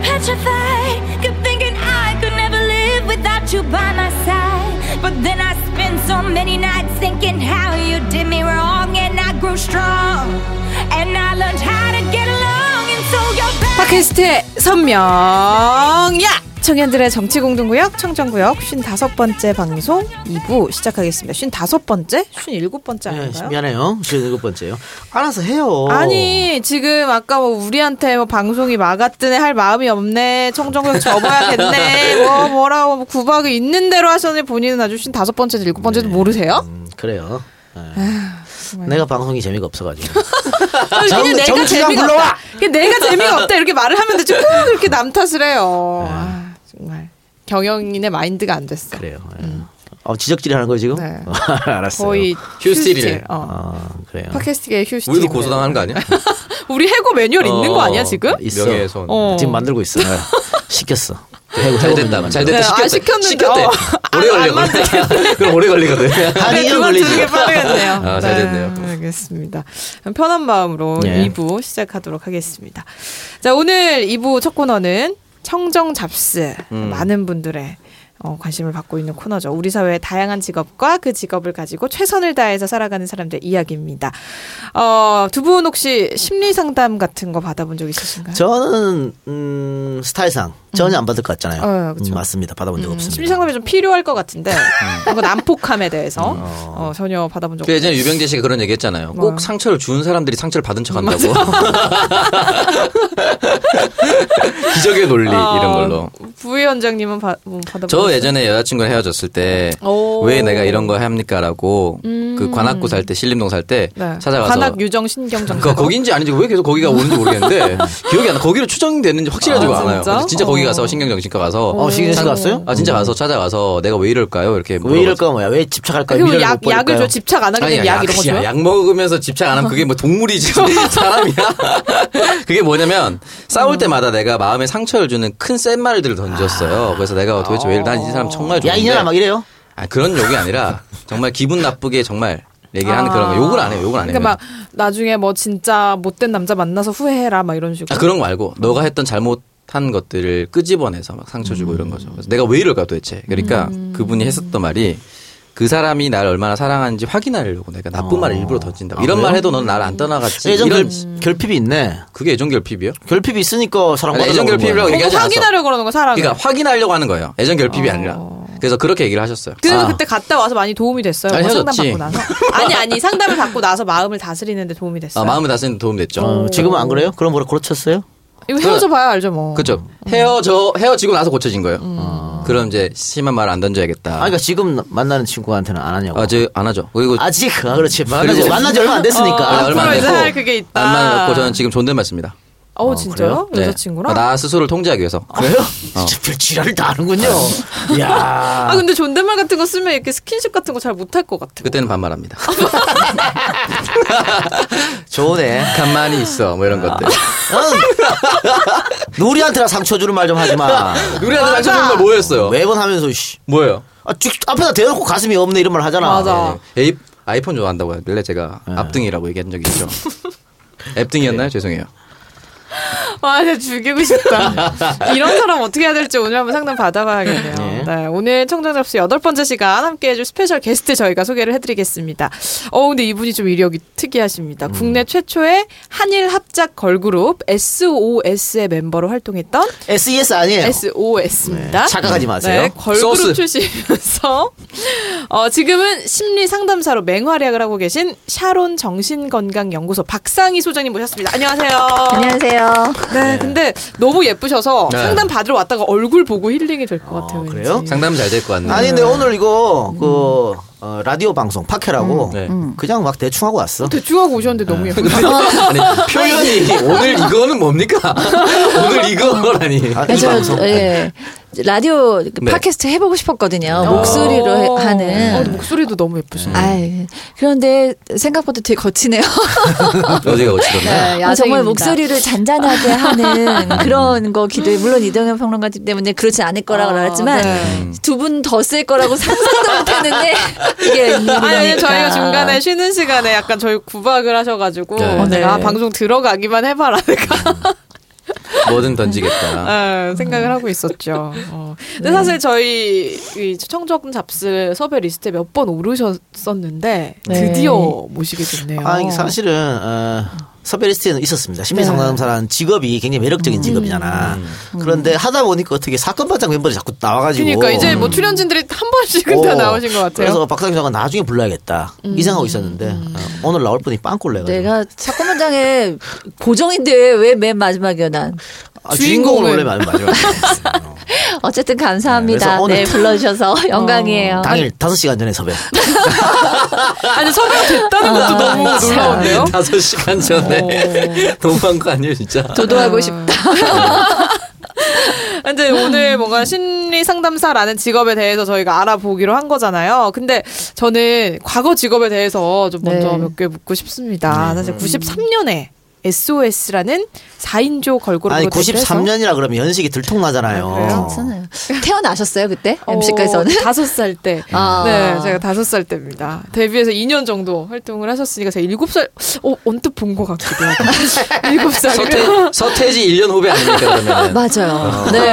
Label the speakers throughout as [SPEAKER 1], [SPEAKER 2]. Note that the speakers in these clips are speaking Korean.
[SPEAKER 1] petrified. Kept thinking I could never live without you by my side. But then I spent so many nights thinking how you did me wrong, and I grew strong. And I learned how to get along, and so you're back.
[SPEAKER 2] 팟캐스트의 선명야 청년들의 정치 공동구역 청정구역 55번째 방송 2부 시작하겠습니다. 55번째? 57번째
[SPEAKER 3] 예,
[SPEAKER 2] 아닌가요?
[SPEAKER 3] 미안해요. 57번째요. 알아서 해요.
[SPEAKER 2] 아니 지금 아까 뭐 우리한테 뭐 방송이 막았더니 할 마음이 없네 청정구역 접어야겠네 뭐 뭐라고 뭐 구박이 있는 대로 하셨는데 본인은 아주 55번째도 7번째도 모르세요?
[SPEAKER 3] 음, 그래요. 예. 내가 방송이 재미가 없어가지고.
[SPEAKER 2] 그냥
[SPEAKER 3] 정-
[SPEAKER 2] 내가
[SPEAKER 3] 정치장
[SPEAKER 2] 재미가
[SPEAKER 3] 불러와!
[SPEAKER 2] 없다. 그냥 내가 재미가 없다 이렇게 말을 하면 되지 꼭 이렇게 남 탓을 해요. 아, 정말 경영인의 마인드가 안 됐어.
[SPEAKER 3] 네. 그래요. 예. 어, 지적질이 하는 거예요, 지금?
[SPEAKER 2] 음. 네.
[SPEAKER 3] 알았어요.
[SPEAKER 2] 거의
[SPEAKER 4] 휴스틸이네.
[SPEAKER 2] 휴스틸, 어.
[SPEAKER 3] 아, 그래요.
[SPEAKER 2] 팟캐스트계의 휴스틸.
[SPEAKER 4] 우리도 고소당하는 거 아니야?
[SPEAKER 2] 우리 해고 매뉴얼 있는 거
[SPEAKER 4] 어,
[SPEAKER 2] 아니야 지금?
[SPEAKER 3] 있어.
[SPEAKER 4] 명예훼손.
[SPEAKER 2] 어.
[SPEAKER 3] 지금 만들고 있어. 네. 시켰어. 해고,
[SPEAKER 4] 잘
[SPEAKER 3] 해고
[SPEAKER 4] 됐다.
[SPEAKER 3] 만들어.
[SPEAKER 4] 잘 됐다.
[SPEAKER 2] 네,
[SPEAKER 4] 시켰다.
[SPEAKER 2] 아, 시켰는데,
[SPEAKER 4] 시켰대.
[SPEAKER 2] 어.
[SPEAKER 4] 오래
[SPEAKER 2] 안
[SPEAKER 4] 걸려. 그럼. 그럼 오래 걸리거든.
[SPEAKER 3] 한
[SPEAKER 2] 네,
[SPEAKER 3] 2년
[SPEAKER 2] 그만
[SPEAKER 3] 걸리죠.
[SPEAKER 2] 두는 게 빠르겠네요.
[SPEAKER 4] 아, 잘 됐네요.
[SPEAKER 2] 네, 알겠습니다. 그럼 편한 마음으로
[SPEAKER 3] 네.
[SPEAKER 2] 2부 시작하도록 하겠습니다. 자, 오늘 2부 첫 코너는 청정 잡스.
[SPEAKER 4] 음.
[SPEAKER 2] 많은 분들의 어, 관심을 받고 있는 코너죠. 우리 사회의 다양한 직업과 그 직업을 가지고 최선을 다해서 살아가는 사람들 이야기입니다. 어, 두 분 혹시 심리 상담 같은 거 받아본 적 있으신가요?
[SPEAKER 3] 저는, 음, 스타일상 전혀 안 받을 것 같잖아요.
[SPEAKER 2] 어, 그쵸.
[SPEAKER 3] 음, 맞습니다. 받아본 적 없습니다.
[SPEAKER 2] 심리 상담이 좀 필요할 것 같은데 뭔가 난폭함에 대해서 어, 전혀 받아본 적
[SPEAKER 4] 음. 그 예전에 유병재 씨가 그런 얘기 했잖아요.
[SPEAKER 2] 뭐요?
[SPEAKER 4] 꼭 상처를 준 사람들이 상처를 받은 척 한다고. 기적의 논리 그 이런 걸로.
[SPEAKER 2] 아, 부위원장님은 받, 뭐 받아보셨어요?
[SPEAKER 4] 저 예전에 여자친구랑 헤어졌을 때
[SPEAKER 2] 오.
[SPEAKER 4] 왜 내가 이런 거 합니까라고 그 관악구 살 때 신림동 살 때
[SPEAKER 2] 네.
[SPEAKER 4] 찾아가서
[SPEAKER 2] 관악 유정 신경 장
[SPEAKER 4] 그
[SPEAKER 2] 관
[SPEAKER 4] 거기인지 아닌지 왜 계속 거기가 오는지 모르겠는데 기억이 안 나. 거기로 추정되는지 확실하지가
[SPEAKER 2] 아,
[SPEAKER 4] 않아요.
[SPEAKER 2] 진짜?
[SPEAKER 4] 근데 진짜 거기
[SPEAKER 2] 어. 음.
[SPEAKER 4] 가서 신경정신과 가서
[SPEAKER 3] 어, 신경 씨 갔어요?
[SPEAKER 4] 아 진짜 가서 찾아가서 내가 왜 이럴까요? 이렇게
[SPEAKER 3] 왜
[SPEAKER 4] 물어봤어요.
[SPEAKER 3] 이럴까 뭐야? 왜 집착할까?
[SPEAKER 2] 그럼
[SPEAKER 3] 미련을
[SPEAKER 2] 약
[SPEAKER 3] 못
[SPEAKER 2] 약을
[SPEAKER 3] 버릴까요?
[SPEAKER 2] 줘 집착 안 하게
[SPEAKER 4] 아니,
[SPEAKER 2] 되면 약 이런 거
[SPEAKER 4] 약이야.
[SPEAKER 2] 줘요?
[SPEAKER 4] 약 먹으면서 집착 안 하면 그게 뭐 동물이지 사람이야. 그게 뭐냐면 싸울 때마다 내가 마음에 상처를 주는 큰 센 말들을
[SPEAKER 2] 아.
[SPEAKER 4] 던졌어요. 그래서 내가 도대체 왜 난이 사람 정말
[SPEAKER 3] 야,
[SPEAKER 4] 좋은데.
[SPEAKER 3] 이년아 막 이래요?
[SPEAKER 2] 음.
[SPEAKER 4] 아, 그런 욕이 아니라 정말 기분 나쁘게 정말 얘기하는
[SPEAKER 2] 아.
[SPEAKER 4] 그런 거. 욕을 안 해요. 욕을 안 해요.
[SPEAKER 2] 그러니까 막 나중에 뭐 진짜 못된 남자 만나서 후회해라 막 이런 식으로.
[SPEAKER 4] 아, 그런 거 말고 너가 했던 잘못한 것들을 끄집어내서 막 상처 주고 이런 거죠. 그래서 내가 왜 이럴까 도대체. 그러니까
[SPEAKER 3] 음.
[SPEAKER 4] 그분이 했었던 말이 그 사람이 날 얼마나 사랑하는지 확인하려고 내가 나쁜 말을 일부러 던진다. 고 이런 말 해도 넌 나를 안 떠나갔지.
[SPEAKER 3] 어. 아, 예전
[SPEAKER 4] 이런
[SPEAKER 3] 결- 결핍이 있네.
[SPEAKER 4] 그게 애정 결핍이요?
[SPEAKER 3] 결핍이 있으니까 사람
[SPEAKER 4] 아니, 애정 결핍이라고
[SPEAKER 2] 그거
[SPEAKER 4] 얘기하지 않았어.
[SPEAKER 2] 확인하려고 그러는 거
[SPEAKER 3] 아,
[SPEAKER 2] 사람.
[SPEAKER 4] 그러니까 확인하려고 하는 거예요. 애정 결핍이
[SPEAKER 3] 어.
[SPEAKER 4] 아니라. 그래서 그렇게 얘기를 하셨어요.
[SPEAKER 2] 그래서
[SPEAKER 3] 아.
[SPEAKER 2] 그때 갔다 와서 많이 도움이 됐어요.
[SPEAKER 4] 아니,
[SPEAKER 2] 뭐 상담 받고
[SPEAKER 4] 헤어졌지.
[SPEAKER 2] 나서. 아니 아니 상담을 받고 나서 마음을 다스리는데 도움이 됐어요.
[SPEAKER 4] 아, 마음을 다스리는 도움 됐죠.
[SPEAKER 3] 어, 지금은 안 그래요? 그럼 뭐라 고쳤어요?
[SPEAKER 2] 이거 헤어져 봐야 알죠 뭐.
[SPEAKER 4] 그렇죠. 헤어져 헤어지고 나서 고쳐진 거예요. 아. 그럼 이제 심한 말을 안 던져야겠다.
[SPEAKER 3] 음. 아, 그러니까 지금 만나는 친구한테는 안 하냐고. 아직,
[SPEAKER 4] 아직 안 하죠. 그리고
[SPEAKER 3] 아, 그렇지. 만나지,
[SPEAKER 4] 그리고- 아,
[SPEAKER 3] 만나지 얼마 안 됐으니까.
[SPEAKER 2] 어,
[SPEAKER 4] 그러니까, 얼마 안
[SPEAKER 2] 앞으로 이제
[SPEAKER 4] 됐고
[SPEAKER 2] 할 그게 있다.
[SPEAKER 4] 안
[SPEAKER 3] 아.
[SPEAKER 4] 만났고 저는 지금 존댓말 씁니다.
[SPEAKER 2] 어우 진짜요? 아,
[SPEAKER 4] 네.
[SPEAKER 2] 여자친구랑? 아.
[SPEAKER 4] 나 스스로를 통제하기 위해서.
[SPEAKER 3] 그래요?
[SPEAKER 4] 어.
[SPEAKER 3] 진짜 별 지랄을 다 하는군요. 이야.
[SPEAKER 2] 아 근데 존댓말 같은 거 쓰면 이렇게 스킨십 같은 거 잘 못할 것 같아.
[SPEAKER 4] 그때는 반말합니다.
[SPEAKER 3] 좋네.
[SPEAKER 4] 가만히 있어. 뭐 이런 것들.
[SPEAKER 3] 응. 우리한테나 상처 주는 말 좀 하지 마.
[SPEAKER 4] 우리한테 상처 주는 거 뭐였어요?
[SPEAKER 3] 매번 하면서, 씨.
[SPEAKER 4] 뭐예요?
[SPEAKER 3] 아, 쭉, 앞에다 대놓고 가슴이 없네 이런 말 하잖아.
[SPEAKER 2] 맞아.
[SPEAKER 4] 예, 에이, 아이폰 좋아한다고 하길래 제가 앞등이라고 얘기한 적이 있죠. 앱등이었나요? 죄송해요.
[SPEAKER 2] 아, 진짜 죽이고 싶다. 이런 사람 어떻게 해야 될지 오늘 한번 상담 받아봐야겠네요.
[SPEAKER 3] 네.
[SPEAKER 2] 네, 오늘 청정잡수 여덟 번째 시간 함께해줄 스페셜 게스트 저희가 소개를 해드리겠습니다. 어, 근데 이분이 좀 이력이 특이하십니다. 국내 최초의 한일 합작 걸그룹 SOS의 멤버로 활동했던
[SPEAKER 3] SES E 아니에요.
[SPEAKER 2] E SOS입니다.
[SPEAKER 3] 네, 착각하지 마세요.
[SPEAKER 2] 걸그룹
[SPEAKER 4] 소스.
[SPEAKER 2] 출시면서 어, 지금은 심리 상담사로 맹활약을 하고 계신 샤론 정신건강연구소 박상희 소장님 모셨습니다. 안녕하세요.
[SPEAKER 5] 안녕하세요.
[SPEAKER 2] 네, 근데 너무 예쁘셔서
[SPEAKER 4] 네.
[SPEAKER 2] 상담 받으러 왔다가 얼굴 보고 힐링이 될 것 같아요. 왠지.
[SPEAKER 3] 그래요?
[SPEAKER 4] 상담 잘 될 것 같네요.
[SPEAKER 3] 아니, 근데 오늘 이거,
[SPEAKER 2] 음.
[SPEAKER 3] 그, 어, 라디오 방송, 팟캐라고,
[SPEAKER 4] 네.
[SPEAKER 3] 그냥 막 대충 하고 왔어.
[SPEAKER 2] 대충 하고 오셨는데
[SPEAKER 3] 네.
[SPEAKER 2] 너무 예쁘다.
[SPEAKER 4] 아니, 표현이 오늘 이거는 뭡니까? 오늘 이거라니.
[SPEAKER 3] 아, 이 방송.
[SPEAKER 5] 그래서 예. 라디오 그
[SPEAKER 4] 네.
[SPEAKER 5] 팟캐스트 해보고 싶었거든요. 목소리로
[SPEAKER 2] 어.
[SPEAKER 5] 해-
[SPEAKER 2] 어,
[SPEAKER 5] 하는.
[SPEAKER 2] 목소리도 너무 예쁘시네.
[SPEAKER 5] 아이, 그런데 생각보다 되게 거치네요.
[SPEAKER 4] 어디가
[SPEAKER 2] 네,
[SPEAKER 4] 어찌던데?
[SPEAKER 5] 아, 정말 목소리를 잔잔하게 하는 그런 거 기대. 물론 이동현 평론가 때문에 그렇진 않을 거라고
[SPEAKER 2] 아,
[SPEAKER 5] 알았지만
[SPEAKER 2] 네.
[SPEAKER 5] 두 분 더 쓸 거라고 상상도 못했는데 이게
[SPEAKER 2] 아니, 아니,
[SPEAKER 5] 일이니까.
[SPEAKER 2] 저희가 중간에 쉬는 시간에 약간 저희 구박을 하셔가지고
[SPEAKER 4] 네.
[SPEAKER 2] 내가
[SPEAKER 5] 네.
[SPEAKER 2] 방송 들어가기만 해봐라. 내가.
[SPEAKER 4] 뭐든 던지겠다.
[SPEAKER 5] 음.
[SPEAKER 2] 아, 생각을 하고 있었죠. 어. 근데
[SPEAKER 5] 네.
[SPEAKER 2] 사실 저희 이 청정 잡스 섭외 리스트에 몇 번 오르셨었는데
[SPEAKER 5] 네.
[SPEAKER 2] 드디어 모시게 됐네요.
[SPEAKER 3] 아, 이게 사실은 어, 서베리스트에는 있었습니다.
[SPEAKER 2] 네.
[SPEAKER 3] 심리 상담사라는 직업이 굉장히 매력적인
[SPEAKER 2] 음.
[SPEAKER 3] 직업이잖아.
[SPEAKER 4] 음.
[SPEAKER 3] 그런데 하다 보니까 어떻게 사건 반장 멤버들이 자꾸 나와가지고.
[SPEAKER 2] 그러니까 이제
[SPEAKER 4] 음.
[SPEAKER 2] 뭐 출연진들이 한 번씩은 다
[SPEAKER 3] 어,
[SPEAKER 2] 나오신 것 같아요. 음.
[SPEAKER 3] 그래서 박상규 장관 나중에 불러야겠다. 이 생각하고 있었는데 어, 오늘 나올 분이 빵꾸를 내가지고.
[SPEAKER 5] 내가 사건문장에 고정인데 왜 맨 마지막이야 난.
[SPEAKER 3] 아, 주인공을
[SPEAKER 2] 주인공을-
[SPEAKER 3] 원래 많이 마지막에 했어요.
[SPEAKER 5] 어쨌든
[SPEAKER 3] 네,
[SPEAKER 5] 감사합니다.
[SPEAKER 3] 그래서
[SPEAKER 5] 네,
[SPEAKER 3] 오늘-
[SPEAKER 2] 어,
[SPEAKER 5] 불러주셔서 영광이에요.
[SPEAKER 2] 아,
[SPEAKER 3] 당일 5시간 전에 섭외.
[SPEAKER 2] 아니 섭외가 됐다는 것도
[SPEAKER 5] 아,
[SPEAKER 2] 너무 놀라운데요.
[SPEAKER 4] 다섯 시간 전에 너무한 거 아니에요, 진짜.
[SPEAKER 2] 어,
[SPEAKER 5] 도도하고 싶다.
[SPEAKER 2] 근데 오늘 뭔가 심리 상담사라는 직업에 대해서 저희가 알아보기로 한 거잖아요. 근데 저는 과거 직업에 대해서 좀 먼저
[SPEAKER 5] 네.
[SPEAKER 2] 몇 개 묻고
[SPEAKER 3] 네.
[SPEAKER 2] 싶습니다. 사실 93년에 SOS라는 4인조 걸그룹
[SPEAKER 3] 아니 93년이라 그러면 연식이 들통나잖아요.
[SPEAKER 5] 괜찮아요. 태어나셨어요 그때 MC가에서는?
[SPEAKER 2] 어, 다섯 살 때.
[SPEAKER 5] 아.
[SPEAKER 2] 네, 제가 다섯 살 때입니다. 데뷔해서 2년 정도 활동을 하셨으니까 제가 일곱 살, 어, 언뜻 본 것 같기도 하고. 일곱 살.
[SPEAKER 4] 서태, 서태지 1년 후배 아닙니까, 그러면.
[SPEAKER 5] 맞아요. 네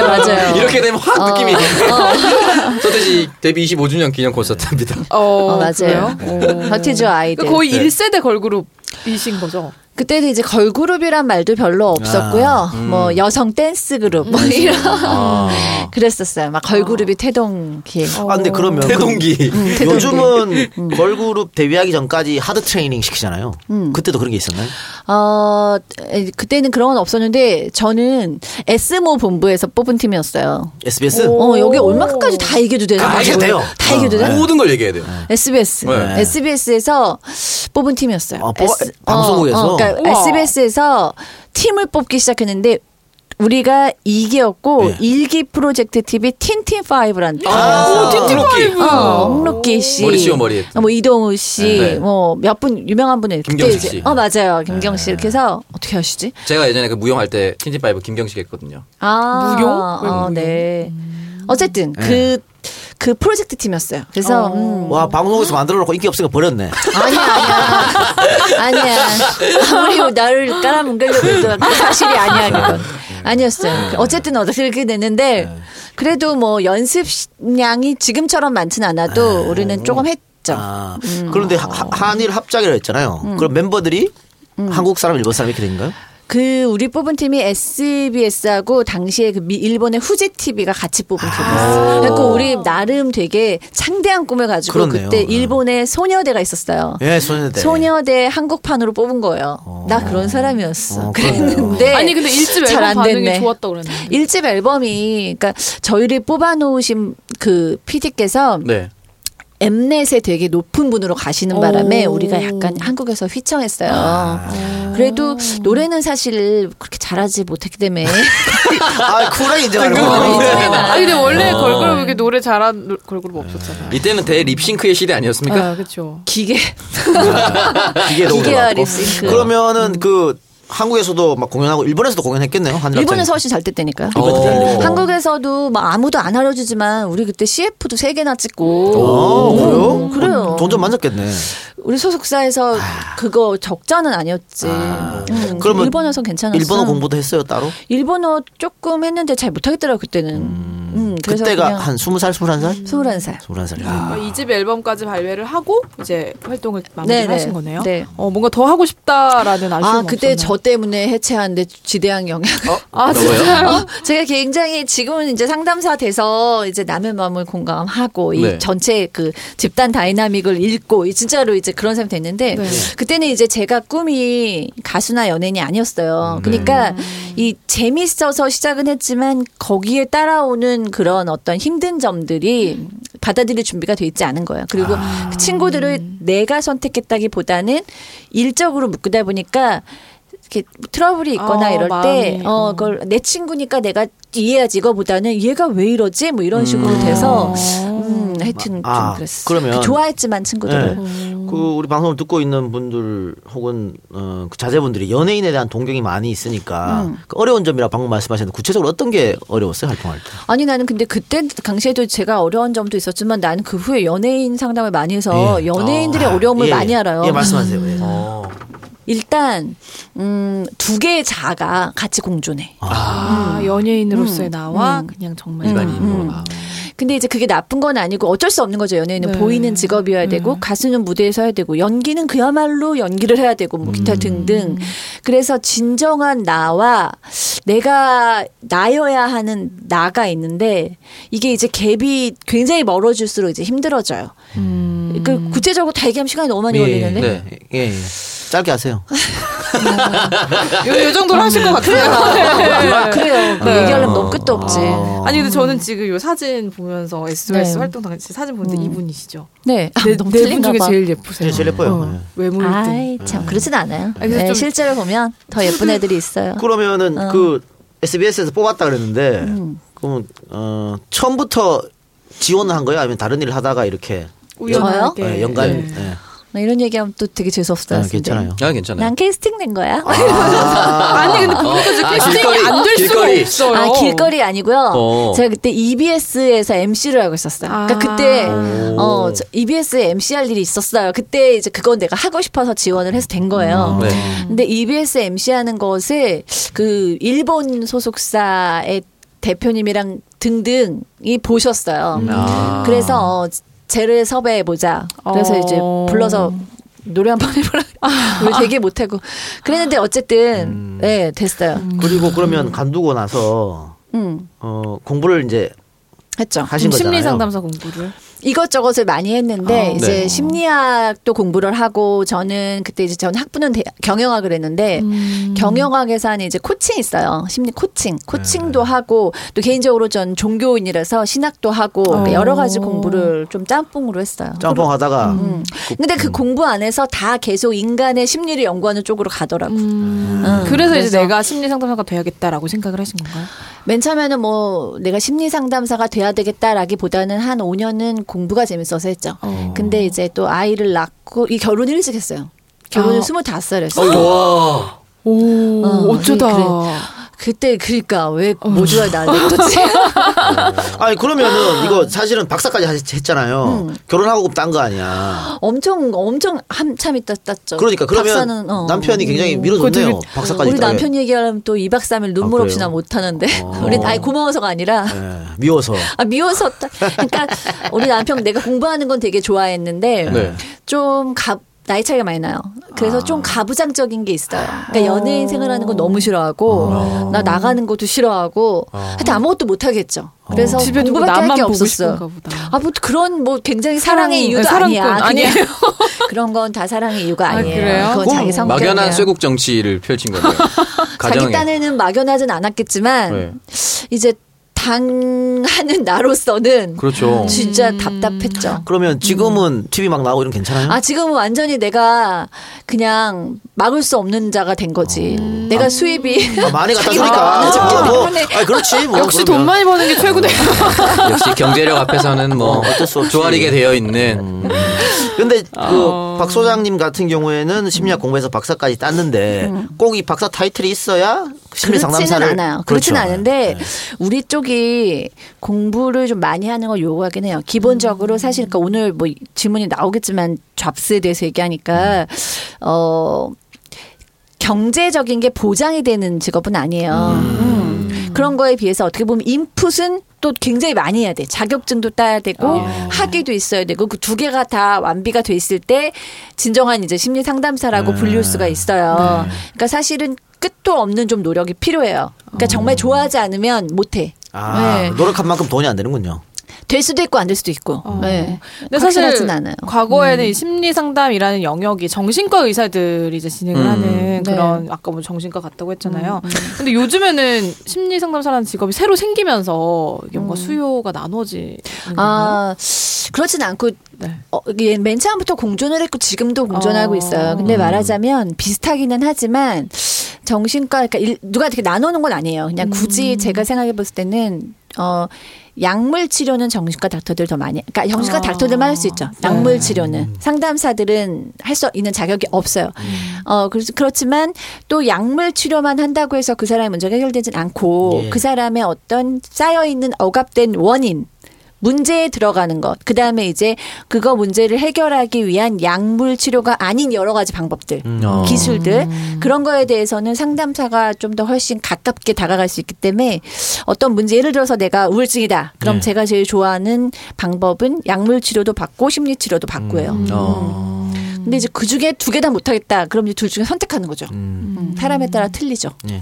[SPEAKER 4] 어.
[SPEAKER 5] 맞아요. 어,
[SPEAKER 4] 이렇게 되면 확 느낌이. 서태지 데뷔 25주년 기념 콘서트입니다.
[SPEAKER 2] 어,
[SPEAKER 5] 어, 맞아요. 네.
[SPEAKER 2] 그래요? 어.
[SPEAKER 5] 버티죠 아이들.
[SPEAKER 2] 거의 일 1세대 걸그룹이신 거죠?
[SPEAKER 5] 그때는 이제 걸그룹이란 말도 별로 없었고요.
[SPEAKER 3] 아,
[SPEAKER 5] 뭐 여성 댄스 그룹 뭐 이런
[SPEAKER 4] 아.
[SPEAKER 5] 그랬었어요. 막 걸그룹이 태동기.
[SPEAKER 3] 아,
[SPEAKER 2] 어.
[SPEAKER 3] 근데 그러면
[SPEAKER 4] 태동기.
[SPEAKER 2] 음,
[SPEAKER 3] 그- 요즘은 걸그룹 데뷔하기 전까지 하드 트레이닝 시키잖아요.
[SPEAKER 2] 음.
[SPEAKER 3] 그때도 그런 게 있었나요?
[SPEAKER 5] 어 에, 그때는 그런 건 없었는데 저는 S모 본부에서 뽑은 팀이었어요.
[SPEAKER 3] SBS?
[SPEAKER 5] 어 여기 얼마까지 다 이겨도 되는
[SPEAKER 3] 다
[SPEAKER 5] 거지?
[SPEAKER 3] 이겨도 돼요.
[SPEAKER 5] 다 이겨도 돼?
[SPEAKER 4] 모든 걸 얘기해야 돼요.
[SPEAKER 5] SBS
[SPEAKER 4] 네.
[SPEAKER 5] SBS에서 뽑은 팀이었어요.
[SPEAKER 3] 아, 뽑아- 방송국에서?
[SPEAKER 5] 그러니까
[SPEAKER 2] 우와.
[SPEAKER 5] SBS에서 팀을 뽑기 시작했는데 우리가 2기였고
[SPEAKER 3] 네.
[SPEAKER 5] 일 1기 프로젝트 TV 틴틴 5라는 팀.
[SPEAKER 4] 아,
[SPEAKER 2] 틴틴파이브.
[SPEAKER 5] 어, 홍록기 씨,
[SPEAKER 4] 머리 씌워 머리 했던.
[SPEAKER 5] 어, 뭐 이동우 씨,
[SPEAKER 4] 네.
[SPEAKER 5] 뭐 몇 분 유명한 분이 그때
[SPEAKER 4] 김경식 씨. 네.
[SPEAKER 5] 이제 어 맞아요 김경 씨 이렇게 해서 어떻게 하시지?
[SPEAKER 4] 제가 예전에 그 무용할 때 틴티파이브 김경식 했거든요.
[SPEAKER 5] 아
[SPEAKER 2] 무용? 왜
[SPEAKER 5] 어,
[SPEAKER 2] 무용?
[SPEAKER 5] 네.
[SPEAKER 2] 음.
[SPEAKER 5] 어쨌든 그 그
[SPEAKER 4] 네.
[SPEAKER 5] 프로젝트 팀이었어요. 그래서 음,
[SPEAKER 3] 와 방송국에서 만들어 놓고 인기 없으니까 버렸네.
[SPEAKER 5] 아니야, 아니야. 아니야. 아무리 나를 깔아뭉개려고 해도 그 사실이 아니야, 그건.
[SPEAKER 3] 네.
[SPEAKER 5] 아니었어요. 어쨌든 어떻게 됐는데, 그래도 뭐 연습량이 지금처럼 많진 않아도 우리는 조금 했죠.
[SPEAKER 3] 네. 아, 그런데 하- 한일 합작이라고 했잖아요. 그럼 멤버들이 한국 사람, 일본 사람 이렇게 된가요?
[SPEAKER 5] 그 우리 뽑은 팀이 SBS하고 당시에 그 미- 일본의 후지 TV가 같이 뽑은
[SPEAKER 3] 아.
[SPEAKER 5] 팀이었어요. 그래서 우리 나름 되게 창대한 꿈을 가지고 그
[SPEAKER 3] 그렇네요.
[SPEAKER 5] 때
[SPEAKER 3] 네.
[SPEAKER 5] 일본의 소녀대가 있었어요.
[SPEAKER 3] 예, 소녀대.
[SPEAKER 5] 소녀대 한국판으로 뽑은 거예요. 나 그런 사람이었어.
[SPEAKER 3] 어, 그러네요.
[SPEAKER 5] 그랬는데
[SPEAKER 2] 아니, 근데 일집
[SPEAKER 5] 잘
[SPEAKER 2] 앨범
[SPEAKER 5] 안
[SPEAKER 2] 반응이
[SPEAKER 5] 됐네.
[SPEAKER 2] 좋았다고 그랬는데.
[SPEAKER 5] 일집 앨범이 그러니까 저희를 뽑아놓으신 그 PD께서
[SPEAKER 4] 네.
[SPEAKER 5] 엠넷에 되게 높은 분으로 가시는 바람에
[SPEAKER 2] 오.
[SPEAKER 5] 우리가 약간 한국에서 휘청했어요.
[SPEAKER 3] 아.
[SPEAKER 5] 그래도 노래는 사실 그렇게 잘하지 못했기 때문에
[SPEAKER 3] 아, 쿨하게 인정하는 네.
[SPEAKER 5] 인정해라.
[SPEAKER 3] 거.
[SPEAKER 2] 아, 근데 원래 걸그룹 이렇게 노래 잘한 노- 걸그룹 없었잖아요.
[SPEAKER 4] 이때는 대 립싱크의 시대 아니었습니까?
[SPEAKER 2] 아, 그렇죠.
[SPEAKER 5] 기계
[SPEAKER 3] 음, 기계 너무
[SPEAKER 5] 어, 기계와
[SPEAKER 3] 좋았고.
[SPEAKER 5] 립싱크.
[SPEAKER 3] 그러면은 그 한국에서도 막 공연하고 일본에서도 공연했겠네요. 한일 합작.
[SPEAKER 5] 일본에서 훨씬 잘 됐다니까요.
[SPEAKER 4] 어.
[SPEAKER 5] 한국에서도 막 아무도 안 알려주지만 우리 그때 CF도 세 개나
[SPEAKER 3] 아,
[SPEAKER 5] 찍고
[SPEAKER 3] 그래요? 어,
[SPEAKER 5] 음, 그래요.
[SPEAKER 3] 돈 좀 만졌겠네.
[SPEAKER 5] 우리 소속사에서 그거 적자는 아니었지. 음,
[SPEAKER 3] 그러면
[SPEAKER 5] 일본에서 괜찮았어.
[SPEAKER 3] 일본어 공부도 했어요 따로?
[SPEAKER 5] 일본어 조금 했는데 잘 못하겠더라고 그때는. 음, 그래서
[SPEAKER 3] 그때가
[SPEAKER 5] 그냥
[SPEAKER 3] 한 스무 살, 스물한 살?
[SPEAKER 5] 21살.
[SPEAKER 3] 스물한 살. 아.
[SPEAKER 2] 이집 앨범까지 발매를 하고 이제 활동을 마무리를
[SPEAKER 5] 네네.
[SPEAKER 2] 하신 거네요.
[SPEAKER 5] 네.
[SPEAKER 2] 어, 뭔가 더 하고 싶다라는 아쉬움
[SPEAKER 5] 아, 그때
[SPEAKER 2] 없었나요?
[SPEAKER 5] 저 때문에 해체하는데 지대한 영향.
[SPEAKER 2] 아,
[SPEAKER 4] 뭐예요?
[SPEAKER 2] 진짜요?
[SPEAKER 5] 어, 제가 굉장히 지금은 이제 상담사 돼서 이제 남의 마음을 공감하고 이
[SPEAKER 4] 네.
[SPEAKER 5] 전체 그 집단 다이나믹을 읽고 이 진짜로 이제 그런 사람이 됐는데
[SPEAKER 2] 네.
[SPEAKER 5] 그때는 이제 제가 꿈이 가수나 연예인이
[SPEAKER 2] 음.
[SPEAKER 5] 아니었어요. 그러니까
[SPEAKER 2] 네.
[SPEAKER 5] 이 재밌어서 시작은 했지만 거기에 따라오는 그런 어떤 힘든 점들이 받아들일 준비가 돼 있지 않은 거예요. 그리고
[SPEAKER 2] 아.
[SPEAKER 5] 그 친구들을 내가 선택했다기보다는 일적으로 묶다 보니까 이렇게 트러블이 있거나
[SPEAKER 2] 어,
[SPEAKER 5] 이럴
[SPEAKER 2] 마음이,
[SPEAKER 5] 때 어,
[SPEAKER 2] 어.
[SPEAKER 5] 그걸 내 친구니까 내가 이해하지 이거보다는 얘가 왜 이러지 뭐 이런 식으로 돼서 음, 하여튼
[SPEAKER 3] 아,
[SPEAKER 5] 좀 그랬어.
[SPEAKER 3] 그러면-
[SPEAKER 5] 좋아했지만 친구들을
[SPEAKER 3] 그 우리 방송을 듣고 있는 분들 혹은 어, 그 자제분들이 연예인에 대한 동경이 많이 있으니까
[SPEAKER 5] 음.
[SPEAKER 3] 그 어려운 점이라 방금 말씀하셨는데 구체적으로 어떤 게 어려웠어요 활동할 때?
[SPEAKER 5] 아니 나는 근데 그때 당시에도 제가 어려운 점도 있었지만 나는 그 후에 어, 연예인 아. 상담을 많이 해서
[SPEAKER 3] 예.
[SPEAKER 5] 연예인들의 어려움을
[SPEAKER 3] 예,
[SPEAKER 5] 많이 알아요. 음.
[SPEAKER 3] 예 말씀하세요. 예.
[SPEAKER 4] 어.
[SPEAKER 5] 일단 음, 두 개의 자아가 같이 공존해.
[SPEAKER 2] 아, 연예인으로서의 나와
[SPEAKER 5] 음.
[SPEAKER 2] 그냥 정말
[SPEAKER 4] 일반인으로. 아.
[SPEAKER 5] 근데 이제 그게 나쁜 건 아니고 어쩔 수 없는 거죠. 연예인은
[SPEAKER 2] 네.
[SPEAKER 5] 보이는 직업이어야 되고 가수는 무대에서 해야 되고 연기는 그야말로 연기를 해야 되고 뭐 기타 등등. 그래서 진정한 나와 내가 나여야 하는 나가 있는데 이게 이제 갭이 굉장히 멀어질수록 이제 힘들어져요. 그 구체적으로 다 얘기하면 시간이 너무 많이 걸리는데.
[SPEAKER 3] 네. 예, 예. 짧게 하세요.
[SPEAKER 2] 요, 요 정도로 하실 것
[SPEAKER 5] 아,
[SPEAKER 2] 같아요.
[SPEAKER 5] 그래요. 그
[SPEAKER 2] 네.
[SPEAKER 5] 얘기하려면 너무 끝도 없지.
[SPEAKER 2] 아니 근데 저는 지금 요 사진 보면서 SBS
[SPEAKER 5] 네.
[SPEAKER 2] 활동 당시 사진 보는데 이분이시죠.
[SPEAKER 5] 네. 아,
[SPEAKER 2] 음. 네,
[SPEAKER 5] 너무
[SPEAKER 2] 네분
[SPEAKER 5] 틀린가
[SPEAKER 2] 중에
[SPEAKER 5] 봐.
[SPEAKER 2] 제일 예쁘세요.
[SPEAKER 3] 제일 예뻐요.
[SPEAKER 2] 어,
[SPEAKER 3] 네.
[SPEAKER 2] 외모일 때.
[SPEAKER 5] 아이 참 그렇진 않아요.
[SPEAKER 2] 그래서
[SPEAKER 5] 네,
[SPEAKER 2] 좀-
[SPEAKER 5] 실제로 보면 더 예쁜 애들이 있어요. 음.
[SPEAKER 3] 그러면은 그 SBS에서 뽑았다 그랬는데 그럼 어, 처음부터 지원을 한 거예요? 아니면 다른 일을 하다가 이렇게
[SPEAKER 2] 우연하게.
[SPEAKER 3] 예, 연관
[SPEAKER 2] 네.
[SPEAKER 3] 예.
[SPEAKER 5] 나 이런 얘기하면 또 되게 재수 없을 것
[SPEAKER 3] 아,
[SPEAKER 5] 같은데.
[SPEAKER 3] 괜찮아요. 아.
[SPEAKER 4] 아, 괜찮아요.
[SPEAKER 5] 난 캐스팅 된 거야.
[SPEAKER 2] 아니 근데 보니까 지금
[SPEAKER 4] 아,
[SPEAKER 2] 캐스팅이
[SPEAKER 4] 길거리,
[SPEAKER 2] 안 될 수가
[SPEAKER 4] 길거리.
[SPEAKER 2] 없어요.
[SPEAKER 5] 아 길거리 아니고요.
[SPEAKER 4] 어.
[SPEAKER 5] 제가 그때 E EBS에서 MC를 하고 있었어요.
[SPEAKER 2] 아.
[SPEAKER 5] 그러니까 그때
[SPEAKER 4] 오.
[SPEAKER 5] 어 EBS에 MC 할 일이 있었어요. 그때 이제 그건 내가 하고 싶어서 지원을 해서 된 거예요.
[SPEAKER 3] 음.
[SPEAKER 4] 네.
[SPEAKER 5] 근데 E EBS MC 하는 것을 그 일본 소속사의 대표님이랑 등등이 보셨어요.
[SPEAKER 4] 아.
[SPEAKER 5] 그래서 어, 쟤를 섭외해 보자. 그래서
[SPEAKER 2] 어.
[SPEAKER 5] 이제 불러서 노래 한 번 해보라. 우리 되게 못하고 그랬는데 어쨌든 네 됐어요.
[SPEAKER 3] 그리고 그러면 간두고 나서
[SPEAKER 5] 음
[SPEAKER 3] 어, 공부를 이제
[SPEAKER 5] 했죠.
[SPEAKER 3] 하신 거잖아요.
[SPEAKER 2] 심리 상담사 공부를.
[SPEAKER 5] 이것저것을 많이 했는데
[SPEAKER 2] 아,
[SPEAKER 5] 이제
[SPEAKER 4] 네.
[SPEAKER 5] 심리학도 공부를 하고 저는 그때 이제 저는 학부는 대- 경영학을 했는데
[SPEAKER 2] 음.
[SPEAKER 5] 경영학에서 하는 이제 코칭 있어요 심리 코칭 코칭도 하고 또 개인적으로 전 종교인이라서 신학도 하고
[SPEAKER 2] 어.
[SPEAKER 5] 여러 가지 공부를 좀 짬뽕으로 했어요.
[SPEAKER 3] 짬뽕 하다가
[SPEAKER 5] 음. 근데 그 공부 안에서 다 계속 인간의 심리를 연구하는 쪽으로 가더라고. 요 음,
[SPEAKER 2] 그래서, 이제
[SPEAKER 5] 그래서-
[SPEAKER 2] 내가 심리 상담사가 돼야겠다라고 생각을 하신 건가요?
[SPEAKER 5] 맨 처음에는 뭐 내가 심리 상담사가 돼야 되겠다라기보다는 한 5년은 공부가 재밌어서 했죠. 근데 이제 또 아이를 낳고 이 결혼을 일찍 했어요. 결혼을
[SPEAKER 2] 아.
[SPEAKER 5] 스물 25살에 했어요.
[SPEAKER 4] 와.
[SPEAKER 2] 오
[SPEAKER 5] 어,
[SPEAKER 2] 어쩌다.
[SPEAKER 5] 그래. 그때 그러니까 왜 모주가 나를 뒀지?
[SPEAKER 3] 아니 그러면은 이거 사실은 박사까지 하- 했잖아요.
[SPEAKER 5] 음.
[SPEAKER 3] 결혼하고 딴 거 아니야.
[SPEAKER 5] 엄청 엄청 한참 있다 땄죠.
[SPEAKER 3] 그러니까 그러면
[SPEAKER 5] 박사는, 어.
[SPEAKER 3] 남편이 굉장히
[SPEAKER 2] 그거
[SPEAKER 3] 밀어줬네요.
[SPEAKER 2] 되게-
[SPEAKER 3] 박사까지
[SPEAKER 5] 우리
[SPEAKER 3] 따라-
[SPEAKER 5] 남편 얘기하면 또 2박 3일 눈물
[SPEAKER 3] 아,
[SPEAKER 5] 없이 나
[SPEAKER 3] 그래요? 어.
[SPEAKER 5] 못하는데 우리 아이 고마워서가 아니라
[SPEAKER 3] 예, 미워서
[SPEAKER 5] 아, 미워서 딱- 그러니까 우리 남편 내가 공부하는 건 되게 좋아했는데
[SPEAKER 4] 네.
[SPEAKER 5] 좀 가, 나이 차이가 많이 나요. 그래서
[SPEAKER 2] 아.
[SPEAKER 5] 좀 가부장적인 게 있어요. 그러니까 연예인 생활하는 건 너무 싫어하고 나 나가는 것도 싫어하고 하여튼 아무것도 못 하겠죠. 그래서
[SPEAKER 2] 어. 집에 누구
[SPEAKER 5] 공부밖에 할
[SPEAKER 2] 나만
[SPEAKER 5] 게
[SPEAKER 2] 보고
[SPEAKER 5] 없었어요.
[SPEAKER 2] 싶은가 보다.
[SPEAKER 5] 아, 뭐 그런 뭐 굉장히 사랑의
[SPEAKER 2] 사랑-
[SPEAKER 5] 이유도
[SPEAKER 2] 네, 사랑꾼.
[SPEAKER 5] 아니야.
[SPEAKER 2] 아니에요.
[SPEAKER 5] 그냥 그런 건 다 사랑의 이유가
[SPEAKER 2] 아,
[SPEAKER 5] 아니에요.
[SPEAKER 2] 그래요?
[SPEAKER 5] 그건 자기 성격
[SPEAKER 4] 막연한 쇠국 정치를 펼친 거예요.
[SPEAKER 5] 자기
[SPEAKER 4] 가정에.
[SPEAKER 5] 딴에는 막연하진 않았겠지만
[SPEAKER 4] 네.
[SPEAKER 5] 이제 당하는 나로서는
[SPEAKER 4] 그렇죠.
[SPEAKER 5] 진짜 답답했죠.
[SPEAKER 3] 그러면 지금은 TV 막 나오고 이런 괜찮아요?
[SPEAKER 5] 음. 아 지금은 완전히 내가 그냥 막을 수 없는 자가 된 거지. 내가 수입이
[SPEAKER 3] 어. 아, 많이 갖다
[SPEAKER 5] 자기가
[SPEAKER 3] 쓰니까.
[SPEAKER 5] 많아졌기
[SPEAKER 3] 아, 뭐,
[SPEAKER 5] 때문에.
[SPEAKER 3] 아, 그렇지. 뭐,
[SPEAKER 2] 역시
[SPEAKER 3] 그러면.
[SPEAKER 2] 돈 많이 버는 게 최고네요.
[SPEAKER 4] 역시 경제력 앞에서는 뭐
[SPEAKER 3] 어쩔 수 없이.
[SPEAKER 4] 조아리게 되어 있는
[SPEAKER 3] 근데
[SPEAKER 5] 어.
[SPEAKER 3] 그박 소장님 같은 경우에는 심리학 공부해서 박사까지 땄는데 꼭 이 박사 타이틀이 있어야 심리
[SPEAKER 5] 음. 그렇지는
[SPEAKER 3] 상담사를
[SPEAKER 5] 않아요. 그렇진
[SPEAKER 3] 그렇죠.
[SPEAKER 5] 않은데 우리 쪽이 공부를 좀 많이 하는 걸 요구하긴 해요. 기본적으로 사실 그러니까 오늘 뭐 질문이 나오겠지만 잡스에 대해서 얘기하니까
[SPEAKER 3] 음.
[SPEAKER 5] 어 경제적인 게 보장이 되는 직업은 아니에요. 음. 그런 거에 비해서 어떻게 보면 인풋은 또 굉장히 많이 해야 돼. 자격증도 따야 되고 학위도 있어야 되고 그 두 개가 다 완비가 돼 있을 때 진정한 이제 심리 상담사라고 불릴 수가 있어요. 그러니까 사실은 끝도 없는 좀 노력이 필요해요. 그러니까 정말 좋아하지 않으면 못해.
[SPEAKER 3] 아,
[SPEAKER 5] 네.
[SPEAKER 3] 노력한 만큼 돈이 안 되는군요.
[SPEAKER 5] 될 수도 있고 안 될 수도 있고. 네.
[SPEAKER 2] 근데 사실
[SPEAKER 5] 확실하진 않아요.
[SPEAKER 2] 과거에는 이 심리 상담이라는 영역이 정신과 의사들이 이제 진행을 하는
[SPEAKER 5] 네.
[SPEAKER 2] 그런 아까 뭐 정신과 같다고 했잖아요. 근데 요즘에는 심리 상담사라는 직업이 새로 생기면서 이게 뭔가 수요가 나눠지는 건가요?
[SPEAKER 5] 아, 그렇진 않고
[SPEAKER 2] 음. 네.
[SPEAKER 5] 어, 이게 맨 처음부터 공존을 했고 지금도 공존하고
[SPEAKER 2] 어.
[SPEAKER 5] 있어요. 근데 말하자면 비슷하기는 하지만 정신과 그러니까 일- 누가 이렇게 나누는 건 아니에요. 그냥
[SPEAKER 2] 음.
[SPEAKER 5] 굳이 제가 생각해 봤을 때는 어 약물 치료는 정신과 닥터들 더 많이 그러니까 정신과
[SPEAKER 2] 아. 네.
[SPEAKER 5] 닥터들만 할 수 있죠. 약물 치료는 상담사들은 할 수 있는 자격이 없어요.
[SPEAKER 2] 음.
[SPEAKER 5] 어 그래서 그렇지만 또 약물 치료만 한다고 해서 그 사람의 문제가 해결되진 않고
[SPEAKER 3] 예.
[SPEAKER 5] 그 사람의 어떤 쌓여 있는 억압된 원인 문제에 들어가는 것. 그 다음에 이제 그거 문제를 해결하기 위한 약물 치료가 아닌 여러 가지 방법들.
[SPEAKER 3] 어.
[SPEAKER 5] 기술들 그런 거에 대해서는 상담사가 좀 더 훨씬 가깝게 다가갈 수 있기 때문에 어떤 문제 예를 들어서 내가 우울증이다 그럼
[SPEAKER 3] 네.
[SPEAKER 5] 제가 제일 좋아하는 방법은 약물 치료도 받고 심리 치료도 받고요
[SPEAKER 3] 어.
[SPEAKER 5] 근데 이제 그중에 두 개 다 못하겠다 그럼 이제 둘 중에 선택하는 거죠
[SPEAKER 3] 음.
[SPEAKER 5] 음, 사람에 따라 틀리죠
[SPEAKER 3] 예.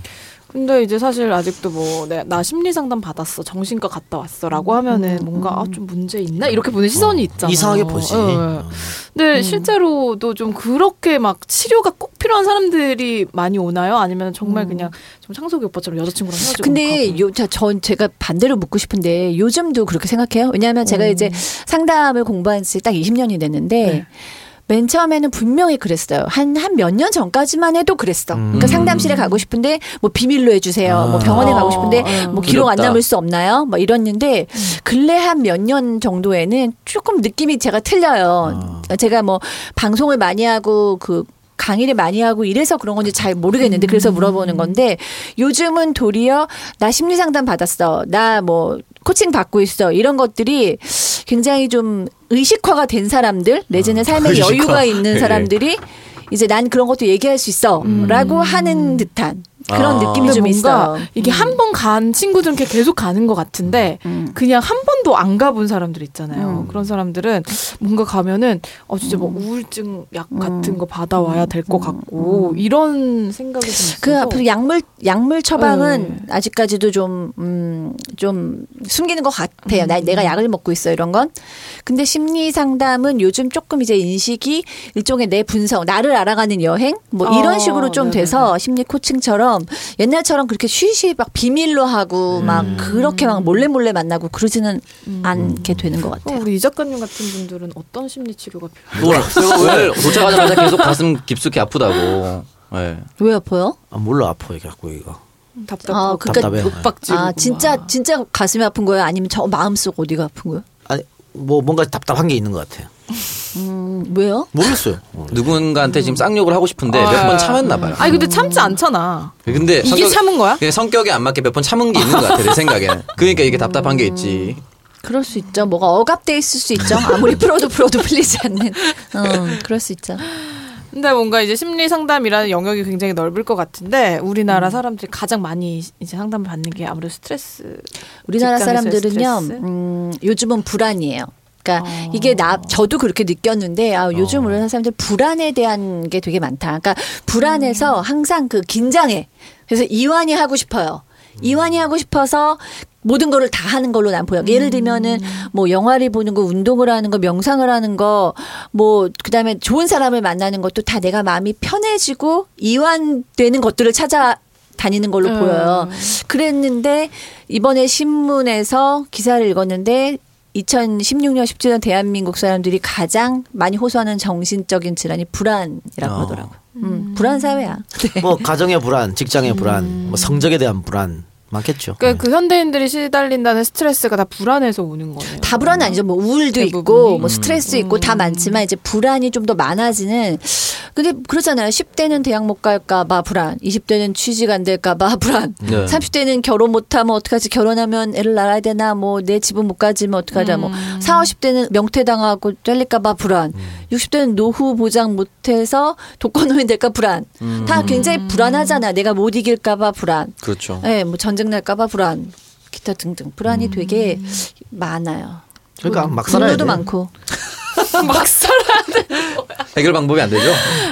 [SPEAKER 2] 근데 이제 사실 아직도 뭐 나 심리 상담 받았어 정신과 갔다 왔어라고 하면은 뭔가 아, 좀 문제 있나 이렇게 보는 시선이 있잖아요.
[SPEAKER 3] 이상하게 보지.
[SPEAKER 2] 예, 예.
[SPEAKER 3] 어.
[SPEAKER 5] 음.
[SPEAKER 2] 근데 실제로도 좀 그렇게 막 치료가 꼭 필요한 사람들이 많이 오나요? 아니면 정말 그냥 좀 창석이 오빠처럼 여자친구랑 헤어지고
[SPEAKER 5] 음. 근데
[SPEAKER 2] 막
[SPEAKER 5] 요 전 제가 반대로 묻고 싶은데 요즘도 그렇게 생각해요 왜냐하면 제가
[SPEAKER 2] 음.
[SPEAKER 5] 이제 상담을 공부한 지 딱 20년이 됐는데
[SPEAKER 2] 네.
[SPEAKER 5] 맨 처음에는 분명히 그랬어요. 한 한 몇 년 전까지만 해도 그랬어. 그러니까 상담실에 가고 싶은데 뭐 비밀로 해주세요.
[SPEAKER 3] 아.
[SPEAKER 5] 뭐 병원에 가고 싶은데
[SPEAKER 2] 어,
[SPEAKER 5] 뭐 기록 안
[SPEAKER 4] 두렵다.
[SPEAKER 5] 남을 수 없나요? 뭐 이랬는데 근래 한 몇 년 정도에는 조금 느낌이 제가 틀려요. 제가 뭐 방송을 많이 하고 그 강의를 많이 하고 이래서 그런 건지 잘 모르겠는데 그래서 물어보는 건데 요즘은 도리어 나 심리 상담 받았어. 나 뭐 코칭 받고 있어. 이런 것들이 굉장히 좀 의식화가 된 사람들 내지는 삶의
[SPEAKER 3] 의식화.
[SPEAKER 5] 여유가
[SPEAKER 4] 예.
[SPEAKER 5] 있는 사람들이 이제 난 그런 것도 얘기할 수 있어라고 하는 듯한 그런
[SPEAKER 4] 아.
[SPEAKER 5] 느낌이
[SPEAKER 2] 근데
[SPEAKER 5] 좀
[SPEAKER 2] 뭔가
[SPEAKER 5] 있어요.
[SPEAKER 2] 이게 한 번 간 친구들은 이렇게 계속 가는 것 같은데
[SPEAKER 5] 음.
[SPEAKER 2] 그냥 한 번도 안 가본 사람들 있잖아요. 그런 사람들은 뭔가 가면은 어 진짜
[SPEAKER 5] 음.
[SPEAKER 2] 막 우울증 약 같은 거 받아와야 될 것 같고 이런 생각이 좀 있어서
[SPEAKER 5] 음, 그 앞으로 약물 약물 처방은
[SPEAKER 2] 네.
[SPEAKER 5] 아직까지도 좀음좀 숨기는 것 같아요. 나, 내가 약을 먹고 있어 이런 건. 근데 심리 상담은 요즘 조금 이제 인식이 일종의 내 분석, 나를 알아가는 여행 뭐 이런
[SPEAKER 2] 어,
[SPEAKER 5] 식으로 좀
[SPEAKER 2] 네네네.
[SPEAKER 5] 돼서 심리 코칭처럼 옛날처럼 그렇게 쉬쉬 막 비밀로 하고 막
[SPEAKER 3] 음.
[SPEAKER 5] 그렇게 막 몰래 몰래 만나고 그러지는 않게 되는 것 같아요.
[SPEAKER 2] 그럼 어, 우리 이 작가님 같은 분들은 어떤 심리 치료가 필요해요?
[SPEAKER 4] 그걸 그걸 네. 도착하자마자 계속 가슴 깊숙이 아프다고. 예.
[SPEAKER 5] 왜 아파요?
[SPEAKER 3] 아, 몰라 아파 이게 갖고 이거.
[SPEAKER 2] 답답하고
[SPEAKER 5] 아, 그러니까
[SPEAKER 3] 답답해.
[SPEAKER 2] 윽박지르고
[SPEAKER 5] 아
[SPEAKER 2] 막.
[SPEAKER 5] 진짜 진짜 가슴이 아픈 거예요? 아니면 저 마음속 어디가 아픈 거예요?
[SPEAKER 3] 아니 뭐 뭔가 답답한 게 있는 것 같아요.
[SPEAKER 5] 음, 왜요?
[SPEAKER 3] 모르겠어요.
[SPEAKER 4] 누군가한테 지금 쌍욕을 하고 싶은데 몇 번 참았나 봐요. 네,
[SPEAKER 2] 아니 근데 참지 않잖아.
[SPEAKER 4] 근데
[SPEAKER 2] 이게 참은 거야?
[SPEAKER 4] 예, 성격에 안 맞게 몇 번 참은 게 있는 것 같아 내 생각에는. 그러니까 이게 답답한 게 있지.
[SPEAKER 5] 그럴 수 있죠. 뭐가 억압돼 있을 수 있죠. 아무리 풀어도 풀어도 풀리지 않는. 음, 그럴 수 있죠.
[SPEAKER 2] 근데 뭔가 이제 심리 상담이라는 영역이 굉장히 넓을 것 같은데
[SPEAKER 5] 음.
[SPEAKER 2] 우리나라 사람들이 가장 많이 이제 상담 받는 게 아무래도 스트레스.
[SPEAKER 5] 우리나라
[SPEAKER 2] 직장에서의
[SPEAKER 5] 사람들은요,
[SPEAKER 2] 스트레스? 어.
[SPEAKER 5] 음, 요즘은 불안이에요. 그러니까 이게 나 저도 그렇게 느꼈는데 아 요즘 우리나라 사람들 불안에 대한 게 되게 많다. 그러니까
[SPEAKER 2] 음.
[SPEAKER 5] 불안해서 항상 그 긴장해. 그래서 이완이 하고 싶어요. 이완이 하고 싶어서 모든 거를 다 하는 걸로 난 보여. 예를 들면은
[SPEAKER 2] 음.
[SPEAKER 5] 뭐 영화를 보는 거, 운동을 하는 거, 명상을 하는 거, 뭐 그다음에 좋은 사람을 만나는 것도 다 내가 마음이 편해지고 이완되는 것들을 찾아 다니는 걸로
[SPEAKER 2] 음.
[SPEAKER 5] 보여요. 그랬는데 이번에 신문에서 기사를 읽었는데 2016년 17년 대한민국 사람들이 가장 많이 호소하는 정신적인 질환이 불안이라고
[SPEAKER 4] 어.
[SPEAKER 5] 하더라고요. 음, 불안 사회야.
[SPEAKER 3] 뭐 가정의 불안, 직장의 불안, 뭐 성적에 대한 불안 많겠죠.
[SPEAKER 2] 그러니까 그 현대인들이 시달린다는 스트레스가 다 불안해서 오는 거네요.
[SPEAKER 5] 다 불안은 아니죠. 뭐 우울도 있고
[SPEAKER 2] 대부분이. 음.
[SPEAKER 5] 뭐 스트레스 있고 다 많지만 이제 불안이 좀 더 많아지는. 근데 그렇잖아요. 10대는 대학 못 갈까봐 불안. 20대는 취직 안 될까봐 불안.
[SPEAKER 4] 네.
[SPEAKER 5] 30대는 결혼 못하면 어떡하지? 결혼하면 애를 낳아야 되나? 뭐 내 집은 못 가지면 어떡하냐? 뭐
[SPEAKER 2] 음.
[SPEAKER 5] 40, 50대는 명퇴당하고 잘릴까봐 불안. 60대는 노후 보장 못해서 독거노인 될까 불안. 다 굉장히 불안하잖아. 내가 못 이길까봐 불안.
[SPEAKER 4] 그렇죠.
[SPEAKER 5] 예, 뭐 전쟁 날까봐 불안. 기타 등등 불안이 되게 많아요.
[SPEAKER 3] 그러니까 음. 막 살아야
[SPEAKER 5] 분노도
[SPEAKER 3] 돼.
[SPEAKER 5] 많고.
[SPEAKER 2] 막살.
[SPEAKER 4] 해결 방법이 안 되죠.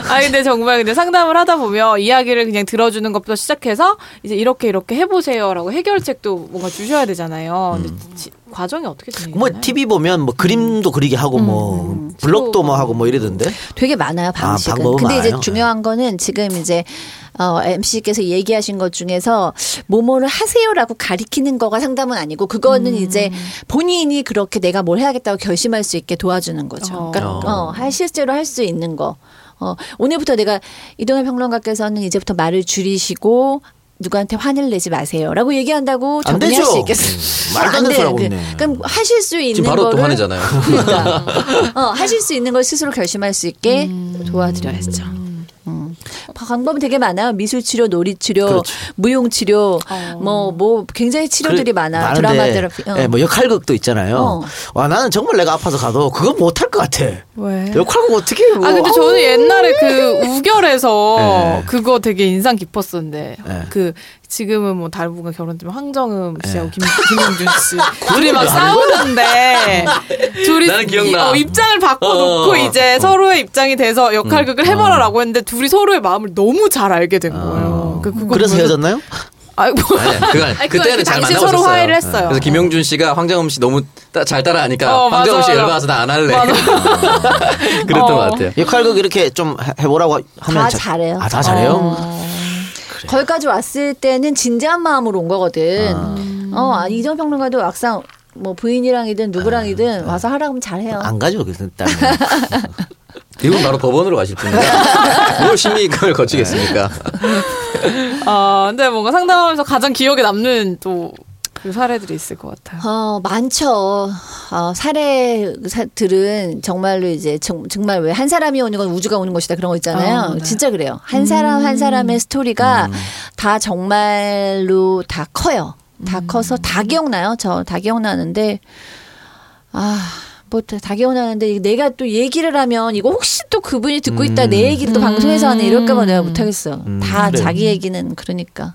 [SPEAKER 2] 아 근데 정말 근데 상담을 하다 보면 이야기를 그냥 들어주는 것부터 시작해서 이제 이렇게 이렇게 해보세요라고 해결책도 뭔가 주셔야 되잖아요. 근데
[SPEAKER 5] 음.
[SPEAKER 2] 지- 과정이 어떻게 진행되나요?
[SPEAKER 3] 뭐 TV 보면 뭐 그림도 그리게 하고 뭐 블록도 뭐 하고 뭐 이러던데.
[SPEAKER 5] 되게 많아요 방식은.
[SPEAKER 3] 방법은
[SPEAKER 5] 근데 이제
[SPEAKER 3] 많아요. 네.
[SPEAKER 5] 중요한 거는 지금 이제 어, MC께서 얘기하신 것 중에서 뭐뭐를 하세요라고 가리키는 거가 상담은 아니고 그거는 이제 본인이 그렇게 내가 뭘 해야겠다고 결심할 수 있게 도와주는 거죠.
[SPEAKER 2] 어.
[SPEAKER 5] 그러니까
[SPEAKER 3] 그렇죠.
[SPEAKER 5] 어, 할 실제로 할 수 있는 거. 어, 오늘부터 내가 이동현 평론가께서는 이제부터 말을 줄이시고 누구한테 화를 내지 마세요라고 얘기한다고
[SPEAKER 3] 안
[SPEAKER 5] 정리할
[SPEAKER 3] 되죠.
[SPEAKER 5] 수 있겠어요.
[SPEAKER 3] 음, 말도 안 되는 소리 하고 있네.
[SPEAKER 5] 그럼 하실 수 있는
[SPEAKER 4] 지금 바로
[SPEAKER 5] 거를
[SPEAKER 4] 또 화내잖아요.
[SPEAKER 5] 그러니까
[SPEAKER 3] 음.
[SPEAKER 5] 어, 하실 수 있는 걸 스스로 결심할 수 있게 도와드려야죠. 방법이 되게 많아요. 미술치료, 놀이치료,
[SPEAKER 3] 그렇죠. 어.
[SPEAKER 5] 무용치료, 뭐 뭐 굉장히
[SPEAKER 3] 그래-
[SPEAKER 5] 치료들이 많아요.
[SPEAKER 3] 많은데,
[SPEAKER 5] 드라마 테라피. 어.
[SPEAKER 3] 예, 뭐 역할극도 있잖아요.
[SPEAKER 5] 어.
[SPEAKER 3] 와 나는 정말 내가 아파서 가도 그건 못할 것 같아.
[SPEAKER 2] 왜?
[SPEAKER 3] 역할극 어떻게 해?
[SPEAKER 2] 네. 아 근데 저는 옛날에 그 우결에서
[SPEAKER 3] 네.
[SPEAKER 2] 그거 되게 인상 깊었었는데
[SPEAKER 3] 네.
[SPEAKER 2] 그 지금은 뭐 다른 분과 결혼했지만 황정음
[SPEAKER 4] 네.
[SPEAKER 2] 씨하고 어, 김, 김영준 씨 둘이 막
[SPEAKER 3] 왜
[SPEAKER 2] 싸우는데 둘이
[SPEAKER 4] 나는 기억나.
[SPEAKER 2] 이- 어, 입장을 바꿔놓고
[SPEAKER 4] 어, 어, 어. 음,
[SPEAKER 2] 이제 서로의 입장이 돼서 역할극을 해봐라라고 했는데 둘이 서로의 마음을 너무 잘 알게 된
[SPEAKER 4] 아.
[SPEAKER 2] 거예요. 그, 그거
[SPEAKER 3] 아. 그래서
[SPEAKER 2] 보면서-
[SPEAKER 3] 헤어졌나요?
[SPEAKER 2] 아니, 뭐-
[SPEAKER 4] 아니, 그건 아니.
[SPEAKER 2] 아니, 그건
[SPEAKER 4] 그때는
[SPEAKER 2] 그
[SPEAKER 4] 잘
[SPEAKER 2] 당시에
[SPEAKER 4] 만나고
[SPEAKER 2] 서로
[SPEAKER 4] 있었어요.
[SPEAKER 2] 화해를 했어요.
[SPEAKER 4] 그래서 김용준 씨가 황정음 씨 너무 따- 잘 따라하니까
[SPEAKER 2] 어,
[SPEAKER 4] 황정음
[SPEAKER 2] 맞아,
[SPEAKER 4] 씨
[SPEAKER 2] 맞아.
[SPEAKER 4] 열받아서 나 안 할래.
[SPEAKER 2] 맞아.
[SPEAKER 4] 그랬던
[SPEAKER 2] 어.
[SPEAKER 4] 것 같아요.
[SPEAKER 3] 역할극 이렇게 좀 해- 해보라고 하면
[SPEAKER 5] 다
[SPEAKER 3] 자-
[SPEAKER 5] 잘해요. 어.
[SPEAKER 3] 아, 다 잘해요?
[SPEAKER 5] 거기까지 왔을 때는 진지한 마음으로 온 거거든. 어, 아, 이전 평론가도 막상 뭐 부인이랑이든 누구랑이든 와서 하라고 하면 잘해요.
[SPEAKER 3] 아. 음, 안 가죠, 그래서 일단.
[SPEAKER 4] 이분 바로 법원으로 가실 분이야. 뭘 심리감을 거치겠습니까?
[SPEAKER 2] 아 근데 뭔가 상담하면서 가장 기억에 남는 또 그 사례들이 있을 것 같아요.
[SPEAKER 5] 어, 많죠. 어, 사례들은 정말로 이제 정, 말 왜 한 사람이 오는 건 우주가 오는 것이다 그런 거 있잖아요.
[SPEAKER 2] 아, 네. 음.
[SPEAKER 5] 진짜 그래요. 한 사람 한 사람의 스토리가 다 정말로 다 커요. 다
[SPEAKER 2] 음.
[SPEAKER 5] 커서 다 기억나요. 저 다 기억나는데 아, 뭐 다 기억나는데 내가 또 얘기를 하면 이거 혹시 또 그분이 듣고 있다
[SPEAKER 2] 음.
[SPEAKER 5] 내 얘기를 또 방송에서 하네 이럴까봐 내가 못하겠어. 다
[SPEAKER 2] 네.
[SPEAKER 3] 그래요.
[SPEAKER 5] 자기 얘기는 그러니까.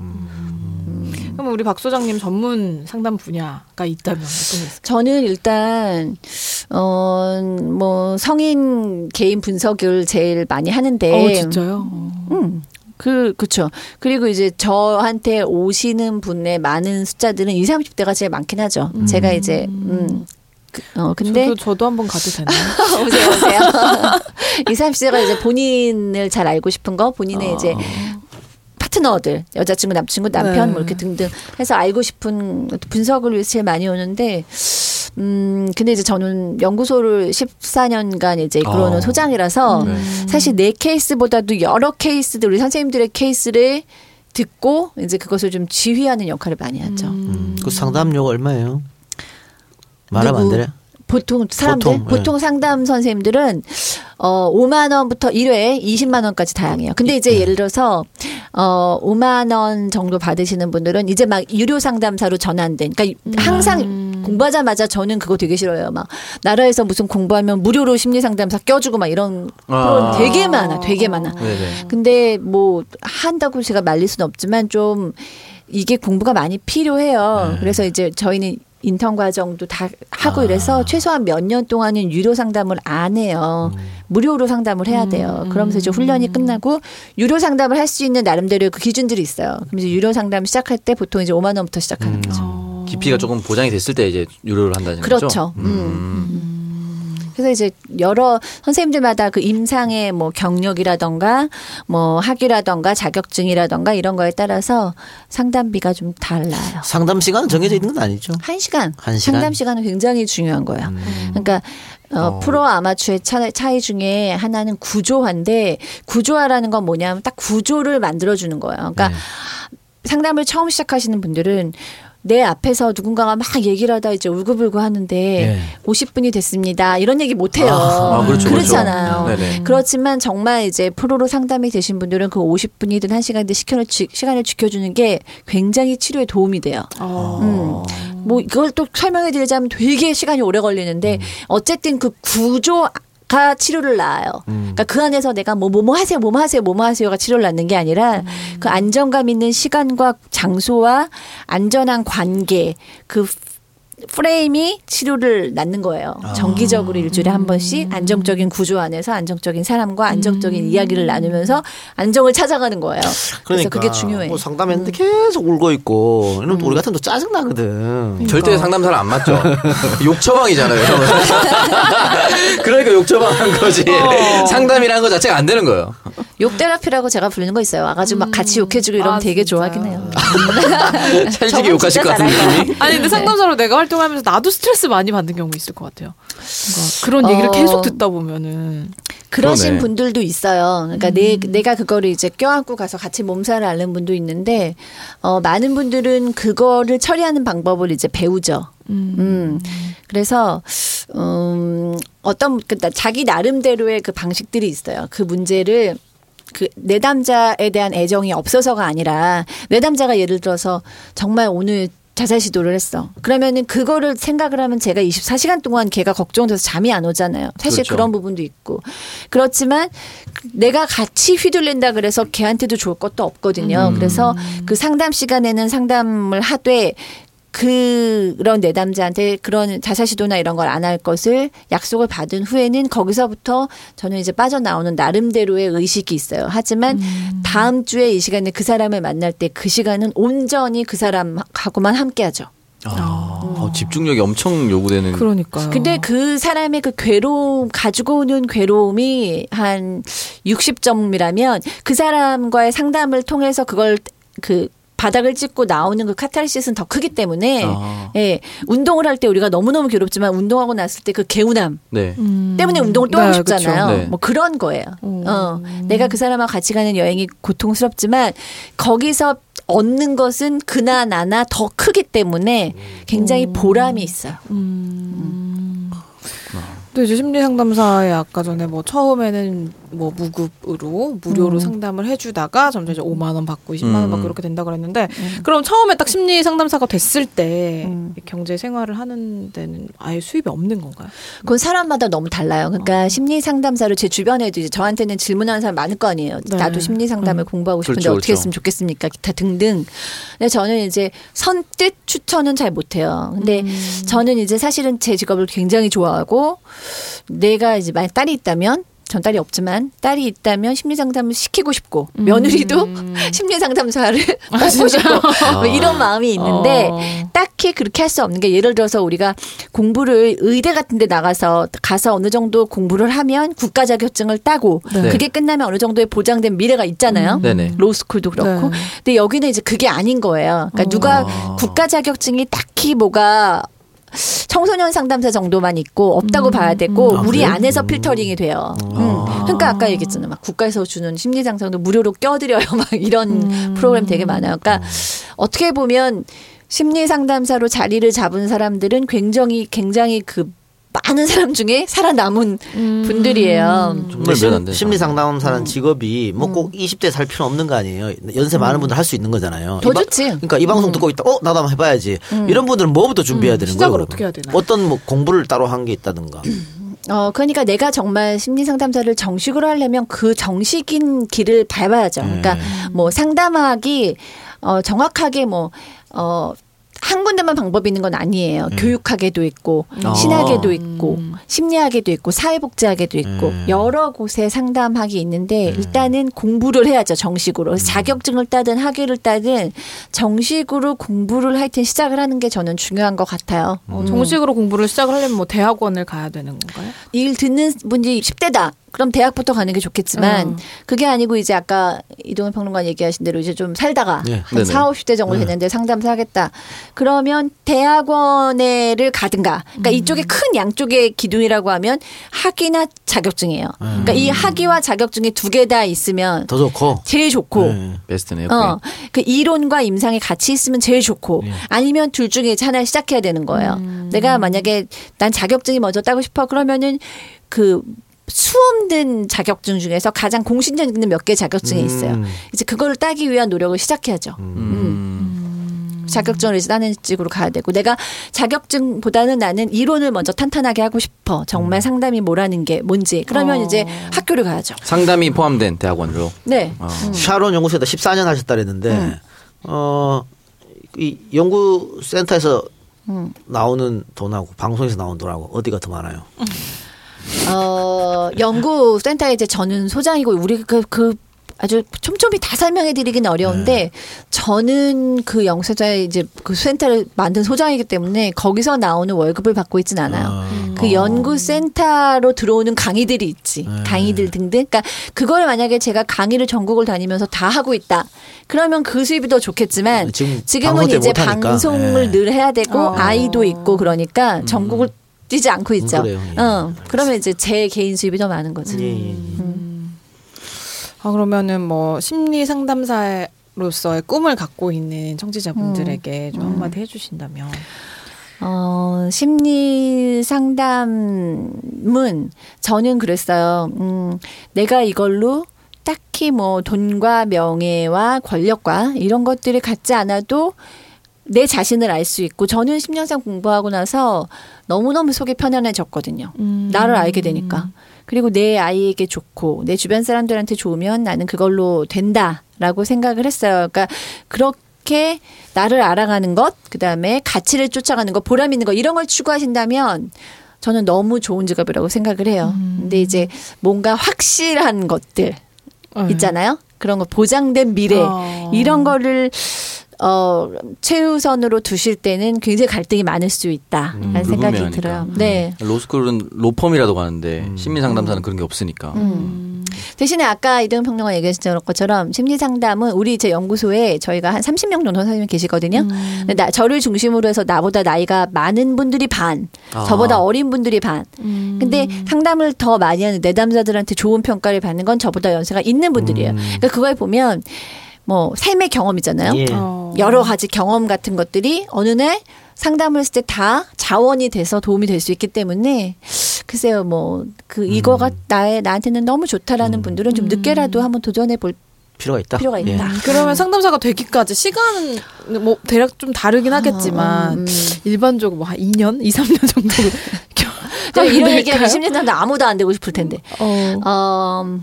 [SPEAKER 2] 그럼 우리 박 소장님 전문 상담 분야가 있다면 어떤 게 있을까요?
[SPEAKER 5] 저는 일단 어 뭐 성인 개인 분석을 제일 많이 하는데
[SPEAKER 2] 어 진짜요?
[SPEAKER 5] 음. 그 그렇죠. 그리고 이제 저한테 오시는 분의 많은 숫자들은 20, 30대가 제일 많긴 하죠. 제가 이제 음. 그, 어 근데
[SPEAKER 2] 저도 저도 한번 가도 되나요?
[SPEAKER 5] 오세요, 오세요. 20, 30대가 이제 본인을 잘 알고 싶은 거, 본인의 이제 파트너들, 여자친구, 남친구, 남편,
[SPEAKER 2] 네.
[SPEAKER 5] 뭐 이렇게 등등 해서 알고 싶은 분석을 위해서 제일 많이 오는데, 음, 근데 이제 저는 연구소를 14년간 이제 이끌어오는
[SPEAKER 3] 어.
[SPEAKER 5] 소장이라서 사실 내 케이스보다도 여러 케이스들, 우리 선생님들의 케이스를 듣고 이제 그것을 좀 지휘하는 역할을 많이 하죠.
[SPEAKER 3] 음, 그 상담료가 얼마예요? 말하면
[SPEAKER 5] 누구?
[SPEAKER 3] 안 되나?
[SPEAKER 5] 보통 사람들
[SPEAKER 3] 보통,
[SPEAKER 5] 보통,
[SPEAKER 3] 예.
[SPEAKER 5] 상담 선생님들은 어 5만 원부터 1회에 20만 원까지 다양해요. 근데 이제 예를 들어서 어 5만 원 정도 받으시는 분들은 이제 막 유료 상담사로 전환된. 그러니까
[SPEAKER 3] 음.
[SPEAKER 5] 항상 공부하자마자 저는 그거 되게 싫어요. 막 나라에서 무슨 공부하면 무료로 심리 상담사 껴주고 막 이런
[SPEAKER 4] 아.
[SPEAKER 5] 프로그램 되게 많아. 되게 많아.
[SPEAKER 4] 네네.
[SPEAKER 5] 근데 뭐 한다고 제가 말릴 수는 없지만 좀 이게 공부가 많이 필요해요. 그래서 이제 저희는 인턴 과정도 다 하고 이래서 최소한 몇 년 동안은 유료 상담을 안 해요. 무료로 상담을 해야 돼요. 그러면서 이제 훈련이 끝나고 유료 상담을 할 수 있는 나름대로의 그 기준들이 있어요. 그럼 이제 유료 상담 시작할 때 보통 이제 5만 원부터 시작하는 거죠.
[SPEAKER 4] 깊이가 조금 보장이 됐을 때 이제 유료를 한다는 거죠.
[SPEAKER 5] 그렇죠. 음. 그래서 이제 여러 선생님들마다 그 임상의 뭐 경력이라던가 뭐 학위라던가 자격증이라던가 이런 거에 따라서 상담비가 좀 달라요.
[SPEAKER 3] 상담 시간은 정해져 있는 건 아니죠.
[SPEAKER 5] 한 시간.
[SPEAKER 3] 한 시간?
[SPEAKER 5] 상담 시간은 굉장히 중요한 거예요.
[SPEAKER 4] 음.
[SPEAKER 5] 그러니까 어, 프로 아마추어의 차, 차이 중에 하나는 구조화인데 구조화라는 건 뭐냐면 딱 구조를 만들어 주는 거예요. 그러니까
[SPEAKER 4] 네.
[SPEAKER 5] 상담을 처음 시작하시는 분들은 내 앞에서 누군가가 막 얘기를 하다 이제 울고불고 하는데
[SPEAKER 3] 예.
[SPEAKER 5] 50분이 됐습니다. 이런 얘기 못 해요.
[SPEAKER 4] 네. 아, 그렇죠, 그렇죠.
[SPEAKER 5] 잖아요
[SPEAKER 4] 네네.
[SPEAKER 5] 그렇지만 정말 이제 프로로 상담이 되신 분들은 그 50분이든 1시간이든 시간을, 지, 시간을 지켜주는 게 굉장히 치료에 도움이 돼요. 음. 뭐 이걸 또 설명해 드리자면 되게 시간이 오래 걸리는데 어쨌든 그 구조 가 치료를 낳아요. 그러니까 그 안에서 내가 뭐 뭐뭐 하세요, 뭐뭐 하세요, 뭐뭐 하세요가 치료를 낳는 게 아니라 그 안정감 있는 시간과 장소와 안전한 관계 그 프레임이 치료를 낳는 거예요. 정기적으로 일주일에 한 번씩 안정적인 구조 안에서 안정적인 사람과 안정적인 이야기를 나누면서 안정을 찾아가는 거예요. 그래서
[SPEAKER 3] 그러니까
[SPEAKER 5] 그게 중요해. 음.
[SPEAKER 3] 뭐 상담했는데 계속 울고 있고 이런 우리 같으면 또 짜증
[SPEAKER 5] 음. 그러니까.
[SPEAKER 3] 나거든.
[SPEAKER 4] 절대 상담사는 안 맞죠. 욕처방이잖아요. 그러니까 욕처방한 거지.
[SPEAKER 5] 어.
[SPEAKER 4] 상담이라는 거 자체가 안 되는 거예요.
[SPEAKER 5] 욕 테라피라고 제가 부르는 거 있어요. 와가지고 막 같이 욕해주고 이러면
[SPEAKER 2] 아,
[SPEAKER 5] 되게
[SPEAKER 2] 진짜요?
[SPEAKER 5] 좋아하긴 해요. 네.
[SPEAKER 4] 찰지게 욕하실 것 같은 느낌이.
[SPEAKER 2] 아니 근데 상담사로 내가 활동하면서 나도 스트레스 많이 받는 경우 있을 것 같아요. 그런 얘기를
[SPEAKER 5] 어.
[SPEAKER 2] 계속 듣다 보면은
[SPEAKER 5] 그러신
[SPEAKER 4] 그러네.
[SPEAKER 5] 분들도 있어요. 그러니까 내, 내가 그거를 이제 껴안고 가서 같이 몸살을 앓는 분도 있는데 어, 많은 분들은 그거를 처리하는 방법을 이제 배우죠. 음. 그래서 음, 어떤 그 나- 자기 나름대로의 그 방식들이 있어요. 그 문제를 그 내담자에 대한 애정이 없어서가 아니라 내담자가 예를 들어서 정말 오늘 자살 시도를 했어. 그러면은 그거를 생각을 하면 제가 24시간 동안 걔가 걱정돼서 잠이 안 오잖아요. 사실
[SPEAKER 3] 그렇죠.
[SPEAKER 5] 그런 부분도 있고. 그렇지만 내가 같이 휘둘린다 그래서 걔한테도 좋을 것도 없거든요. 그래서 그 상담 시간에는 상담을 하되 그런 내담자한테 그런 자살 시도나 이런 걸 안 할 것을 약속을 받은 후에는 거기서부터 저는 이제 빠져나오는 나름대로의 의식이 있어요. 하지만 다음 주에 이 시간에 그 사람을 만날 때 그 시간은 온전히 그 사람하고만 함께 하죠.
[SPEAKER 4] 아, 어, 집중력이 엄청 요구되는.
[SPEAKER 2] 그러니까요.
[SPEAKER 4] 어.
[SPEAKER 5] 근데 그 사람의 그 괴로움 가지고 오는 괴로움이 한 60점이라면 그 사람과의 상담을 통해서 그걸 그 바닥을 찍고 나오는 그 카타르시스는 더 크기 때문에
[SPEAKER 4] 아.
[SPEAKER 5] 예. 운동을 할 때 우리가 너무너무 괴롭지만 운동하고 났을 때 그 개운함
[SPEAKER 4] 네.
[SPEAKER 5] 때문에 운동을 또 하고
[SPEAKER 2] 네,
[SPEAKER 5] 싶잖아요.
[SPEAKER 4] 그쵸. 네.
[SPEAKER 5] 뭐 그런 거예요. 어. 내가 그 사람하고 같이 가는 여행이 고통스럽지만 거기서 얻는 것은 그나 나나 더 크기 때문에 굉장히 보람이 있어요.
[SPEAKER 2] 또 이제 심리 상담사에 아까 전에 뭐 처음에는 뭐 무급으로 무료로 상담을 해주다가 점점 이제 5만 원 받고 20만 원 받고
[SPEAKER 4] 음.
[SPEAKER 2] 이렇게 된다 그랬는데 그럼 처음에 음. 딱 심리 상담사가 됐을 때 경제 생활을 하는 데는 아예 수입이 없는 건가요?
[SPEAKER 5] 그건 사람마다 너무 달라요. 그러니까 심리 상담사로 제 주변에도 이제 저한테는 질문하는 사람 많을 거 아니에요.
[SPEAKER 2] 네.
[SPEAKER 5] 나도 심리 상담을 공부하고 싶은데
[SPEAKER 4] 그렇죠,
[SPEAKER 5] 어떻게
[SPEAKER 4] 그렇죠.
[SPEAKER 5] 했으면 좋겠습니까? 기타 등등. 근데 저는 이제 선뜻 추천은 잘 못해요. 근데 저는 이제 사실은 제 직업을 굉장히 좋아하고 내가 이제 만약 딸이 있다면 전 딸이 없지만 딸이 있다면 심리 상담을 시키고 싶고 며느리도
[SPEAKER 4] 음.
[SPEAKER 5] 심리 상담사를 뽑고 싶고 뭐 이런 마음이 있는데
[SPEAKER 2] 어.
[SPEAKER 5] 딱히 그렇게 할 수 없는 게 예를 들어서 우리가 공부를 의대 같은 데 나가서 가서 어느 정도 공부를 하면 국가 자격증을 따고
[SPEAKER 4] 네. 음.
[SPEAKER 5] 그게 끝나면 어느 정도의 보장된 미래가 있잖아요.
[SPEAKER 4] 네네.
[SPEAKER 5] 로스쿨도 그렇고.
[SPEAKER 2] 네.
[SPEAKER 5] 근데 여기는 이제 그게 아닌 거예요. 그러니까 누가
[SPEAKER 4] 아.
[SPEAKER 5] 국가 자격증이 딱히 뭐가 청소년 상담사 정도만 있고 없다고 봐야 되고
[SPEAKER 4] 아,
[SPEAKER 5] 우리
[SPEAKER 4] 그래요? 아.
[SPEAKER 5] 안에서 필터링이 돼요. 음. 그러니까 아까 얘기했잖아요. 막 국가에서 주는 심리 상담도 무료로 껴드려요. 막 이런
[SPEAKER 4] 음.
[SPEAKER 5] 프로그램 되게 많아요. 그러니까 어떻게 보면 심리 상담사로 자리를 잡은 사람들은 굉장히 굉장히 그 많은 사람 중에 살아남은
[SPEAKER 4] 음.
[SPEAKER 5] 분들이에요.
[SPEAKER 4] 정말
[SPEAKER 3] 심-
[SPEAKER 4] 면안 돼.
[SPEAKER 3] 심리 상담사는
[SPEAKER 5] 음.
[SPEAKER 3] 직업이 뭐 꼭 20대 살 필요는 없는 거 아니에요. 연세 많은 분들 할 수 있는 거잖아요.
[SPEAKER 5] 음. 더
[SPEAKER 3] 이 바-
[SPEAKER 5] 좋지. 음.
[SPEAKER 3] 그러니까 이 방송 듣고 있다. 어, 나도 한번 해봐야지. 이런 분들은 뭐부터 준비해야 되는
[SPEAKER 2] 시작을
[SPEAKER 3] 거예요?
[SPEAKER 2] 어떻게 해야
[SPEAKER 3] 그러면?
[SPEAKER 2] 되나?
[SPEAKER 3] 어떤 뭐 공부를 따로 한 게 있다든가.
[SPEAKER 5] 어, 그러니까 내가 정말 심리 상담사를 정식으로 하려면 그 정식인 길을 밟아야죠. 그러니까 뭐 상담하기 어, 정확하게 뭐 어, 한 군데만 방법이 있는 건 아니에요. 교육학에도 있고
[SPEAKER 4] 아.
[SPEAKER 5] 신학에도 있고 심리학에도 있고 사회복지학에도 있고
[SPEAKER 3] 음.
[SPEAKER 5] 여러 곳에 상담학이 있는데 일단은 공부를 해야죠 정식으로 자격증을 따든 학위를 따든 정식으로 공부를 하여튼 시작을 하는 게 저는 중요한 것 같아요.
[SPEAKER 2] 어, 정식으로 공부를 시작을 하려면 뭐 대학원을 가야 되는 건가요?
[SPEAKER 5] 일 듣는 분이 10대다. 그럼 대학부터 가는 게 좋겠지만 그게 아니고 이제 아까 이동현 평론가 얘기하신 대로 이제 좀 살다가
[SPEAKER 3] 예,
[SPEAKER 5] 한
[SPEAKER 4] 네네.
[SPEAKER 5] 4, 50대 정도 됐는데 상담사 하겠다. 그러면 대학원에를 가든가. 그러니까 이쪽에 큰 양쪽의 기둥이라고 하면 학위나 자격증이에요. 그러니까 이 학위와 자격증이 두 개 다 있으면
[SPEAKER 3] 음. 더 좋고.
[SPEAKER 5] 제일 좋고
[SPEAKER 3] 네.
[SPEAKER 4] 베스트네요.
[SPEAKER 5] 어, 그 이론과 임상이 같이 있으면 제일 좋고 아니면 둘 중에 하나를 시작해야 되는 거예요. 내가 만약에 난 자격증이 먼저 따고 싶어 그러면은 그 수없는 자격증 중에서 가장 공신력 있는 몇 개 자격증이 있어요.
[SPEAKER 3] 음.
[SPEAKER 5] 이제 그거를 따기 위한 노력을 시작해야죠.
[SPEAKER 4] 음.
[SPEAKER 5] 자격증을 이제 따는 쪽으로 가야 되고 내가 자격증보다는 나는 이론을 먼저 탄탄하게 하고 싶어. 정말 상담이 뭐라는 게 뭔지. 그러면
[SPEAKER 2] 어.
[SPEAKER 5] 이제 학교를 가야죠.
[SPEAKER 4] 상담이 포함된 대학원으로.
[SPEAKER 5] 네.
[SPEAKER 4] 어.
[SPEAKER 3] 샤론 연구소에다 14년 하셨다 그랬는데 어, 이 연구센터에서
[SPEAKER 5] 음.
[SPEAKER 3] 나오는 돈하고 방송에서 나온 돈하고 어디가 더 많아요?
[SPEAKER 5] 어, 연구센터에 이제 저는 소장이고 우리 그, 그 아주 촘촘히 다 설명해 드리긴 어려운데 저는 그 영세자의 이제 그 센터를 만든 소장이기 때문에 거기서 나오는 월급을 받고 있진 않아요. 그 연구센터로 들어오는 강의들이 있지. 강의들 등등. 그러니까 그걸 만약에 제가 강의를 전국을 다니면서 다 하고 있다. 그러면 그 수입이 더 좋겠지만
[SPEAKER 3] 지금
[SPEAKER 5] 지금은
[SPEAKER 3] 방송 때
[SPEAKER 5] 이제
[SPEAKER 3] 못하니까.
[SPEAKER 5] 방송을
[SPEAKER 3] 예.
[SPEAKER 5] 늘 해야 되고
[SPEAKER 2] 어.
[SPEAKER 5] 아이도 있고 그러니까 전국을 뛰지 않고 있죠.
[SPEAKER 3] 음. 그래요. 예.
[SPEAKER 5] 어, 그러면 이제 제 개인 수입이 더 많은 거죠.
[SPEAKER 3] 예, 예, 예.
[SPEAKER 2] 아 그러면은 뭐 심리 상담사로서의 꿈을 갖고 있는 청취자분들에게 좀 한마디 해주신다면
[SPEAKER 5] 어, 심리 상담은 저는 그랬어요. 음, 내가 이걸로 딱히 특히 뭐 돈과 명예와 권력과 이런 것들을 갖지 않아도 내 자신을 알 수 있고 저는 심리학상 공부하고 나서 너무너무 속이 편안해졌거든요. 나를 알게 되니까. 그리고 내 아이에게 좋고 내 주변 사람들한테 좋으면 나는 그걸로 된다라고 생각을 했어요. 그러니까 그렇게 나를 알아가는 것, 그다음에 가치를 쫓아가는 것, 보람 있는 것 이런 걸 추구하신다면 저는 너무 좋은 직업이라고 생각을 해요. 근데 이제 뭔가 확실한 것들 네. 있잖아요. 그런 거 보장된 미래
[SPEAKER 2] 어.
[SPEAKER 5] 이런 거를 어 최우선으로 두실 때는 굉장히 갈등이 많을 수 있다라는
[SPEAKER 4] 음,
[SPEAKER 5] 생각이
[SPEAKER 4] 불분명하니까. 음.
[SPEAKER 5] 들어요. 네.
[SPEAKER 4] 로스쿨은 로펌이라고 가는데 심리 상담사는 그런 게 없으니까.
[SPEAKER 5] 음. 대신에 아까 이등 평론가 얘기하신 것처럼 심리 상담은 우리 제 연구소에 저희가 한 30명 정도 선생님 계시거든요. 근데 나, 저를 중심으로 해서 나보다 나이가 많은 분들이 반,
[SPEAKER 4] 아.
[SPEAKER 5] 저보다 어린 분들이 반. 근데 상담을 더 많이 하는 내담자들한테 좋은 평가를 받는 건 저보다 연세가 있는 분들이에요. 그러니까 그걸 보면 뭐 삶의 경험이잖아요.
[SPEAKER 3] 예.
[SPEAKER 2] 어.
[SPEAKER 5] 여러 가지 경험 같은 것들이 어느 날 상담을 했을 때 다 자원이 돼서 도움이 될 수 있기 때문에 글쎄요 뭐 그
[SPEAKER 2] 음.
[SPEAKER 5] 이거가 나의 나한테는 너무 좋다라는 분들은 좀 늦게라도 한번 도전해 볼
[SPEAKER 3] 필요가
[SPEAKER 2] 아,
[SPEAKER 3] 있다.
[SPEAKER 5] 필요가
[SPEAKER 3] 예.
[SPEAKER 5] 있다.
[SPEAKER 2] 그러면 상담사가 되기까지 시간은 뭐 대략 좀 다르긴 하겠지만 일반적으로 뭐한 2년, 2, 3년 정도
[SPEAKER 5] 저
[SPEAKER 2] 하면
[SPEAKER 5] 이런
[SPEAKER 2] 될까요?
[SPEAKER 5] 얘기하면 심리상담 아무도 안 되고 싶을 텐데.
[SPEAKER 2] 어.
[SPEAKER 5] 어,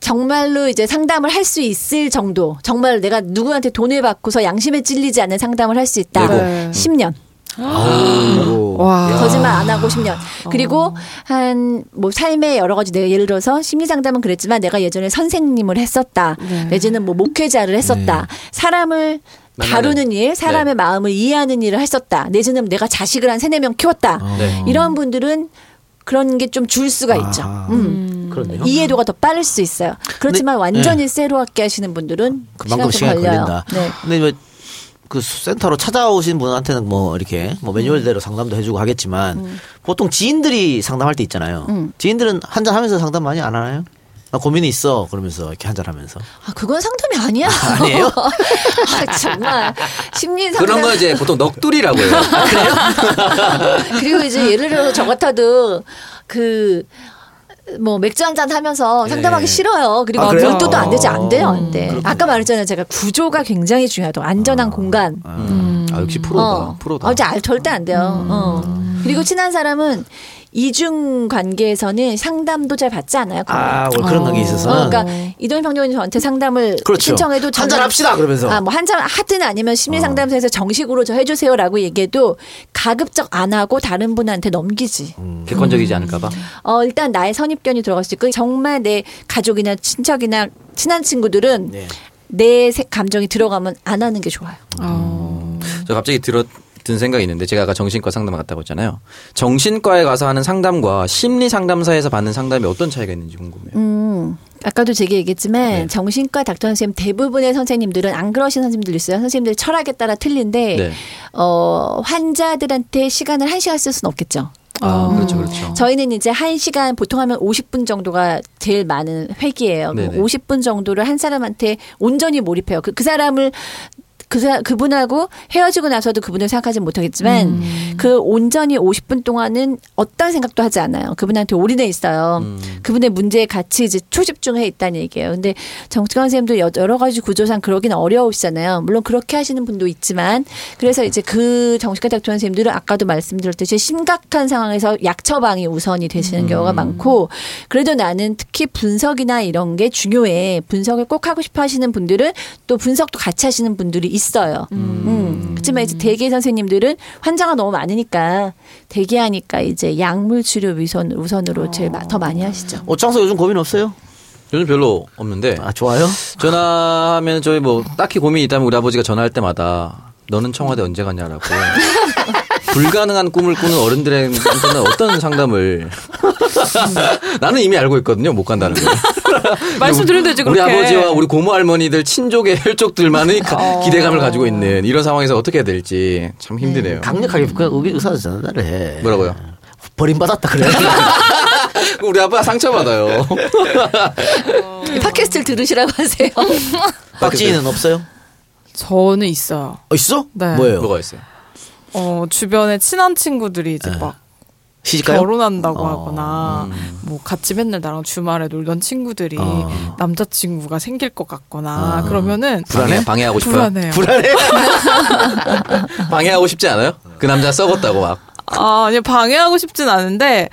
[SPEAKER 5] 정말로 이제 상담을 할 수 있을 정도, 정말 내가 누구한테 돈을 받고서 양심에 찔리지 않는 상담을 할 수 있다.
[SPEAKER 4] 그리고
[SPEAKER 2] 네.
[SPEAKER 5] 10년.
[SPEAKER 3] 아이고. 어.
[SPEAKER 2] 와.
[SPEAKER 3] 야.
[SPEAKER 5] 거짓말 안 하고 10년. 그리고 한 뭐 삶의 여러 가지 내가 예를 들어서 심리 상담은 그랬지만 내가 예전에 선생님을 했었다.
[SPEAKER 3] 네.
[SPEAKER 5] 내지는 뭐 목회자를 했었다. 사람을
[SPEAKER 4] 만나는- 네.
[SPEAKER 5] 다루는 일, 사람의 마음을 이해하는 일을 했었다. 내지는 내가 자식을 한 세네 명 키웠다.
[SPEAKER 4] 네.
[SPEAKER 5] 이런 분들은 그런 게 좀 줄 수가 있죠.
[SPEAKER 3] 아하.
[SPEAKER 5] 음.
[SPEAKER 3] 그렇네요. 네.
[SPEAKER 5] 이해도가 더 빠를 수 있어요. 그렇지만 완전히 새로웠게 하시는 분들은
[SPEAKER 3] 그만큼
[SPEAKER 5] 시간이
[SPEAKER 3] 시간이
[SPEAKER 5] 좀 걸려요.
[SPEAKER 3] 걸린다.
[SPEAKER 5] 네.
[SPEAKER 3] 근데 뭐, 그 센터로 찾아오신 분한테는 뭐 이렇게 뭐
[SPEAKER 5] 음.
[SPEAKER 3] 매뉴얼대로 상담도 해주고 하겠지만 보통 지인들이 상담할 때 있잖아요.
[SPEAKER 5] 음.
[SPEAKER 3] 지인들은 한잔 하면서 상담 많이 안 하나요? 나 고민이 있어 그러면서 이렇게 한잔 하면서
[SPEAKER 5] 아, 그건 상담이 아니야.
[SPEAKER 3] 아니에요?
[SPEAKER 5] 아, 정말 심리 상담.
[SPEAKER 4] 그런 거 이제 보통 넋두리라고 해요.
[SPEAKER 5] 아, 그리고 이제 예를 들어서 저 같아도 그, 뭐 맥주 한 잔 하면서 상담하기
[SPEAKER 4] 예.
[SPEAKER 5] 싫어요. 그리고
[SPEAKER 3] 아, 그래요?
[SPEAKER 5] 별도도 안 되지 안 돼요, 안 돼.
[SPEAKER 3] 그렇군요.
[SPEAKER 5] 아까 말했잖아요. 제가 구조가 굉장히 중요하다. 고 안전한 공간.
[SPEAKER 3] 아,
[SPEAKER 2] 음.
[SPEAKER 4] 아, 역시 프로다.
[SPEAKER 5] 어.
[SPEAKER 4] 프로다.
[SPEAKER 5] 어, 이제 알- 절대 안 돼요. 어. 그리고 친한 사람은 이중 관계에서는 상담도 잘 받지 않아요. 거의.
[SPEAKER 3] 아, 오늘 그런 관계
[SPEAKER 5] 어,
[SPEAKER 3] 있어서는
[SPEAKER 5] 그러니까 이동현 평론이 저한테 상담을
[SPEAKER 3] 그렇죠.
[SPEAKER 5] 신청해도
[SPEAKER 3] 한잔 합시다, 그러면서. 어.
[SPEAKER 5] 아, 뭐 한잔 하든 아니면 심리 상담사에서 정식으로 저 해주세요라고 얘기해도 가급적 안 하고 다른 분한테 넘기지.
[SPEAKER 3] 음.
[SPEAKER 4] 객관적이지 않을까봐.
[SPEAKER 5] 어, 일단 나의 선입견이 들어갈 수 있고 정말 내 가족이나 친척이나 친한 친구들은
[SPEAKER 3] 네.
[SPEAKER 5] 내 세- 감정이 들어가면 안 하는 게 좋아요.
[SPEAKER 2] 어.
[SPEAKER 4] 저 갑자기 들어 든 생각이 있는데 제가 아까 정신과 상담 갔다고 했잖아요. 정신과에 가서 하는 상담과 심리 상담사에서 받는 상담이 어떤 차이가 있는지 궁금해요.
[SPEAKER 5] 음. 아까도 제가 얘기했지만
[SPEAKER 3] 네.
[SPEAKER 5] 정신과 닥터 선생님 대부분의 선생님들은 안 그러신 선생님들 있어요. 선생님들 철학에 따라 틀린데
[SPEAKER 4] 네.
[SPEAKER 5] 어, 환자들한테 시간을 한 시간 쓸 수는 없겠죠.
[SPEAKER 4] 아, 그렇죠, 그렇죠.
[SPEAKER 5] 저희는 이제 한 시간 보통 하면 50분 정도가 제일 많은 회기예요. 그럼
[SPEAKER 4] 네네.
[SPEAKER 5] 50분 정도를 한 사람한테 온전히 몰입해요. 그, 그 사람을 그 사, 그분하고 헤어지고 나서도 그분을 생각하지 못하겠지만
[SPEAKER 4] 음.
[SPEAKER 5] 그 온전히 50분 동안은 어떤 생각도 하지 않아요. 그분한테 올인해 있어요.
[SPEAKER 4] 음.
[SPEAKER 5] 그분의 문제에 같이 이제 초집중해 있다는 얘기예요. 근데 정치관 선생님도 여- 여러 가지 구조상 그러긴 어려우시잖아요. 물론 그렇게 하시는 분도 있지만 그래서
[SPEAKER 4] 음.
[SPEAKER 5] 이제 그 정치관 닥터 선생님들은 아까도 말씀드렸듯이 심각한 상황에서 약 처방이 우선이 되시는 경우가 많고 그래도 나는 특히 분석이나 이런 게 중요해. 분석을 꼭 하고 싶어 하시는 분들은 또 분석도 같이 하시는 분들이 있어요. 음. 그렇지만 이제 대기 선생님들은 환자가 너무 많으니까 대기하니까 이제 약물 치료 우선
[SPEAKER 2] 어.
[SPEAKER 5] 우선으로 제일 마- 더 많이 하시죠.
[SPEAKER 3] 옷장소 요즘 고민 없어요?
[SPEAKER 4] 요즘 별로 없는데
[SPEAKER 3] 아 좋아요?
[SPEAKER 4] 전화하면 저희 뭐 딱히 고민이 있다면 우리 아버지가 전화할 때마다 너는 청와대 언제 가냐라고 불가능한 꿈을 꾸는 어른들한테는 어떤 상담을 나는 이미 알고 있거든요 못 간다는 걸
[SPEAKER 2] 말씀드렸는데 지금
[SPEAKER 4] 우리
[SPEAKER 2] 그렇게.
[SPEAKER 4] 아버지와 우리 고모 할머니들 친족의 혈족들만의 가-
[SPEAKER 2] 어.
[SPEAKER 4] 기대감을 가지고 있는 이런 상황에서 어떻게 해야 될지 참 힘드네요
[SPEAKER 3] 강력하게 그냥 의기 의사한테 전화를 해.
[SPEAKER 4] 뭐라고요?
[SPEAKER 3] 버림받았다 그래.
[SPEAKER 4] 우리 아빠 상처받아요
[SPEAKER 2] 음.
[SPEAKER 5] 팟캐스트를 들으시라고 하세요.
[SPEAKER 3] 박지인은 없어요?
[SPEAKER 2] 저는 있어요.
[SPEAKER 3] 어, 있어?
[SPEAKER 2] 네.
[SPEAKER 3] 뭐예요?
[SPEAKER 4] 뭐가 있어요? 네.
[SPEAKER 2] 어, 주변에 친한 친구들이 이제 막
[SPEAKER 3] 시집가요?
[SPEAKER 2] 결혼한다고
[SPEAKER 3] 어.
[SPEAKER 2] 하거나 뭐 같이 맨날 나랑 주말에 놀던 친구들이
[SPEAKER 3] 어.
[SPEAKER 2] 남자친구가 생길 것 같거나
[SPEAKER 3] 아.
[SPEAKER 2] 그러면은
[SPEAKER 4] 불안해? 방해하고 싶어요?
[SPEAKER 2] 불안해요.
[SPEAKER 3] 불안해.
[SPEAKER 4] 방해하고 싶지 않아요? 그 남자 썩었다고 막.
[SPEAKER 2] 아, 아니 방해하고 싶진 않은데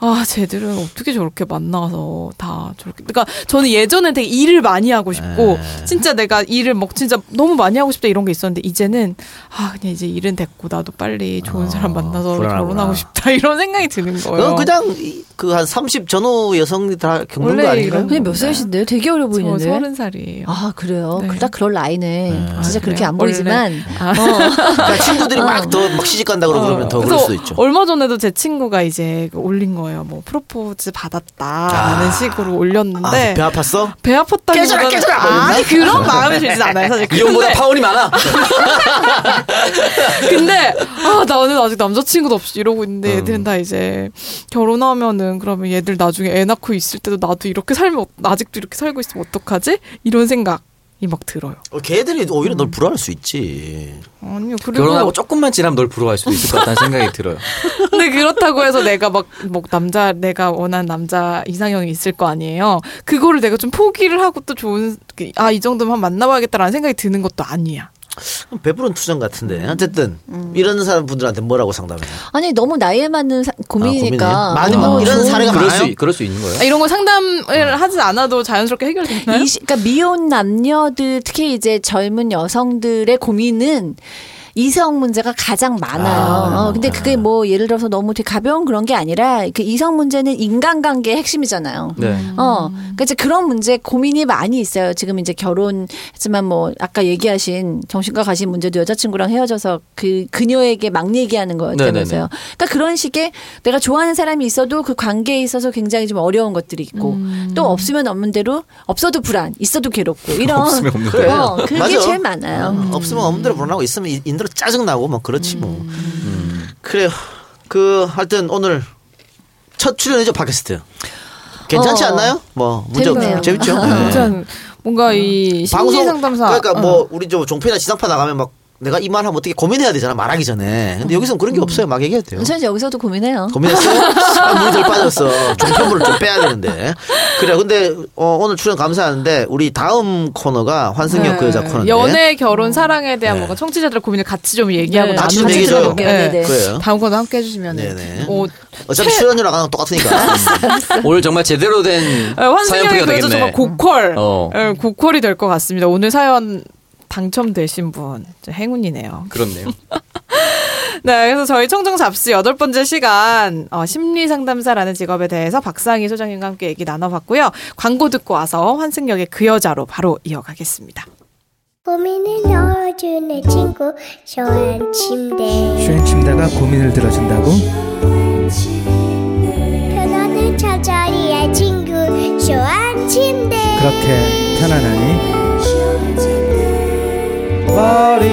[SPEAKER 2] 아, 쟤들은 어떻게 저렇게 만나서 다 저렇게. 그러니까 저는 예전에 되게 일을 많이 하고 싶고 진짜 내가 일을 막 진짜 너무 많이 하고 싶다 이런 게 있었는데 이제는 아, 그냥 이제 일은 됐고 나도 빨리 좋은 사람
[SPEAKER 3] 어,
[SPEAKER 2] 만나서
[SPEAKER 3] 불안하구나.
[SPEAKER 2] 결혼하고 싶다 이런 생각이 드는 거예요.
[SPEAKER 3] 어, 그건 그냥 그 한 30 전후 여성이 다 겪는
[SPEAKER 2] 원래
[SPEAKER 3] 거 아닌가요?
[SPEAKER 2] 이런-
[SPEAKER 5] 근데 몇 살이신데요? 되게 어려
[SPEAKER 2] 저
[SPEAKER 5] 보이는데.
[SPEAKER 2] 서른 살이에요.
[SPEAKER 5] 아 그래요.
[SPEAKER 2] 네.
[SPEAKER 5] 그딱 그럴 나이네. 진짜
[SPEAKER 2] 아,
[SPEAKER 5] 그렇게
[SPEAKER 2] 그래요? 아.
[SPEAKER 5] 안 보이지만 어.
[SPEAKER 3] 그러니까 친구들이 막 더 막 시집 간다 그러고 그러면 더 그럴
[SPEAKER 2] 어. 그래서
[SPEAKER 3] 수도 있죠.
[SPEAKER 2] 얼마 전에도 제 친구가 이제 올린 거예요. 뭐 프로포즈 받았다라는
[SPEAKER 3] 아.
[SPEAKER 2] 식으로
[SPEAKER 3] 아,
[SPEAKER 2] 올렸는데
[SPEAKER 3] 배 아팠어?
[SPEAKER 2] 배 아팠다기보다는
[SPEAKER 3] 깨져라, 깨져라! 막
[SPEAKER 2] 아니 그런 마음이 들진 않아요 사실
[SPEAKER 4] 이혼보다 파혼이 많아.
[SPEAKER 2] 근데 아 나는 아직 남자친구도 없이 이러고 있는데
[SPEAKER 3] 음.
[SPEAKER 2] 얘들은 다 이제 결혼하면은 그러면 얘들 나중에 애 낳고 있을 때도 나도 이렇게 살면 어- 아직도 이렇게 살고 있으면 어떡하지 이런 생각이 막 들어요
[SPEAKER 3] 어, 걔들이 오히려 널 불안할 수 있지.
[SPEAKER 2] 아니요 그리고
[SPEAKER 4] 결혼하고 조금만 지나면 널 부러워할 수도 있을 것 같다는 생각이 들어요.
[SPEAKER 2] 근데 그렇다고 해서 내가 막, 뭐 남자, 내가 원한 남자 이상형이 있을 거 아니에요. 그거를 내가 좀 포기를 하고 또 좋은, 아, 이 정도면 한번 만나봐야겠다라는 생각이 드는 것도 아니야.
[SPEAKER 3] 배부른 투정 같은데. 어쨌든
[SPEAKER 2] 음.
[SPEAKER 3] 이런 사람 분들한테 뭐라고 상담해요?
[SPEAKER 5] 아니 너무 나이에 맞는 사- 고민이니까.
[SPEAKER 3] 고민이에요?
[SPEAKER 5] 어,
[SPEAKER 3] 많이 뭐 이런
[SPEAKER 5] 좋은
[SPEAKER 3] 사례가
[SPEAKER 4] 그럴
[SPEAKER 3] 많아요?
[SPEAKER 4] 수, 그럴 수 있는 거예요.
[SPEAKER 2] 아, 이런 거 상담을 하지 않아도 자연스럽게 해결되나요?
[SPEAKER 5] 어. 이시- 그러니까 미혼 남녀들 특히 이제 젊은 여성들의 고민은 이성 문제가 가장 많아요. 어, 근데
[SPEAKER 3] 네.
[SPEAKER 5] 그게 뭐 예를 들어서 너무 되게 가벼운 그런 게 아니라 그 이성 문제는 인간관계의 핵심이잖아요.
[SPEAKER 2] 음.
[SPEAKER 4] 네.
[SPEAKER 5] 어, 그러니까 이제 그런 문제 고민이 많이 있어요. 지금 이제 결혼했지만 뭐 아까 얘기하신 정신과 가신 문제도 여자친구랑 헤어져서 그 그녀에게 막 얘기하는 거였다면서요. 그러니까 그런 식의 내가 좋아하는 사람이 있어도 그 관계에 있어서 굉장히 좀 어려운 것들이 있고 또 없으면 없는 대로 없어도 불안, 있어도 괴롭고 이런
[SPEAKER 4] 없으면 없는
[SPEAKER 3] 그래.
[SPEAKER 5] 어, 그게
[SPEAKER 3] 맞아.
[SPEAKER 5] 제일 많아요.
[SPEAKER 3] 음. 없으면 없는 대로 불안하고 있으면 이- 있는 대로 짜증나고 뭐 그렇지 뭐.
[SPEAKER 5] 음.
[SPEAKER 3] 그래요. 그 하여튼 오늘 첫 출연이죠 팟캐스트. 괜찮지
[SPEAKER 5] 어.
[SPEAKER 3] 않나요? 뭐 문제 없죠.
[SPEAKER 5] 재밌네요.
[SPEAKER 3] 재밌죠. 네. 음.
[SPEAKER 2] 아무튼 뭔가 이 심리 상담사 어.
[SPEAKER 3] 그러니까 뭐 우리 저 종편이나 지상파 나가면 막 내가 이 말하면 어떻게 고민해야 되잖아 말하기 전에.
[SPEAKER 2] 음.
[SPEAKER 3] 근데 여기서는 그런 게 없어요. 막 얘기해도 돼요.
[SPEAKER 5] 저는 여기서도 고민해요.
[SPEAKER 3] 고민했어? 아, 물이 덜 빠졌어. 종편물을 좀 빼야 되는데. 그래, 근데 어, 오늘 출연 감사하는데 우리 다음 코너가 환승역 그 여자 코너인데.
[SPEAKER 2] 연애, 결혼, 사랑에 대한 뭔가 청취자들의 고민을 같이 좀 얘기하고
[SPEAKER 5] 어. 네,
[SPEAKER 2] 나누는
[SPEAKER 3] 네. 같이 좀
[SPEAKER 2] 시간으로.
[SPEAKER 3] 얘기해줘요.
[SPEAKER 5] 네, 네.
[SPEAKER 3] 그래요.
[SPEAKER 2] 다음 거도 함께 뭐 해주시면
[SPEAKER 3] 네네. 어차피
[SPEAKER 2] 어차피
[SPEAKER 3] 출연료랑 안 똑같으니까.
[SPEAKER 4] 오늘 정말 제대로 된
[SPEAKER 2] 네, 환승형이
[SPEAKER 4] 사연프리가
[SPEAKER 2] 그래도 정말
[SPEAKER 4] 되겠네.
[SPEAKER 2] 고퀄,
[SPEAKER 4] 어.
[SPEAKER 2] 예, 고퀄이 될 것 같습니다. 오늘 사연 당첨되신 분 진짜 행운이네요.
[SPEAKER 4] 그렇네요.
[SPEAKER 2] 네, 그래서 저희 청정 잡스 여덟 번째 시간 어, 심리 상담사라는 직업에 대해서 박상희 소장님과 함께 얘기 나눠봤고요. 광고 듣고 와서 환승역의 그 여자로 바로 이어가겠습니다.
[SPEAKER 6] 고민을 넣어주는 친구 쇼한 침대
[SPEAKER 7] 슈행 침대가 고민을 들어준다고
[SPEAKER 6] 편안한 저자리의 친구 쇼한 침대
[SPEAKER 7] 그렇게 편안하니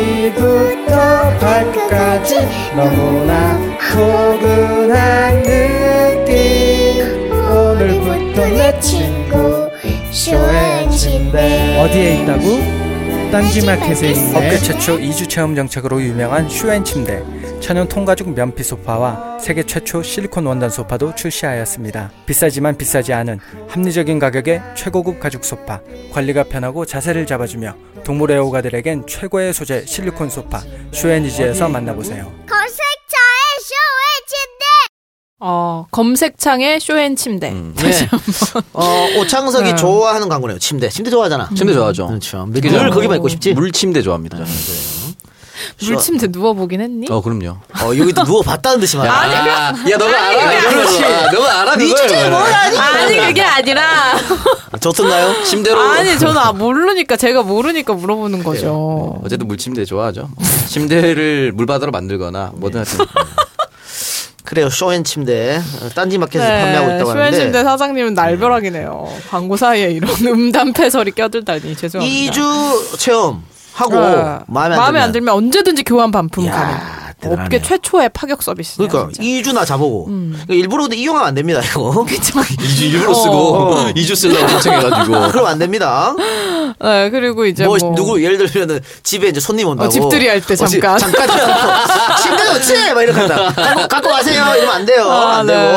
[SPEAKER 7] 머리부터 발끝까지 너무나 포근한 느낌 오늘부터 내 친구
[SPEAKER 6] 쇼한 침대
[SPEAKER 7] 어디에 있다고? 딴지마켓에 있네
[SPEAKER 6] 업계
[SPEAKER 7] 최초 2주 체험 정책으로 유명한 슈엔 침대 천연 통가죽 면피 소파와 세계 최초 실리콘 원단 소파도 출시하였습니다 비싸지만 비싸지 않은 합리적인 가격의 최고급 가죽 소파 관리가 편하고 자세를 잡아주며 동물의 호가들에겐 최고의 소재 실리콘 소파 슈엔이지에서 만나보세요
[SPEAKER 6] 검색처의 쇼한 침대
[SPEAKER 2] 어, 검색창에 쇼앤 침대.
[SPEAKER 4] 음.
[SPEAKER 3] 네. 어, 오창석이 좋아하는 광고네요. 침대. 침대 좋아하잖아.
[SPEAKER 4] 침대 좋아하죠.
[SPEAKER 3] 그렇죠. 늘 거기만 있고 싶지.
[SPEAKER 4] 물 침대 좋아합니다.
[SPEAKER 2] 음? 물 침대 누워보긴 했니?
[SPEAKER 4] 어, 그럼요.
[SPEAKER 3] 어, 여기도 누워봤다는 듯이 말해.
[SPEAKER 4] 야, 너가 알아. 그렇지. 너가 알아.
[SPEAKER 3] 네
[SPEAKER 4] 그걸.
[SPEAKER 3] 주제에 뭘 아니?
[SPEAKER 2] 어, 아니 그게 아니라
[SPEAKER 3] 좋던가요?
[SPEAKER 4] 침대로.
[SPEAKER 2] 아니 저는 아, 모르니까 제가 모르니까 물어보는 거죠.
[SPEAKER 4] 어쨌든 물 침대 좋아하죠. 뭐, 침대를 물바다로 만들거나 뭐든 하여튼.
[SPEAKER 3] 네. 그래요. 쇼앤 침대. 어, 딴지 마켓에서 판매하고 있다고
[SPEAKER 2] 쇼앤
[SPEAKER 3] 하는데.
[SPEAKER 2] 침대 네, 사장님은 날벼락이네요. 광고 사이에 이런 음담 패설이 껴들다니 죄송합니다.
[SPEAKER 3] 2주 체험 하고
[SPEAKER 2] 네.
[SPEAKER 3] 마음에 안 들면,
[SPEAKER 2] 언제든지 교환 반품
[SPEAKER 3] 이야,
[SPEAKER 2] 가능.
[SPEAKER 3] 대단하네요.
[SPEAKER 2] 업계 최초의 파격 서비스.
[SPEAKER 3] 그러니까 2주나 자보고 그러니까 일부러 근데 이용하면 안 됩니다 이거. 어.
[SPEAKER 4] 이주 일부러 쓰고 이주 쓰려고 신청해가지고.
[SPEAKER 3] 그럼 안 어, 됩니다.
[SPEAKER 2] 네, 그리고 이제
[SPEAKER 3] 뭐,
[SPEAKER 2] 뭐,
[SPEAKER 3] 누구 예를 들면은 집에 이제 손님 온다고
[SPEAKER 2] 어, 집들이 할때
[SPEAKER 3] 어, 집-
[SPEAKER 2] 잠깐.
[SPEAKER 3] 잠깐 들어가서 침대 놓지 막 이렇게 한다 갖고, 갖고 가세요 이러면 안 돼요
[SPEAKER 2] 아,
[SPEAKER 3] 안
[SPEAKER 2] 네.
[SPEAKER 3] 되고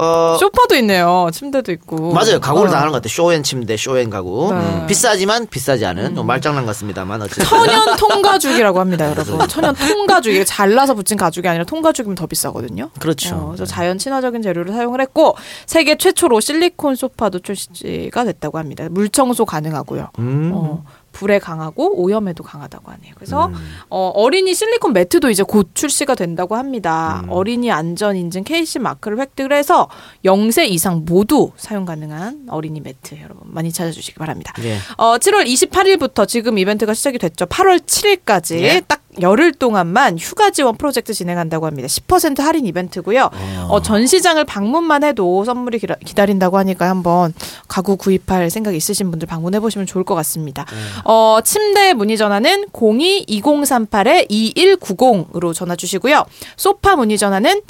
[SPEAKER 3] 어
[SPEAKER 2] 소파도 있네요. 침대도 있고.
[SPEAKER 3] 맞아요 가구를
[SPEAKER 2] 어.
[SPEAKER 3] 다 하는 것 같아요 쇼앤 침대 쇼앤 가구 음,
[SPEAKER 2] 네.
[SPEAKER 3] 비싸지만 비싸지 않은 뭐 말장난 같습니다만 어쨌든
[SPEAKER 2] 천연 통가죽이라고 합니다, 여러분. 천연 통가죽 이게 잘라서 붙인 가죽이 아니라 통가죽이면 더 비싸거든요.
[SPEAKER 3] 그렇죠.
[SPEAKER 2] 어, 그래서 자연 친화적인 재료를 사용을 했고 세계 최초로 실리콘 소파도 출시가 됐다고 합니다. 물 청소 가능하고요.
[SPEAKER 3] 음.
[SPEAKER 2] 어, 불에 강하고 오염에도 강하다고 하네요. 그래서 어, 어린이 실리콘 매트도 이제 곧 출시가 된다고 합니다.
[SPEAKER 3] 음.
[SPEAKER 2] 어린이 안전 인증 KC 마크를 획득을 해서 0세 이상 모두 사용 가능한 어린이 매트 여러분 많이 찾아주시기 바랍니다.
[SPEAKER 3] 예.
[SPEAKER 2] 어, 7월 28일부터 지금 이벤트가 시작이 됐죠. 8월 7일까지
[SPEAKER 3] 예.
[SPEAKER 2] 딱 열흘 동안만 휴가 지원 프로젝트 진행한다고 합니다. 10% 할인 이벤트고요. 어, 전 시장을 방문만 해도 선물이 기라- 기다린다고 하니까 한번 가구 구입할 생각 있으신 분들 방문해 보시면 좋을 것 같습니다. 어, 침대 문의 전화는 022038-2190으로 전화 주시고요. 소파 문의 전화는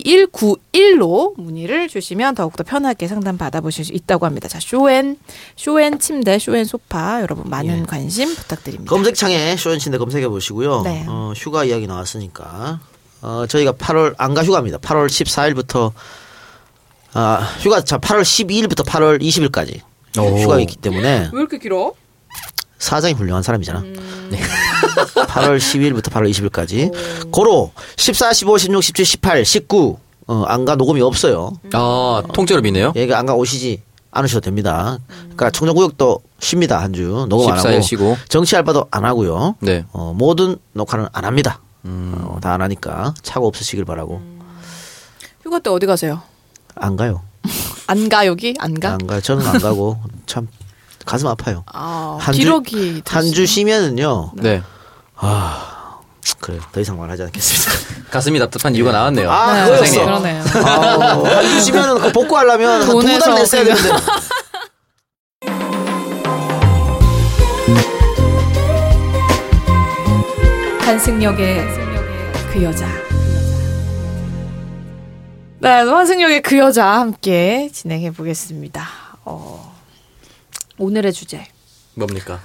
[SPEAKER 2] 022038-2191로 문의를 주시면 더욱더 편하게 상담 받아보실 수 있다고 합니다. 자, 쇼앤, 쇼앤 침대, 쇼앤 소파 여러분
[SPEAKER 3] 예.
[SPEAKER 2] 많은 관심 부탁드립니다.
[SPEAKER 3] 검색창에 쇼앤 침대 검색해 보시고요
[SPEAKER 2] 네.
[SPEAKER 3] 어, 휴가 이야기 나왔으니까 어, 저희가 8월 안가 휴가입니다 8월 14일부터 아 휴가 자 8월 12일부터 8월 20일까지
[SPEAKER 4] 오.
[SPEAKER 3] 휴가 있기 때문에
[SPEAKER 2] 왜 이렇게 길어?
[SPEAKER 3] 사장이 훌륭한 사람이잖아. 네. 8월 12일부터 8월 20일까지. 고로 14, 15, 16, 17, 18, 19. 어, 안가 녹음이 없어요.
[SPEAKER 4] 아, 통째로 미네요?
[SPEAKER 3] 얘가 안가 오시지 않으셔도 됩니다. 그러니까 청정구역도 쉽니다. 한 주. 녹음 안
[SPEAKER 4] 14일
[SPEAKER 3] 하고.
[SPEAKER 4] 쉬고.
[SPEAKER 3] 정치 알바도 안 하고요.
[SPEAKER 4] 네.
[SPEAKER 3] 어, 모든 녹화는 안 합니다. 어, 다 안 하니까 차고 없으시길 바라고.
[SPEAKER 2] 휴가 때 어디 가세요?
[SPEAKER 3] 안 가요.
[SPEAKER 2] 안 가 여기? 안 가?
[SPEAKER 3] 안 가요. 저는 안 가고 참 가슴 아파요.
[SPEAKER 2] 그러니까? 아,
[SPEAKER 3] 한 주-
[SPEAKER 2] 기러기
[SPEAKER 3] 한 주 쉬면은요.
[SPEAKER 4] 네.
[SPEAKER 3] 그래요. 더 이상 말하지 않겠습니다.
[SPEAKER 4] 가슴이 답답한 이유가 나왔네요.
[SPEAKER 3] 아,
[SPEAKER 2] 네,
[SPEAKER 3] 그거였어.
[SPEAKER 2] 그러네요.
[SPEAKER 3] 아, 한주 쉬면은 그 복구하려면
[SPEAKER 2] 돈에서
[SPEAKER 3] 두달 냈어야
[SPEAKER 2] 그냥.
[SPEAKER 3] 되는데.
[SPEAKER 2] 환승역의 그 여자. 네, 환승역의 그 여자 함께 진행해 보겠습니다. 어, 오늘의 주제.
[SPEAKER 4] 뭡니까?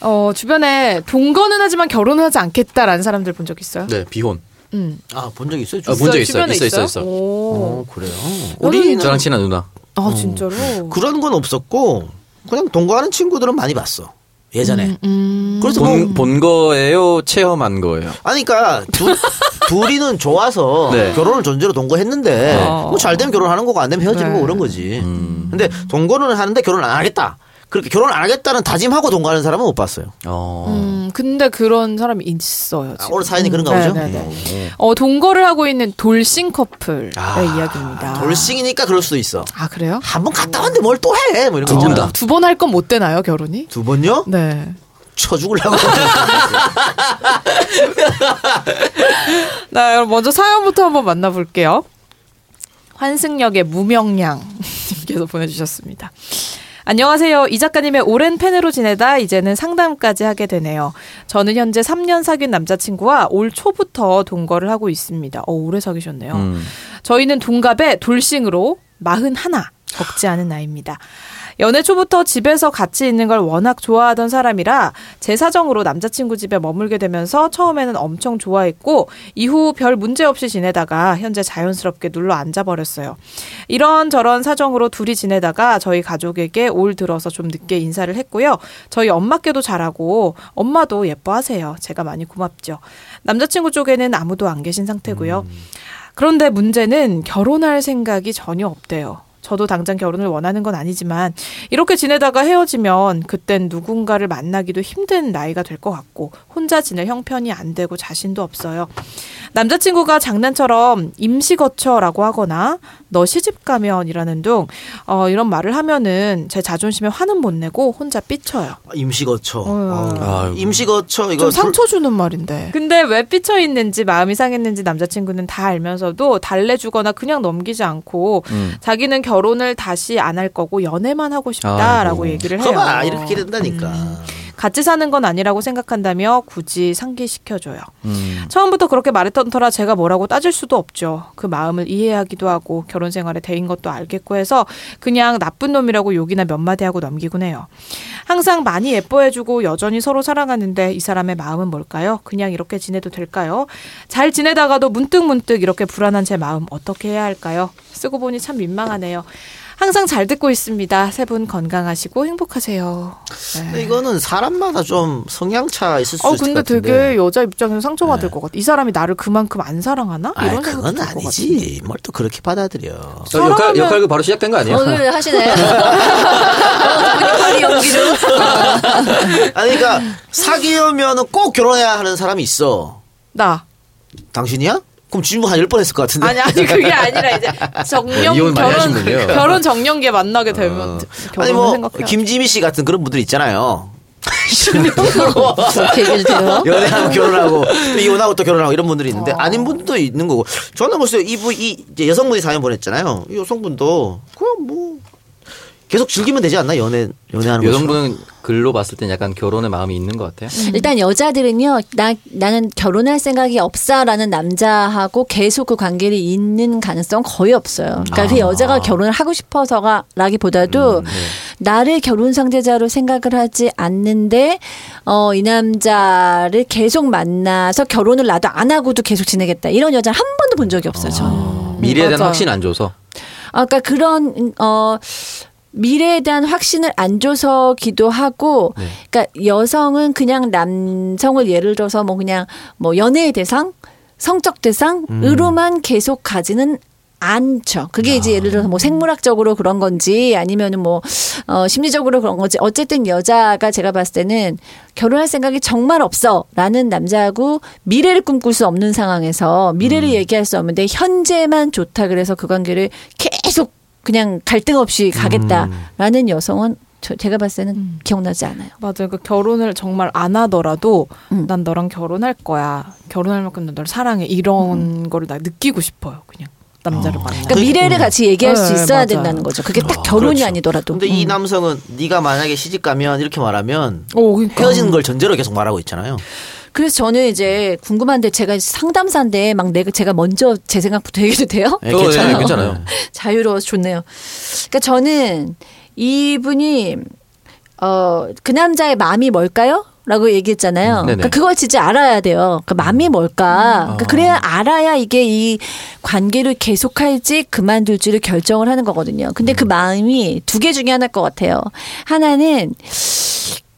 [SPEAKER 2] 어, 주변에 동거는 하지만 결혼은 하지 않겠다라는 사람들 본 적 있어요?
[SPEAKER 4] 네, 비혼.
[SPEAKER 2] 음.
[SPEAKER 3] 아, 본 적 있어요?
[SPEAKER 4] 아, 본적 있어요.
[SPEAKER 2] 주변에
[SPEAKER 4] 있어, 있어, 있어.
[SPEAKER 2] 오.
[SPEAKER 3] 어, 그래요.
[SPEAKER 2] 우리는-
[SPEAKER 3] 우리는
[SPEAKER 4] 저랑 친한 누나. 어.
[SPEAKER 2] 아, 진짜로?
[SPEAKER 3] 그런 건 없었고 그냥 동거하는 친구들은 많이 봤어. 예전에.
[SPEAKER 2] 음,
[SPEAKER 3] 그래서 뭐
[SPEAKER 4] 본, 본 거예요? 체험한 거예요?
[SPEAKER 3] 아니 그러니까 두, 둘이는 좋아서
[SPEAKER 4] 네.
[SPEAKER 3] 결혼을 존재로 동거했는데
[SPEAKER 2] 어.
[SPEAKER 3] 뭐 잘 되면 결혼하는 거고 안 되면 헤어지는
[SPEAKER 2] 네.
[SPEAKER 3] 거고 그런 거지.
[SPEAKER 4] 음.
[SPEAKER 3] 근데 동거는 하는데 결혼 안 하겠다. 그렇게 결혼 안 하겠다는 다짐하고 동거하는 사람은 못 봤어요.
[SPEAKER 4] 어.
[SPEAKER 2] 음, 근데 그런 사람이 있어요.
[SPEAKER 3] 아,
[SPEAKER 2] 지금.
[SPEAKER 3] 오늘 사연이 그런가
[SPEAKER 2] 네,
[SPEAKER 3] 보죠.
[SPEAKER 2] 네, 네. 어, 동거를 하고 있는 돌싱 커플의
[SPEAKER 4] 아,
[SPEAKER 2] 이야기입니다.
[SPEAKER 3] 네. 돌싱이니까 그럴 수도 있어.
[SPEAKER 2] 아, 그래요?
[SPEAKER 3] 한 번 갔다 왔는데 뭘 또 해? 뭐 이런 거. 있잖아.
[SPEAKER 2] 두 번 할 건 못 되나요, 결혼이?
[SPEAKER 3] 두 번요?
[SPEAKER 2] 네.
[SPEAKER 3] 쳐 죽으려고.
[SPEAKER 2] 네, 여러분 먼저 사연부터 한번 만나볼게요. 환승역의 무명량님께서 보내주셨습니다. 안녕하세요. 이 작가님의 오랜 팬으로 지내다 이제는 상담까지 하게 되네요. 저는 현재 3년 사귄 남자친구와 올 초부터 동거를 하고 있습니다. 어, 오래 사귀셨네요.
[SPEAKER 4] 음.
[SPEAKER 2] 저희는 동갑의 돌싱으로 41, 적지 않은 나이입니다. 연애 초부터 집에서 같이 있는 걸 워낙 좋아하던 사람이라 제 사정으로 남자친구 집에 머물게 되면서 처음에는 엄청 좋아했고 이후 별 문제 없이 지내다가 현재 자연스럽게 눌러 앉아버렸어요. 이런저런 사정으로 둘이 지내다가 저희 가족에게 올 들어서 좀 늦게 인사를 했고요. 저희 엄마께도 잘하고 엄마도 예뻐하세요. 제가 많이 고맙죠. 남자친구 쪽에는 아무도 안 계신 상태고요. 그런데 문제는 결혼할 생각이 전혀 없대요. 저도 당장 결혼을 원하는 건 아니지만 이렇게 지내다가 헤어지면 그땐 누군가를 만나기도 힘든 나이가 될 것 같고 혼자 지낼 형편이 안 되고 자신도 없어요. 남자친구가 장난처럼 임시 거처라고 하거나 너 시집 가면이라는 둥 어, 이런 말을 하면은 제 자존심에 화는 못 내고 혼자 삐쳐요.
[SPEAKER 3] 임시 거처.
[SPEAKER 4] 아이고.
[SPEAKER 3] 임시 거처 이거
[SPEAKER 2] 어. 좀
[SPEAKER 3] 돌-
[SPEAKER 2] 상처 주는 말인데. 근데 왜 삐쳐 있는지 마음이 상했는지 남자친구는 다 알면서도 달래주거나 그냥 넘기지 않고
[SPEAKER 4] 음.
[SPEAKER 2] 자기는 결혼을 다시 안 할 거고 연애만 하고 싶다라고
[SPEAKER 4] 아이고.
[SPEAKER 2] 얘기를 해요. 음.
[SPEAKER 3] 커봐 이렇게 된다니까. 네.
[SPEAKER 2] 같이 사는 건 아니라고 생각한다며 굳이 상기시켜줘요. 처음부터 그렇게 말했던 터라 제가 뭐라고 따질 수도 없죠. 그 마음을 이해하기도 하고 결혼 생활에 대인 것도 알겠고 해서 그냥 나쁜 놈이라고 욕이나 몇 마디 하고 넘기곤 해요. 항상 많이 예뻐해주고 여전히 서로 사랑하는데 이 사람의 마음은 뭘까요? 그냥 이렇게 지내도 될까요? 잘 지내다가도 문득문득 이렇게 불안한 제 마음 어떻게 해야 할까요? 쓰고 보니 참 민망하네요. 항상 잘 듣고 있습니다. 세 분 건강하시고 행복하세요.
[SPEAKER 3] 근데 이거는 사람마다 좀 성향 차 있을 수
[SPEAKER 2] 어,
[SPEAKER 3] 있을 것
[SPEAKER 2] 근데
[SPEAKER 3] 같은데.
[SPEAKER 2] 되게 여자 입장에서 상처받을 것 같아. 이 사람이 나를 그만큼 안 사랑하나?
[SPEAKER 3] 아,
[SPEAKER 2] 이런 생각이
[SPEAKER 3] 그건
[SPEAKER 2] 들것 같아.
[SPEAKER 3] 아니지. 뭘 또 그렇게 받아들여.
[SPEAKER 4] 저 역할, 역할극 바로 시작된 거 아니에요?
[SPEAKER 5] 오늘 어, 하시네. 보니콜이 연기를.
[SPEAKER 3] 아니 그러니까 사귀면 꼭 결혼해야 하는 사람이 있어.
[SPEAKER 2] 나.
[SPEAKER 3] 당신이야? 그럼 질문 한 10번 했을 것 같은데.
[SPEAKER 2] 아니, 아니, 그게 아니라 이제 정령,
[SPEAKER 4] 이혼
[SPEAKER 2] 결혼,
[SPEAKER 4] 많이 하시는군요.
[SPEAKER 2] 결혼 정령계 만나게 되면
[SPEAKER 3] 어.
[SPEAKER 2] 결혼을
[SPEAKER 3] 아니 뭐
[SPEAKER 2] 생각해야
[SPEAKER 3] 김지미 씨 같은 그런 분들 있잖아요. 뭐.
[SPEAKER 5] 그렇게 얘기를 돼요?
[SPEAKER 3] 연애하고 결혼하고 또 이혼하고 또 결혼하고 이런 분들이 있는데 아닌 분도 있는 거고 저는 벌써 이분 이 이제 여성분이 사연 보냈잖아요. 이 여성분도 그냥 뭐 계속 즐기면 되지 않나 연애 연애하는 거.
[SPEAKER 4] 여성분은 글로 봤을 땐 약간 결혼의 마음이 있는 것 같아요.
[SPEAKER 5] 일단 여자들은요, 나, 나는 결혼할 생각이 없어라는 남자하고 계속 그 관계를 잇는 가능성 거의 없어요. 그러니까
[SPEAKER 4] 아.
[SPEAKER 5] 그 여자가 결혼을 하고 싶어서가 라기보다도
[SPEAKER 4] 음, 네.
[SPEAKER 5] 나를 결혼 상대자로 생각을 하지 않는데, 어, 이 남자를 계속 만나서 결혼을 나도 안 하고도 계속 지내겠다. 이런 여자를 한 번도 본 적이 없어요, 저는.
[SPEAKER 3] 음.
[SPEAKER 4] 미래에 대한
[SPEAKER 2] 맞아요.
[SPEAKER 4] 확신 안 줘서.
[SPEAKER 5] 아까 그런 음, 어 미래에 대한 확신을 안 줘서기도 하고, 그러니까 여성은 그냥 남성을 예를 들어서 뭐 그냥 뭐 연애의 대상, 성적 대상으로만 계속 가지는 않죠. 그게 이제 예를 들어서 뭐 생물학적으로 그런 건지 아니면은 뭐 어, 심리적으로 그런 건지 어쨌든 여자가 제가 봤을 때는 결혼할 생각이 정말 없어라는 남자하고 미래를 꿈꿀 수 없는 상황에서 미래를 얘기할 수 없는데 현재만 좋다 그래서 그 관계를 계속 그냥 갈등 없이 가겠다라는 여성은 저, 제가 봤을 때는
[SPEAKER 2] 음.
[SPEAKER 5] 기억나지 않아요.
[SPEAKER 2] 맞아요. 그 결혼을 정말 안 하더라도
[SPEAKER 5] 음.
[SPEAKER 2] 난 너랑 결혼할 거야. 결혼할 만큼 난 너를 사랑해.
[SPEAKER 3] 음.
[SPEAKER 2] 이런 거를 나 느끼고 싶어요. 그냥 남자를 만나.
[SPEAKER 5] 그러니까 미래를 같이 얘기할 수
[SPEAKER 2] 네,
[SPEAKER 5] 있어야
[SPEAKER 2] 맞아요. 음.
[SPEAKER 5] 된다는 거죠. 그게 딱 결혼이 아니더라도. 음.
[SPEAKER 3] 근데 이 남성은 네가 만약에 시집 가면 이렇게 말하면
[SPEAKER 2] 오, 그러니까.
[SPEAKER 3] 헤어지는 걸 전제로 계속 말하고 있잖아요.
[SPEAKER 5] 그래서 저는 이제 궁금한데 제가 상담사인데 막 내가 제가 먼저 제 생각부터 얘기해도 돼요?
[SPEAKER 3] 예,
[SPEAKER 4] 어, 예,
[SPEAKER 3] 괜찮아요.
[SPEAKER 4] 괜찮아요.
[SPEAKER 5] 자유로워서 좋네요. 그러니까 저는 이분이 어 그 남자의 마음이 뭘까요? 라고 얘기했잖아요.
[SPEAKER 4] 음, 네네.
[SPEAKER 5] 그러니까 그걸 진짜 알아야 돼요. 그 마음이 뭘까? 그래야 알아야 이게 이 관계를 계속할지 그만둘지를 결정을 하는 거거든요. 근데 그 마음이 두 개 중에 하나일 것 같아요. 하나는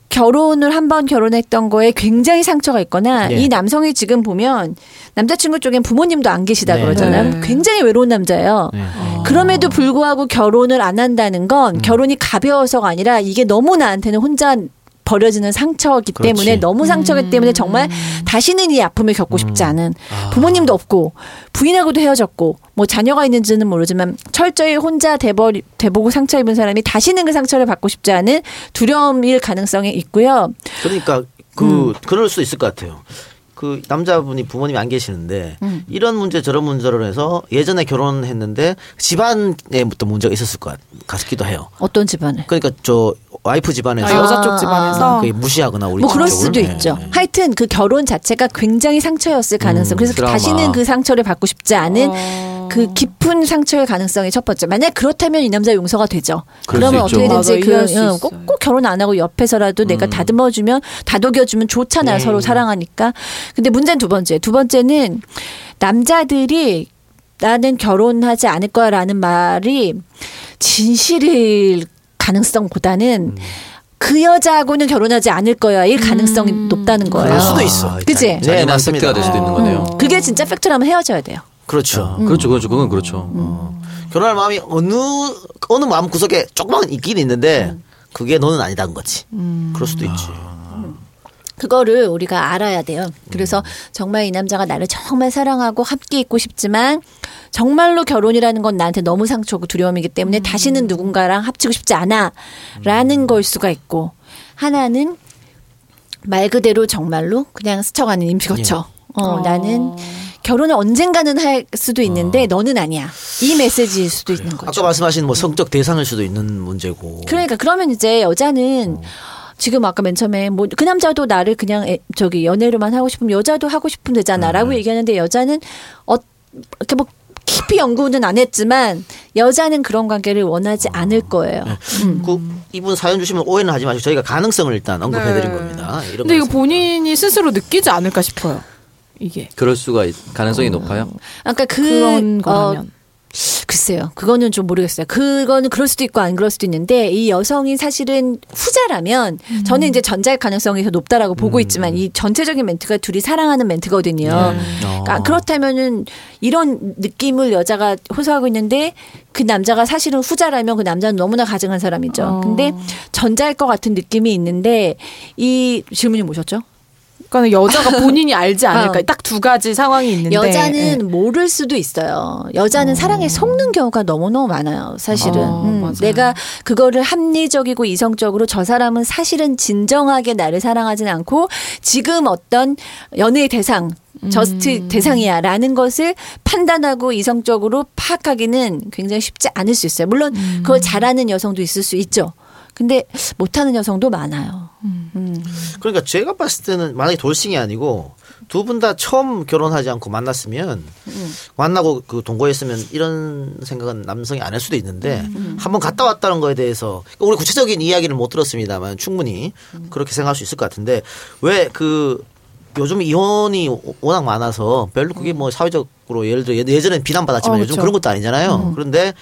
[SPEAKER 5] 결혼을 한 번 결혼했던 거에 굉장히 상처가 있거나
[SPEAKER 3] 예.
[SPEAKER 5] 이 남성이 지금 보면 남자친구 쪽엔 부모님도 안 계시다
[SPEAKER 3] 네.
[SPEAKER 5] 그러잖아요.
[SPEAKER 2] 네.
[SPEAKER 5] 굉장히 외로운 남자예요.
[SPEAKER 3] 네.
[SPEAKER 5] 그럼에도 불구하고 결혼을 안 한다는
[SPEAKER 3] 음.
[SPEAKER 5] 건 결혼이 가벼워서가 아니라 이게 너무 나한테는 혼자 버려지는 상처이기
[SPEAKER 3] 그렇지.
[SPEAKER 5] 때문에 너무 상처이기 때문에 정말 다시는 이 아픔을 겪고
[SPEAKER 3] 음.
[SPEAKER 5] 싶지 않은 부모님도 없고 부인하고도 헤어졌고 뭐 자녀가 있는지는 모르지만 철저히 혼자 돼버리, 돼보고 상처 입은 사람이 다시는 그 상처를 받고 싶지 않은 두려움일 가능성이 있고요.
[SPEAKER 3] 그러니까 그 그럴 수 있을 것 같아요. 그 남자분이 부모님이 안 계시는데 이런 문제 저런 문제로 해서 예전에 결혼했는데 집안에 또 문제가 있었을 것 같- 같기도 해요.
[SPEAKER 5] 어떤 집안에.
[SPEAKER 3] 그러니까 저 와이프 집안에서
[SPEAKER 2] 아, 여자 쪽 집안에서
[SPEAKER 3] 그게 무시하거나 우리
[SPEAKER 5] 뭐 그럴
[SPEAKER 3] 쪽을.
[SPEAKER 5] 수도
[SPEAKER 3] 네,
[SPEAKER 5] 있죠.
[SPEAKER 3] 네.
[SPEAKER 5] 하여튼 그 결혼 자체가 굉장히 상처였을 가능성. 그래서
[SPEAKER 4] 음, 드라마.
[SPEAKER 5] 다시는 그 상처를 받고 싶지 않은
[SPEAKER 2] 어.
[SPEAKER 5] 그 깊은 상처의 가능성이 첫 번째. 만약 그렇다면 이 남자 용서가 되죠.
[SPEAKER 4] 그럴
[SPEAKER 5] 그러면
[SPEAKER 4] 수 있죠.
[SPEAKER 5] 어떻게든지
[SPEAKER 2] 맞아,
[SPEAKER 5] 그
[SPEAKER 2] 이해할 수
[SPEAKER 5] 응,
[SPEAKER 2] 있어요.
[SPEAKER 3] 네.
[SPEAKER 5] 꼭, 꼭 결혼 안 하고 옆에서라도
[SPEAKER 3] 음.
[SPEAKER 5] 내가 다듬어주면 다독여주면 좋잖아요.
[SPEAKER 3] 네.
[SPEAKER 5] 서로 사랑하니까. 근데 문제는 두 번째. 두 번째는 남자들이 나는 결혼하지 않을 거야라는 말이 진실일 가능성보다는
[SPEAKER 3] 음.
[SPEAKER 5] 그 여자하고는 결혼하지 않을 거야일 가능성이 높다는 거예요.
[SPEAKER 3] 음. 그럴 아, 수도 있어. 음.
[SPEAKER 5] 그지?
[SPEAKER 3] 일단.
[SPEAKER 4] 네,
[SPEAKER 3] 네,
[SPEAKER 4] 잔인한
[SPEAKER 3] 맞습니다.
[SPEAKER 4] 팩트가 될 수도 있는 거네요.
[SPEAKER 5] 그게 진짜 팩트라면 헤어져야 돼요.
[SPEAKER 3] 그렇죠.
[SPEAKER 2] 음.
[SPEAKER 4] 그렇죠, 그렇죠. 그건 그렇죠. 어.
[SPEAKER 3] 결혼할 마음이 어느 어느 마음 구석에 조금만 있긴 있는데
[SPEAKER 2] 음.
[SPEAKER 3] 그게 너는 아니다는 거지. 그럴 수도 있지.
[SPEAKER 5] 그거를 우리가 알아야 돼요. 그래서 정말 이 남자가 나를 정말 사랑하고 함께 있고 싶지만 정말로 결혼이라는 건 나한테 너무 상처고 두려움이기 때문에 다시는 누군가랑 합치고 싶지 않아라는 걸 수가 있고 하나는 말 그대로 정말로 그냥 스쳐가는 임시거처. 어, 나는 결혼을 언젠가는 할 수도 있는데 너는 아니야. 이 메시지일 수도
[SPEAKER 2] 그렇죠.
[SPEAKER 5] 있는 거죠.
[SPEAKER 3] 아까 말씀하신 뭐 성적 대상일 수도 있는 문제고.
[SPEAKER 5] 그러니까 그러면 이제 여자는 지금 아까 맨 처음에 뭐 그 남자도 나를 그냥 애- 저기 연애로만 하고 싶으면 여자도 하고 싶으면 되잖아라고 얘기하는데 여자는 어 이렇게 뭐 깊이 연구는 안 했지만 여자는 그런 관계를 원하지 않을 거예요.
[SPEAKER 2] 음.
[SPEAKER 3] 그 이분 사연 주시면 오해는 하지 마시고 저희가 가능성을 일단 언급해드린
[SPEAKER 2] 네.
[SPEAKER 3] 겁니다. 이런
[SPEAKER 2] 근데 이거
[SPEAKER 3] 말씀.
[SPEAKER 2] 본인이 스스로 느끼지 않을까 싶어요. 이게
[SPEAKER 4] 그럴 수가 있- 가능성이 높아요.
[SPEAKER 5] 아까 그
[SPEAKER 2] 그런
[SPEAKER 5] 어,
[SPEAKER 2] 거라면
[SPEAKER 5] 글쎄요. 그거는 좀 모르겠어요. 그거는 그럴 수도 있고 안 그럴 수도 있는데 이 여성이 사실은 후자라면 저는 이제 전자일 가능성이 더 높다라고 보고 있지만 이 전체적인 멘트가 둘이 사랑하는 멘트거든요. 그러니까 그렇다면은 이런 느낌을 여자가 호소하고 있는데 그 남자가 사실은 후자라면 그 남자는 너무나 가증한 사람이죠. 근데 전자일 것 같은 느낌이 있는데 이 질문이 뭐셨죠?
[SPEAKER 2] 그러니까 여자가 본인이 알지 않을까.
[SPEAKER 5] 어.
[SPEAKER 2] 딱 두 가지 상황이 있는데
[SPEAKER 5] 여자는
[SPEAKER 2] 예.
[SPEAKER 5] 모를 수도 있어요. 여자는 사랑에 속는 경우가 너무너무 많아요. 사실은
[SPEAKER 2] 어,
[SPEAKER 5] 음,
[SPEAKER 2] 맞아요.
[SPEAKER 5] 내가 그거를 합리적이고 이성적으로 저 사람은 사실은 진정하게 나를 사랑하진 않고 지금 어떤 연애의 대상 저스트
[SPEAKER 2] 음.
[SPEAKER 5] 대상이야 라는 것을 판단하고 이성적으로 파악하기는 굉장히 쉽지 않을 수 있어요. 물론
[SPEAKER 2] 음.
[SPEAKER 5] 그걸 잘하는 여성도 있을 수 있죠. 근데 못하는 여성도 많아요.
[SPEAKER 3] 그러니까 제가 봤을 때는 만약에 돌싱이 아니고 두 분 다 처음 결혼하지 않고 만났으면
[SPEAKER 2] 음.
[SPEAKER 3] 만나고 그 동거했으면 이런 생각은 남성이 안 할 수도 있는데
[SPEAKER 2] 음,
[SPEAKER 3] 한번 갔다 왔다는 거에 대해서 그러니까 우리 구체적인 이야기를 못 들었습니다만 충분히
[SPEAKER 2] 음.
[SPEAKER 3] 그렇게 생각할 수 있을 것 같은데 왜 그 요즘 이혼이 오- 워낙 많아서 별로 그게 뭐 사회적으로 예를 들어 예전엔
[SPEAKER 2] 음.
[SPEAKER 3] 비난받았지만
[SPEAKER 2] 어, 음.
[SPEAKER 3] 요즘
[SPEAKER 2] 그쵸.
[SPEAKER 3] 그런 것도 아니잖아요. 그런데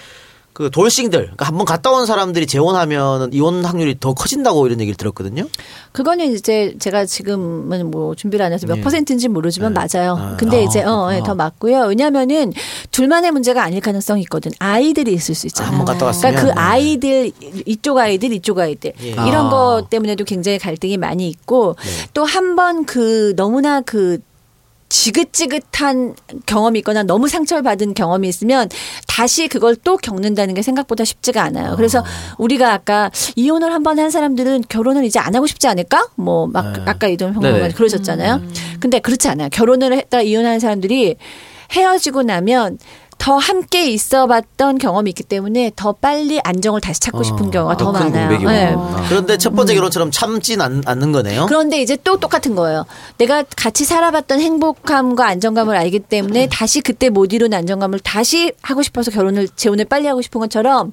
[SPEAKER 3] 그 돌싱들 그러니까 한번 갔다 온 사람들이 재혼하면 이혼 확률이 더 커진다고 이런 얘기를 들었거든요.
[SPEAKER 5] 그거는 이제 제가 지금은 뭐 준비를 안 해서 몇
[SPEAKER 3] 예.
[SPEAKER 5] 퍼센트인지 모르지만 맞아요.
[SPEAKER 3] 아,
[SPEAKER 5] 근데
[SPEAKER 3] 아,
[SPEAKER 5] 이제 어, 예,
[SPEAKER 3] 그렇구나.
[SPEAKER 5] 더 맞고요. 왜냐면은 둘만의 문제가 아닐 가능성이 있거든. 아이들이 있을 수 있잖아요.
[SPEAKER 3] 한번 갔다 왔으면. 네.
[SPEAKER 5] 그러니까 그 아이들 이쪽 아이들 이쪽 아이들
[SPEAKER 3] 예.
[SPEAKER 5] 이런
[SPEAKER 4] 아.
[SPEAKER 5] 것 때문에도 굉장히 갈등이 많이 있고
[SPEAKER 3] 네.
[SPEAKER 5] 또 한 번 그 너무나 그 지긋지긋한 경험이 있거나 너무 상처를 받은 경험이 있으면 다시 그걸 또 겪는다는 게 생각보다 쉽지가 않아요. 그래서 우리가 아까 이혼을 한 번 한 사람들은 결혼을 이제 안 하고 싶지 않을까? 뭐 막
[SPEAKER 3] 네.
[SPEAKER 5] 아까 이동 평론가
[SPEAKER 4] 네네.
[SPEAKER 5] 그러셨잖아요. 근데 그렇지 않아요. 결혼을 했다 이혼하는 사람들이 헤어지고 나면 더 함께 있어봤던 경험이 있기 때문에 더 빨리 안정을 다시 찾고 싶은
[SPEAKER 3] 어,
[SPEAKER 5] 경우가
[SPEAKER 4] 더
[SPEAKER 5] 더
[SPEAKER 4] 큰 네.
[SPEAKER 5] 많아요.
[SPEAKER 4] 공백이 어.
[SPEAKER 5] 예.
[SPEAKER 4] 오는구나.
[SPEAKER 3] 그런데 첫 번째 결혼처럼 참진 않, 않는 거네요.
[SPEAKER 5] 그런데 이제 또 똑같은 거예요. 내가 같이 살아봤던 행복함과 안정감을 알기
[SPEAKER 3] 네.
[SPEAKER 5] 때문에 다시 그때 못 이룬 안정감을 다시 하고 싶어서 결혼을 재혼을 빨리 하고 싶은 것처럼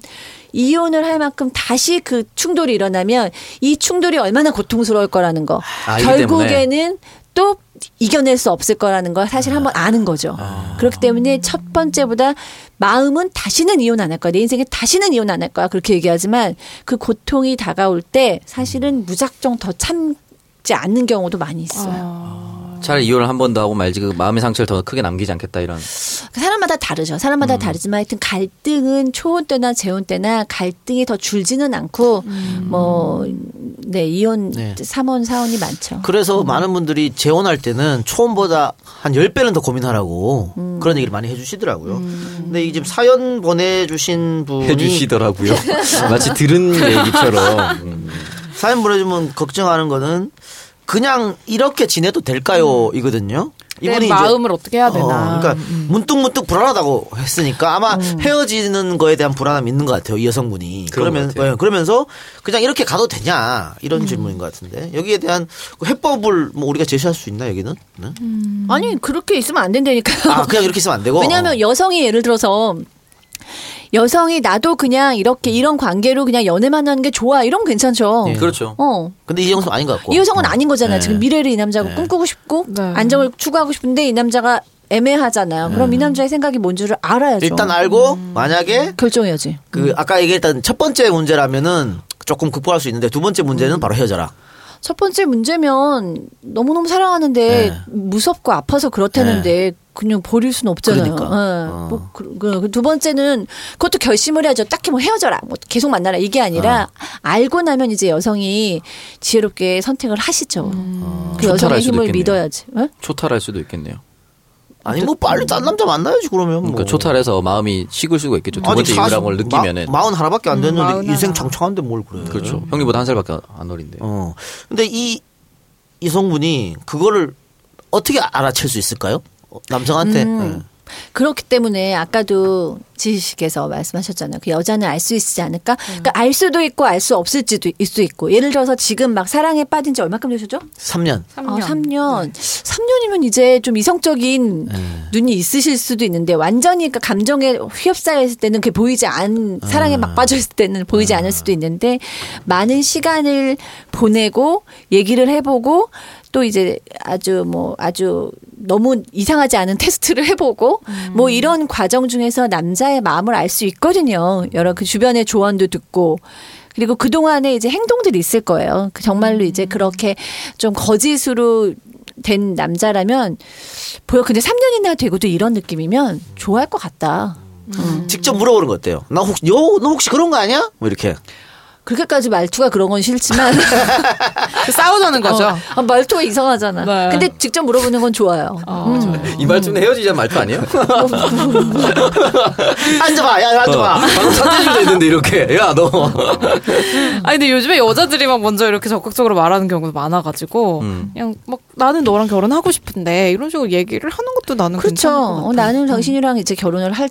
[SPEAKER 5] 이혼을 할 만큼 다시 그 충돌이 일어나면 이 충돌이 얼마나 고통스러울 거라는 거.
[SPEAKER 4] 알기
[SPEAKER 5] 결국에는 또 이겨낼 수 없을 거라는 걸 사실 한번 아는 거죠. 그렇기 때문에 첫 번째보다 마음은 다시는 이혼 안 할 거야. 내 인생에 다시는 이혼 안 할 거야. 그렇게 얘기하지만 그 고통이 다가올 때 사실은 무작정 더 참지 않는 경우도 많이 있어요.
[SPEAKER 4] 차라리 이혼을 한 번 더 하고 말지 그 마음의 상처를 더 크게 남기지 않겠다 이런.
[SPEAKER 5] 그러니까 사람마다 다르죠. 사람마다 다르지만 하여튼 갈등은 초혼 때나 재혼 때나 갈등이 더 줄지는 않고 뭐, 네, 이혼,
[SPEAKER 3] 네.
[SPEAKER 5] 삼혼사혼이 많죠.
[SPEAKER 3] 그래서 많은 분들이 재혼할 때는 초음보다 한 10배는 더 고민하라고
[SPEAKER 2] 음.
[SPEAKER 3] 그런 얘기를 많이 해주시더라고요. 근데 이 지금 사연 보내주신 분이
[SPEAKER 4] 해주시더라고요. 마치 들은 얘기처럼. 음.
[SPEAKER 3] 사연 보내주면 걱정하는 거는 그냥 이렇게 지내도 될까요? 네, 이거든요.
[SPEAKER 2] 음. 내 마음을 어떻게 해야 되나.
[SPEAKER 3] 어,
[SPEAKER 5] 음,
[SPEAKER 3] 그러니까 문득문득 불안하다고 했으니까 아마 헤어지는 거에 대한 불안함이 있는 것 같아요. 이 여성분이.
[SPEAKER 4] 그런
[SPEAKER 3] 그러면
[SPEAKER 4] 것 같아요.
[SPEAKER 3] 예, 그러면서 그냥 이렇게 가도 되냐
[SPEAKER 5] 음.
[SPEAKER 3] 이런 질문인 것 같은데 여기에 대한 그 해법을 뭐 우리가 제시할 수 있나 여기는? 네?
[SPEAKER 5] 아니, 그렇게 있으면 안 된다니까요.
[SPEAKER 3] 아 그냥 이렇게 있으면 안 되고.
[SPEAKER 5] 왜냐하면 여성이 예를 들어서 여성이 나도 그냥 이렇게 이런 관계로 그냥 연애만 하는 게 좋아 이러면 괜찮죠.
[SPEAKER 3] 예.
[SPEAKER 4] 그렇죠.
[SPEAKER 5] 어.
[SPEAKER 3] 근데 이 형성 아닌 것 같고.
[SPEAKER 5] 이 여성은 아닌 거잖아요.
[SPEAKER 3] 네.
[SPEAKER 5] 지금 미래를 이 남자가 꿈꾸고 싶고
[SPEAKER 2] 네.
[SPEAKER 5] 안정을 추구하고 싶은데 이 남자가 애매하잖아요. 그럼 이 남자의 생각이 뭔지를 알아야죠.
[SPEAKER 3] 예.
[SPEAKER 5] 음.
[SPEAKER 3] 일단 알고 만약에
[SPEAKER 5] 결정해야지.
[SPEAKER 3] 그 아까 얘기했던 첫 번째 문제라면은 조금 극복할 수 있는데 두 번째
[SPEAKER 5] 음.
[SPEAKER 3] 문제는 바로 헤어져라.
[SPEAKER 5] 첫 번째 문제면 너무너무 사랑하는데
[SPEAKER 3] 네.
[SPEAKER 5] 무섭고 아파서
[SPEAKER 4] 네.
[SPEAKER 5] 그렇다는데 그냥 버릴 수는 없잖아요.
[SPEAKER 3] 그러니까.
[SPEAKER 5] 예.
[SPEAKER 3] 어.
[SPEAKER 5] 뭐 그, 그, 그두 번째는 그것도 결심을 해야죠. 딱히 뭐 헤어져라, 뭐 계속 만나라 이게
[SPEAKER 4] 어.
[SPEAKER 5] 아니라 알고 나면 이제 여성이 지혜롭게 선택을 하시죠. 그 여성의
[SPEAKER 4] 음. 어, 초탈할 수도
[SPEAKER 5] 힘을
[SPEAKER 4] 있겠네요.
[SPEAKER 5] 믿어야지. 예?
[SPEAKER 4] 초탈할 수도 있겠네요.
[SPEAKER 3] 아니 뭐 빨리 딴 남자 만나야지 그러면 뭐.
[SPEAKER 4] 그러니까 초탈해서 마음이 식을 수가 있겠죠. 두 번째 이유라는 걸 느끼면은.
[SPEAKER 3] 마, 마흔 하나밖에 안 됐는데
[SPEAKER 2] 마흔
[SPEAKER 3] 인생
[SPEAKER 2] 하나.
[SPEAKER 3] 장창한데 뭘 그래.
[SPEAKER 4] 그렇죠. 형님보다 한 살밖에 안 어린데.
[SPEAKER 3] 음. 어. 근데 이 이성분이 그거를
[SPEAKER 2] 음.
[SPEAKER 3] 어떻게 알아챌 수 있을까요? 어, 남성한테. 네.
[SPEAKER 5] 그렇기 때문에 아까도 지식에서 말씀하셨잖아요. 그 여자는 알 수 있지 않을까?
[SPEAKER 4] 음.
[SPEAKER 5] 그러니까 알 수도 있고 알 수 없을지도 있 수 있고. 예를 들어서 지금 막 사랑에 빠진 지 얼마큼 되셨죠?
[SPEAKER 3] 3년.
[SPEAKER 5] 아, 3년. 3년이면 이제 좀 이성적인 눈이 있으실 수도 있는데 완전히 그러니까 감정에 휘엽싸여 있을 때는 그게 보이지 않 사랑에 막 빠져 있을 때는 보이지 않을 수도 있는데 많은 시간을 보내고 얘기를 해보고 또 이제 아주 뭐 아주 너무 이상하지 않은 테스트를 해보고 뭐 이런 과정 중에서 남자의 마음을 알 수 있거든요. 여러 그 주변의 조언도 듣고 그리고 그동안에 이제 행동들이 있을 거예요. 그 정말로 이제 그렇게 좀 거짓으로 된 남자라면 보여 근데 3년이나 되고도 이런 느낌이면 좋아할 것 같다.
[SPEAKER 3] 직접 물어보는 거 어때요? 나 혹시 요, 너 혹시 그런 거 아니야? 뭐 이렇게.
[SPEAKER 5] 그렇게까지 말투가 그런 건 싫지만
[SPEAKER 2] 그 싸우자는 거죠.
[SPEAKER 5] 어, 아, 말투가 이상하잖아.
[SPEAKER 2] 네.
[SPEAKER 5] 근데 직접 물어보는 건 좋아요. 음,
[SPEAKER 4] 이 말투는 헤어지자 말투 아니에요?
[SPEAKER 3] 앉아봐, 야, 앉아봐.
[SPEAKER 4] 방금 사태주자 했는데 이렇게 야 너.
[SPEAKER 2] 아니 근데 요즘에 여자들이 막 먼저 이렇게 적극적으로 말하는 경우도 많아가지고
[SPEAKER 3] 음.
[SPEAKER 2] 그냥 막 나는 너랑 결혼하고 싶은데 이런 식으로 얘기를 하는 것도 나는
[SPEAKER 5] 그렇죠.
[SPEAKER 2] 괜찮은 것 같아요.
[SPEAKER 5] 어, 나는 당신이랑 이제 결혼을 할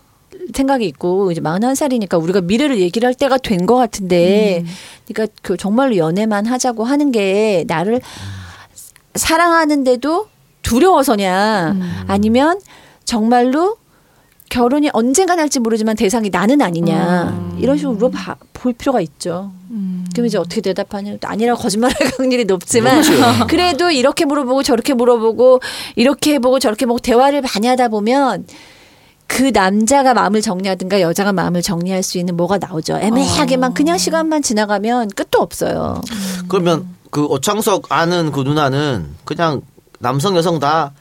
[SPEAKER 5] 생각이 있고 이제 41살이니까 우리가 미래를 얘기를 할 때가 된 것
[SPEAKER 2] 음.
[SPEAKER 5] 같은데 그러니까 그 정말로 연애만 하자고 하는 게 나를
[SPEAKER 2] 음.
[SPEAKER 5] 사랑하는데도 두려워서냐 아니면 정말로 결혼이 언젠가 날지 모르지만 대상이 나는 아니냐
[SPEAKER 2] 음.
[SPEAKER 5] 이런 식으로 물어봐 볼 필요가 있죠. 그럼 이제 어떻게 대답하냐 아니라고 거짓말할 확률이 높지만 그래도 이렇게 물어보고 저렇게 물어보고 이렇게 해보고 저렇게 뭐 대화를 많이 하다 보면 그 남자가 마음을 정리하든가 여자가 마음을 정리할 수 있는 뭐가 나오죠.
[SPEAKER 4] 어.
[SPEAKER 5] 애매하게만 그냥 시간만 지나가면 끝도 없어요.
[SPEAKER 3] 그러면 그 오창석 아는 그 누나는 그냥 남성 여성 다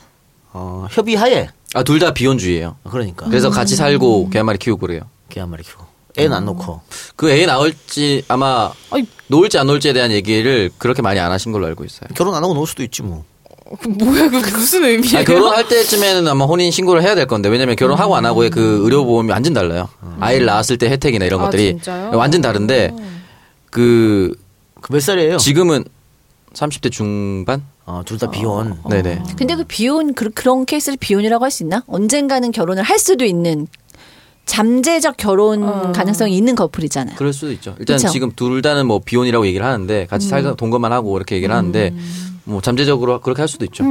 [SPEAKER 3] 어, 협의하에
[SPEAKER 4] 아 둘 다 비혼주의예요.
[SPEAKER 3] 그러니까
[SPEAKER 4] 그래서 같이 살고 개 한 마리 키우고 그래요.
[SPEAKER 3] 걔 한 마리 키고 애는 안 놓고
[SPEAKER 2] 음.
[SPEAKER 4] 그 애 나올지 아마 놓을지 안 놓을지에 대한 얘기를 그렇게 많이 안 하신 걸로 알고 있어요.
[SPEAKER 3] 결혼 안 하고 놓을 수도 있지 뭐.
[SPEAKER 2] 그 뭐야 그게 무슨 의미예요?
[SPEAKER 4] 아니, 결혼할 때쯤에는 아마 혼인 신고를 해야 될 건데 왜냐면 결혼하고 안 하고의 그 의료 보험이 완전 달라요. 아이를 낳았을 때 혜택이나 이런
[SPEAKER 2] 아,
[SPEAKER 4] 것들이
[SPEAKER 2] 진짜요?
[SPEAKER 4] 완전 다른데 그
[SPEAKER 3] 그 몇 살이에요?
[SPEAKER 4] 지금은 30대 중반?
[SPEAKER 3] 어, 둘
[SPEAKER 2] 아.
[SPEAKER 3] 다 비혼.
[SPEAKER 4] 네네.
[SPEAKER 5] 근데 그 비혼 그, 런 케이스를 비혼이라고 할 수 있나? 언젠가는 결혼을 할 수도 있는 잠재적 결혼
[SPEAKER 4] 어.
[SPEAKER 5] 가능성이 있는 커플이잖아요.
[SPEAKER 4] 그럴 수도 있죠. 일단
[SPEAKER 5] 그쵸?
[SPEAKER 4] 지금 둘 다는 뭐 비혼이라고 얘기를 하는데 같이 살던 동거만 하고 이렇게 얘기를 하는데 뭐 잠재적으로 그렇게 할 수도 있죠.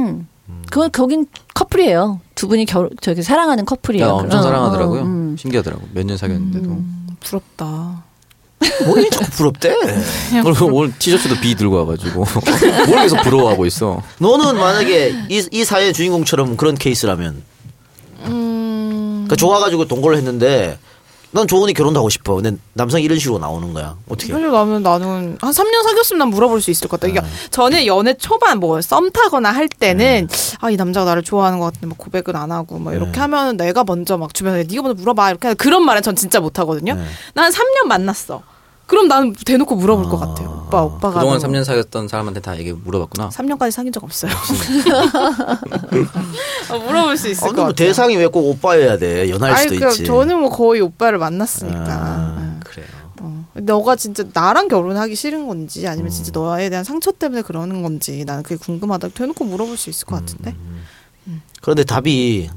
[SPEAKER 5] 그건 거긴 커플이에요. 두 분이 결 저기 사랑하는 커플이에요.
[SPEAKER 4] 나 네, 엄청
[SPEAKER 5] 그럼.
[SPEAKER 4] 사랑하더라고요.
[SPEAKER 5] 어, 음.
[SPEAKER 4] 신기하더라고. 몇 년 사귀었는데도.
[SPEAKER 2] 부럽다.
[SPEAKER 3] 뭐이 자꾸 부럽대.
[SPEAKER 4] 그리고 오늘 티셔츠도 비 들고 와가지고 뭘 계속 부러워하고 있어.
[SPEAKER 3] 너는 만약에 이, 이 사의 주인공처럼 그런 케이스라면.
[SPEAKER 2] 음.
[SPEAKER 3] 그러니까 좋아가지고 동거를 했는데 난 조은이 결혼도 하고 싶어. 근데 남성이 이런 식으로 나오는 거야. 어떻게?
[SPEAKER 2] 사실 나는 나는 한 3년 사귀었으면 난 물어볼 수 있을 것 같다. 그러니까 저는 연애 초반 뭐 썸 타거나 할 때는 아 이 남자가 나를 좋아하는 것 같은데 뭐 고백을 안 하고 뭐 이렇게 하면 내가 먼저 막 주변에 네가 먼저 물어봐 이렇게 하는 그런 말은 전 진짜 못 하거든요. 난 3년 만났어. 그럼 난 대놓고 물어볼 것 같아요. 오빠 오빠가
[SPEAKER 4] 그동안
[SPEAKER 2] 너-
[SPEAKER 4] 3년 사귀었던 사람한테 다 얘기 물어봤구나.
[SPEAKER 2] 3년까지 사귄 적 없어요. 어, 물어볼 수 있을 것
[SPEAKER 3] 아, 근데 뭐
[SPEAKER 2] 같아요.
[SPEAKER 3] 대상이 왜 꼭 오빠여야 돼? 연할
[SPEAKER 2] 아니,
[SPEAKER 3] 수도
[SPEAKER 2] 그러니까
[SPEAKER 3] 있지.
[SPEAKER 2] 저는 뭐 거의 오빠를 만났으니까.
[SPEAKER 3] 아, 그래요.
[SPEAKER 2] 어. 너가 진짜 나랑 결혼하기 싫은 건지 아니면 진짜 너에 대한 상처 때문에 그러는 건지 나는 그게 궁금하다. 대놓고 물어볼 수 있을 것 같은데.
[SPEAKER 3] 그런데 답이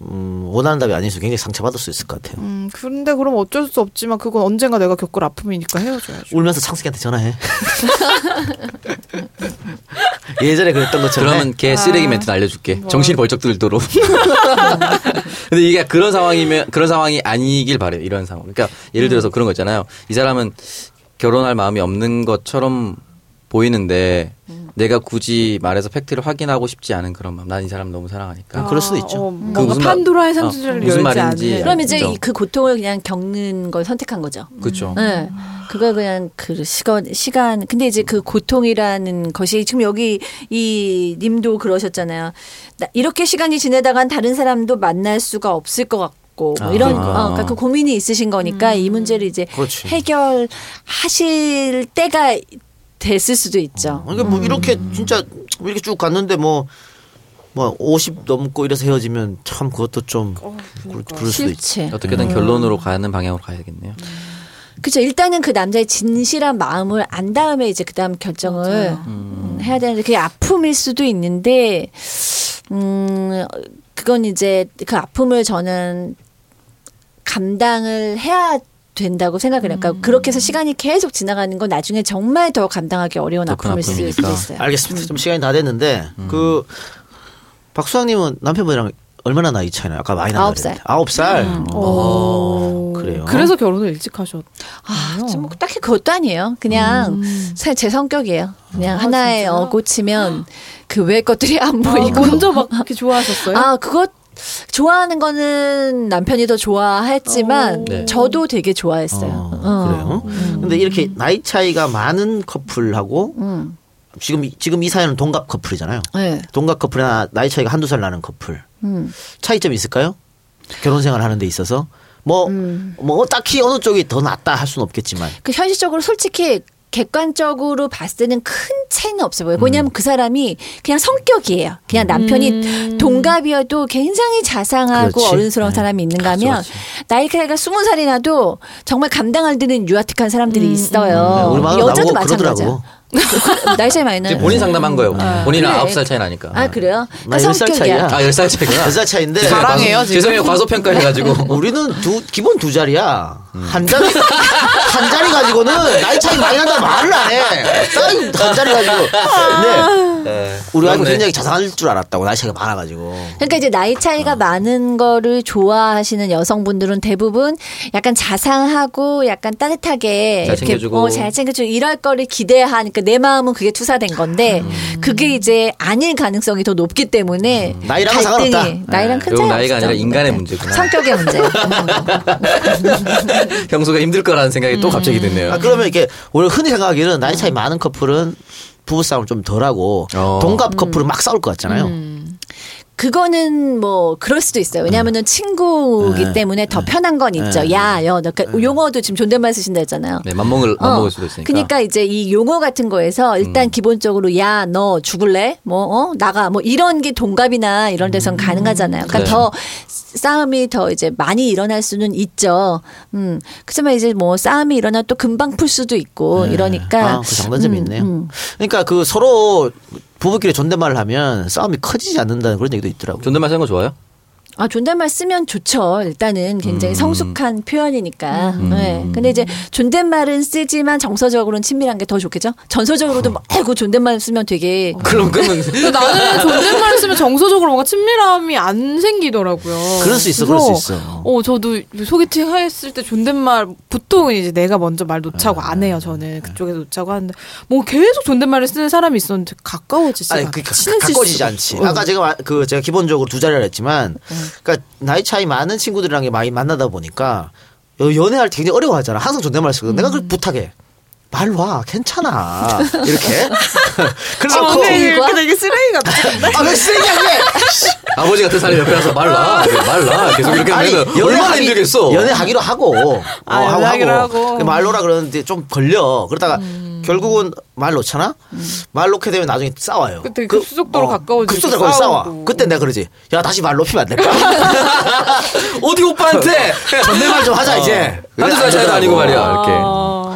[SPEAKER 3] 음, 원하는 답이 아니어서 굉장히 상처받을 수 있을 것 같아요.
[SPEAKER 2] 음, 그런데 그럼 어쩔 수 없지만 그건 언젠가 내가 겪을 아픔이니까 헤어져야죠.
[SPEAKER 3] 울면서 창석이한테 전화해. 예전에 그랬던 것처럼.
[SPEAKER 4] 그러면 걔 쓰레기 멘트 는 알려줄게. 정신이 벌쩍 들도록. 근데 이게 그런 상황이면 그런 상황이 아니길 바래요. 이런 상황. 그러니까 예를 들어서 그런 거 있잖아요. 이 사람은 결혼할 마음이 없는 것처럼 보이는데 내가 굳이 말해서 팩트를 확인하고 싶지 않은 그런 마음. 난 이 사람 너무 사랑하니까.
[SPEAKER 3] 아. 그럴 수도 있죠.
[SPEAKER 2] 어,
[SPEAKER 4] 그
[SPEAKER 2] 뭔가
[SPEAKER 4] 무슨 말-
[SPEAKER 2] 판도라의
[SPEAKER 3] 아,
[SPEAKER 4] 어,
[SPEAKER 2] 상자를
[SPEAKER 4] 무슨
[SPEAKER 2] 열지
[SPEAKER 4] 말인지
[SPEAKER 3] 예,
[SPEAKER 2] 않는.
[SPEAKER 5] 그럼 이제
[SPEAKER 4] 그죠.
[SPEAKER 5] 이- 그 고통을 그냥 겪는 걸 선택한 거죠.
[SPEAKER 4] 그렇죠.
[SPEAKER 5] 네. 그걸 그냥 그 시간, 시간. 근데 이제 그 고통이라는 것이 지금 여기 이 님도 그러셨잖아요. 나- 이렇게 시간이 지내다간 다른 사람도 만날 수가 없을 것 같고 뭐
[SPEAKER 4] 아,
[SPEAKER 5] 이런
[SPEAKER 4] 그러니까.
[SPEAKER 5] 어, 그러니까 그 고민이 있으신 거니까 이 문제를 이제
[SPEAKER 3] 그렇지.
[SPEAKER 5] 해결하실 때가 됐을 수도 있죠.
[SPEAKER 3] 그러니까 뭐 이렇게 진짜 이렇게 쭉 갔는데 뭐. 뭐, 50 넘고 이래서 헤어지면 참 그것도 좀, 그럴, 그럴 수도 있지.
[SPEAKER 5] 실체.
[SPEAKER 4] 어떻게든 결론으로 가는 방향으로 가야겠네요.
[SPEAKER 5] 그렇죠. 일단은 그 남자의 진실한 마음을 안 다음에 이제 그다음 결정을 음, 해야 되는데 그게 아픔일 수도 있는데 음 그건 이제 그 아픔을 저는 감당을 해야 된다고 생각을 해요. 그러니까 그렇게 해서 시간이 계속 지나가는 건 나중에 정말 더 감당하기 어려운
[SPEAKER 4] 더 큰
[SPEAKER 5] 아픔일 수도
[SPEAKER 4] 아픔이니까.
[SPEAKER 5] 있어요.
[SPEAKER 3] 알겠습니다. 좀 시간이 다 됐는데 그 박수왕님은 남편분이랑 얼마나 나이 차이나요? 아까 많이
[SPEAKER 5] 아홉
[SPEAKER 3] 나는데 아홉 살. 음. 어, 그래요.
[SPEAKER 2] 그래서 결혼을 일찍 하셨.
[SPEAKER 5] 아, 좀 딱히 그것도 아니에요. 그냥 사실 제 성격이에요. 그냥 하나에 어, 꽂히면 그 외 것들이 안
[SPEAKER 2] 아,
[SPEAKER 5] 보이고.
[SPEAKER 2] 먼저 막 이렇게 좋아하셨어요?
[SPEAKER 5] 아, 그것 좋아하는 거는 남편이 더 좋아했지만
[SPEAKER 4] 네.
[SPEAKER 5] 저도 되게 좋아했어요.
[SPEAKER 3] 어, 그래요.
[SPEAKER 5] 어.
[SPEAKER 3] 근데 이렇게 나이 차이가 많은 커플하고
[SPEAKER 5] 음.
[SPEAKER 3] 지금 이- 지금 이 사연은 동갑 커플이잖아요.
[SPEAKER 5] 네.
[SPEAKER 3] 동갑 커플이나 나이 차이가 한두 살 나는 커플
[SPEAKER 5] 음.
[SPEAKER 3] 차이점이 있을까요? 결혼 생활 하는 데 있어서 뭐 뭐
[SPEAKER 2] 음.
[SPEAKER 3] 딱히 어느 쪽이 더 낫다 할 수는 없겠지만
[SPEAKER 5] 그 현실적으로 솔직히 객관적으로 봤을 때는 큰 차이는 없어 보여요.
[SPEAKER 3] 음.
[SPEAKER 5] 왜냐하면 그 사람이 그냥 성격이에요. 그냥 남편이 동갑이어도 굉장히 자상하고
[SPEAKER 3] 음. 그렇지.
[SPEAKER 5] 어른스러운
[SPEAKER 3] 네.
[SPEAKER 5] 사람이 있는가 하면
[SPEAKER 3] 그렇지,
[SPEAKER 5] 나이 차이가 스무 살이 나도 정말 감당할 때는 유아틱한 사람들이
[SPEAKER 3] 네,
[SPEAKER 5] 있어요.
[SPEAKER 3] 우리 마누라
[SPEAKER 5] 여자도
[SPEAKER 3] 나보고
[SPEAKER 5] 마찬가지야.
[SPEAKER 3] 그러더라고.
[SPEAKER 5] 나이 차이 많이 나요.
[SPEAKER 4] 지금 본인 상담한 거예요. 본인은
[SPEAKER 5] 네. 그래.
[SPEAKER 4] 아홉 살 차이 나니까.
[SPEAKER 5] 아 그래요?
[SPEAKER 3] 나
[SPEAKER 5] 그러니까
[SPEAKER 3] 열살 차이야.
[SPEAKER 5] 성격이야.
[SPEAKER 4] 아, 10살 차이구나.
[SPEAKER 3] 여자 차인데
[SPEAKER 4] 죄송해요.
[SPEAKER 2] 사랑해요,
[SPEAKER 4] 과소-
[SPEAKER 2] 지금.
[SPEAKER 4] 죄송해요. 과소평가 해가지고.
[SPEAKER 3] 우리는 두 기본 두 자리야.
[SPEAKER 4] 음.
[SPEAKER 3] 한 자리 한 자리 가지고는 나이 차이 많이 난다 말을 안 해. 한 자리 가지고.
[SPEAKER 2] 아.
[SPEAKER 3] 근데 우리 와이프
[SPEAKER 4] 그렇네.
[SPEAKER 3] 굉장히 자상할 줄 알았다고 나이 차이가 많아가지고.
[SPEAKER 5] 그러니까 이제 나이
[SPEAKER 4] 아.
[SPEAKER 5] 차이가 많은 거를 좋아하시는 여성분들은 대부분 약간 자상하고 약간 따뜻하게
[SPEAKER 4] 잘 챙겨주고.
[SPEAKER 5] 어, 잘 챙겨주고 이럴 거를 기대하니까 내 마음은 그게 투사된 건데
[SPEAKER 4] 음.
[SPEAKER 5] 그게 이제 아닐 가능성이 더 높기 때문에
[SPEAKER 3] 나이랑은
[SPEAKER 5] 갈등이
[SPEAKER 3] 상관없다.
[SPEAKER 5] 나이랑 큰
[SPEAKER 4] 이건
[SPEAKER 5] 차이
[SPEAKER 4] 네. 나이가
[SPEAKER 5] 없죠.
[SPEAKER 4] 아니라 인간의
[SPEAKER 5] 네.
[SPEAKER 4] 문제구나.
[SPEAKER 5] 성격의 문제.
[SPEAKER 4] 형수가 힘들 거라는 생각이 또 갑자기 드네요.
[SPEAKER 3] 아, 그러면 이렇게 우리 흔히 생각하기는 나이 차이 많은 커플은 부부 싸움 좀 덜하고
[SPEAKER 4] 어.
[SPEAKER 2] 음.
[SPEAKER 3] 동갑 커플은 막 싸울 것 같잖아요.
[SPEAKER 5] 그거는 뭐 그럴 수도 있어요.
[SPEAKER 4] 음.
[SPEAKER 5] 왜냐하면은 친구기
[SPEAKER 3] 네.
[SPEAKER 5] 때문에 더 편한 건 있죠. 야, 여, 너, 그러니까 용어도 지금 존댓말 쓰신다 했잖아요.
[SPEAKER 4] 음. 네, 맞먹을,
[SPEAKER 5] 어,
[SPEAKER 4] 맞먹을 수도 있으니까.
[SPEAKER 5] 그러니까 이제 이 용어 같은 거에서 일단 기본적으로 야 너 죽을래? 뭐 어? 나가 뭐 이런 게 동갑이나 이런 데선 가능하잖아요. 그러니까
[SPEAKER 4] 네.
[SPEAKER 5] 더 싸움이 더 이제 많이 일어날 수는 있죠. 음. 그렇지만 이제 뭐 싸움이 일어나 또 금방 풀 수도 있고 이러니까
[SPEAKER 3] 아, 그 장단점이
[SPEAKER 5] 음,
[SPEAKER 3] 있네요.
[SPEAKER 5] 음.
[SPEAKER 3] 그러니까 그 서로 부부끼리 존댓말을 하면 싸움이 커지지 않는다는 그런 얘기도 있더라고요.
[SPEAKER 4] 존댓말 쓰는 거 좋아요?
[SPEAKER 5] 아 존댓말 쓰면 좋죠. 일단은 굉장히 성숙한 표현이니까. 네. 근데 이제 존댓말은 쓰지만 정서적으로는 친밀한 게 더 좋겠죠. 전서적으로도 막 아이고 존댓말 쓰면 되게
[SPEAKER 4] 그럼, 그러면.
[SPEAKER 2] 근데 나는 존댓말 쓰면 정서적으로 뭔가 친밀함이 안 생기더라고요.
[SPEAKER 3] 그럴 수 있어, 그럴 수 있어.
[SPEAKER 2] 어, 저도 소개팅 했을 때 존댓말 보통은 이제 내가 먼저 말 놓자고
[SPEAKER 3] 아.
[SPEAKER 2] 안 해요. 저는 그쪽에 놓자고 하는데 뭐 계속 존댓말을 쓰는 사람이 있었는데 가까워지지
[SPEAKER 3] 아니
[SPEAKER 2] 않아.
[SPEAKER 3] 그 가- 가- 가까워지지
[SPEAKER 2] 어.
[SPEAKER 3] 않지. 아까 제가 마- 그 제가 기본적으로 두 자리를 했지만, 그러니까 나이 차이 많은 친구들이랑 이렇게 많이 만나다 보니까 여- 연애할 때 굉장히 어려워하잖아. 항상 존댓말 쓰거든. 내가 그걸 부탁해. 말 와, 괜찮아. 이렇게. 그래서
[SPEAKER 2] 아,
[SPEAKER 3] 그-
[SPEAKER 2] 오늘 이렇게 되게 쓰레기 같아.
[SPEAKER 3] 아, 왜 쓰레기야, 그게?
[SPEAKER 4] 아버지 같은 사람이 옆에 와서 말라. 말라. 계속 이렇게
[SPEAKER 3] 아니,
[SPEAKER 4] 하면 얼마나
[SPEAKER 3] 연애하기-
[SPEAKER 4] 힘들겠어.
[SPEAKER 3] 연애하기로 하고, 어,
[SPEAKER 2] 아,
[SPEAKER 3] 하고,
[SPEAKER 2] 연애하기로 하고.
[SPEAKER 3] 근데 말로라 그러는데 좀 걸려. 그러다가
[SPEAKER 4] 음.
[SPEAKER 3] 결국은 말 놓잖아. 말 놓게 되면 나중에 싸워요. 어,
[SPEAKER 2] 그때 급속도로 가까워지고
[SPEAKER 3] 급속도로 거의 싸워.
[SPEAKER 2] 싸우고.
[SPEAKER 3] 그때 내가 그러지. 야 다시 말 높이면 안 될까? 어디 어. 오빠한테 존댓말 좀 하자 이제.
[SPEAKER 4] 아,
[SPEAKER 3] 어.
[SPEAKER 4] 한두 살 차이도 아니고 말이야. 이렇게.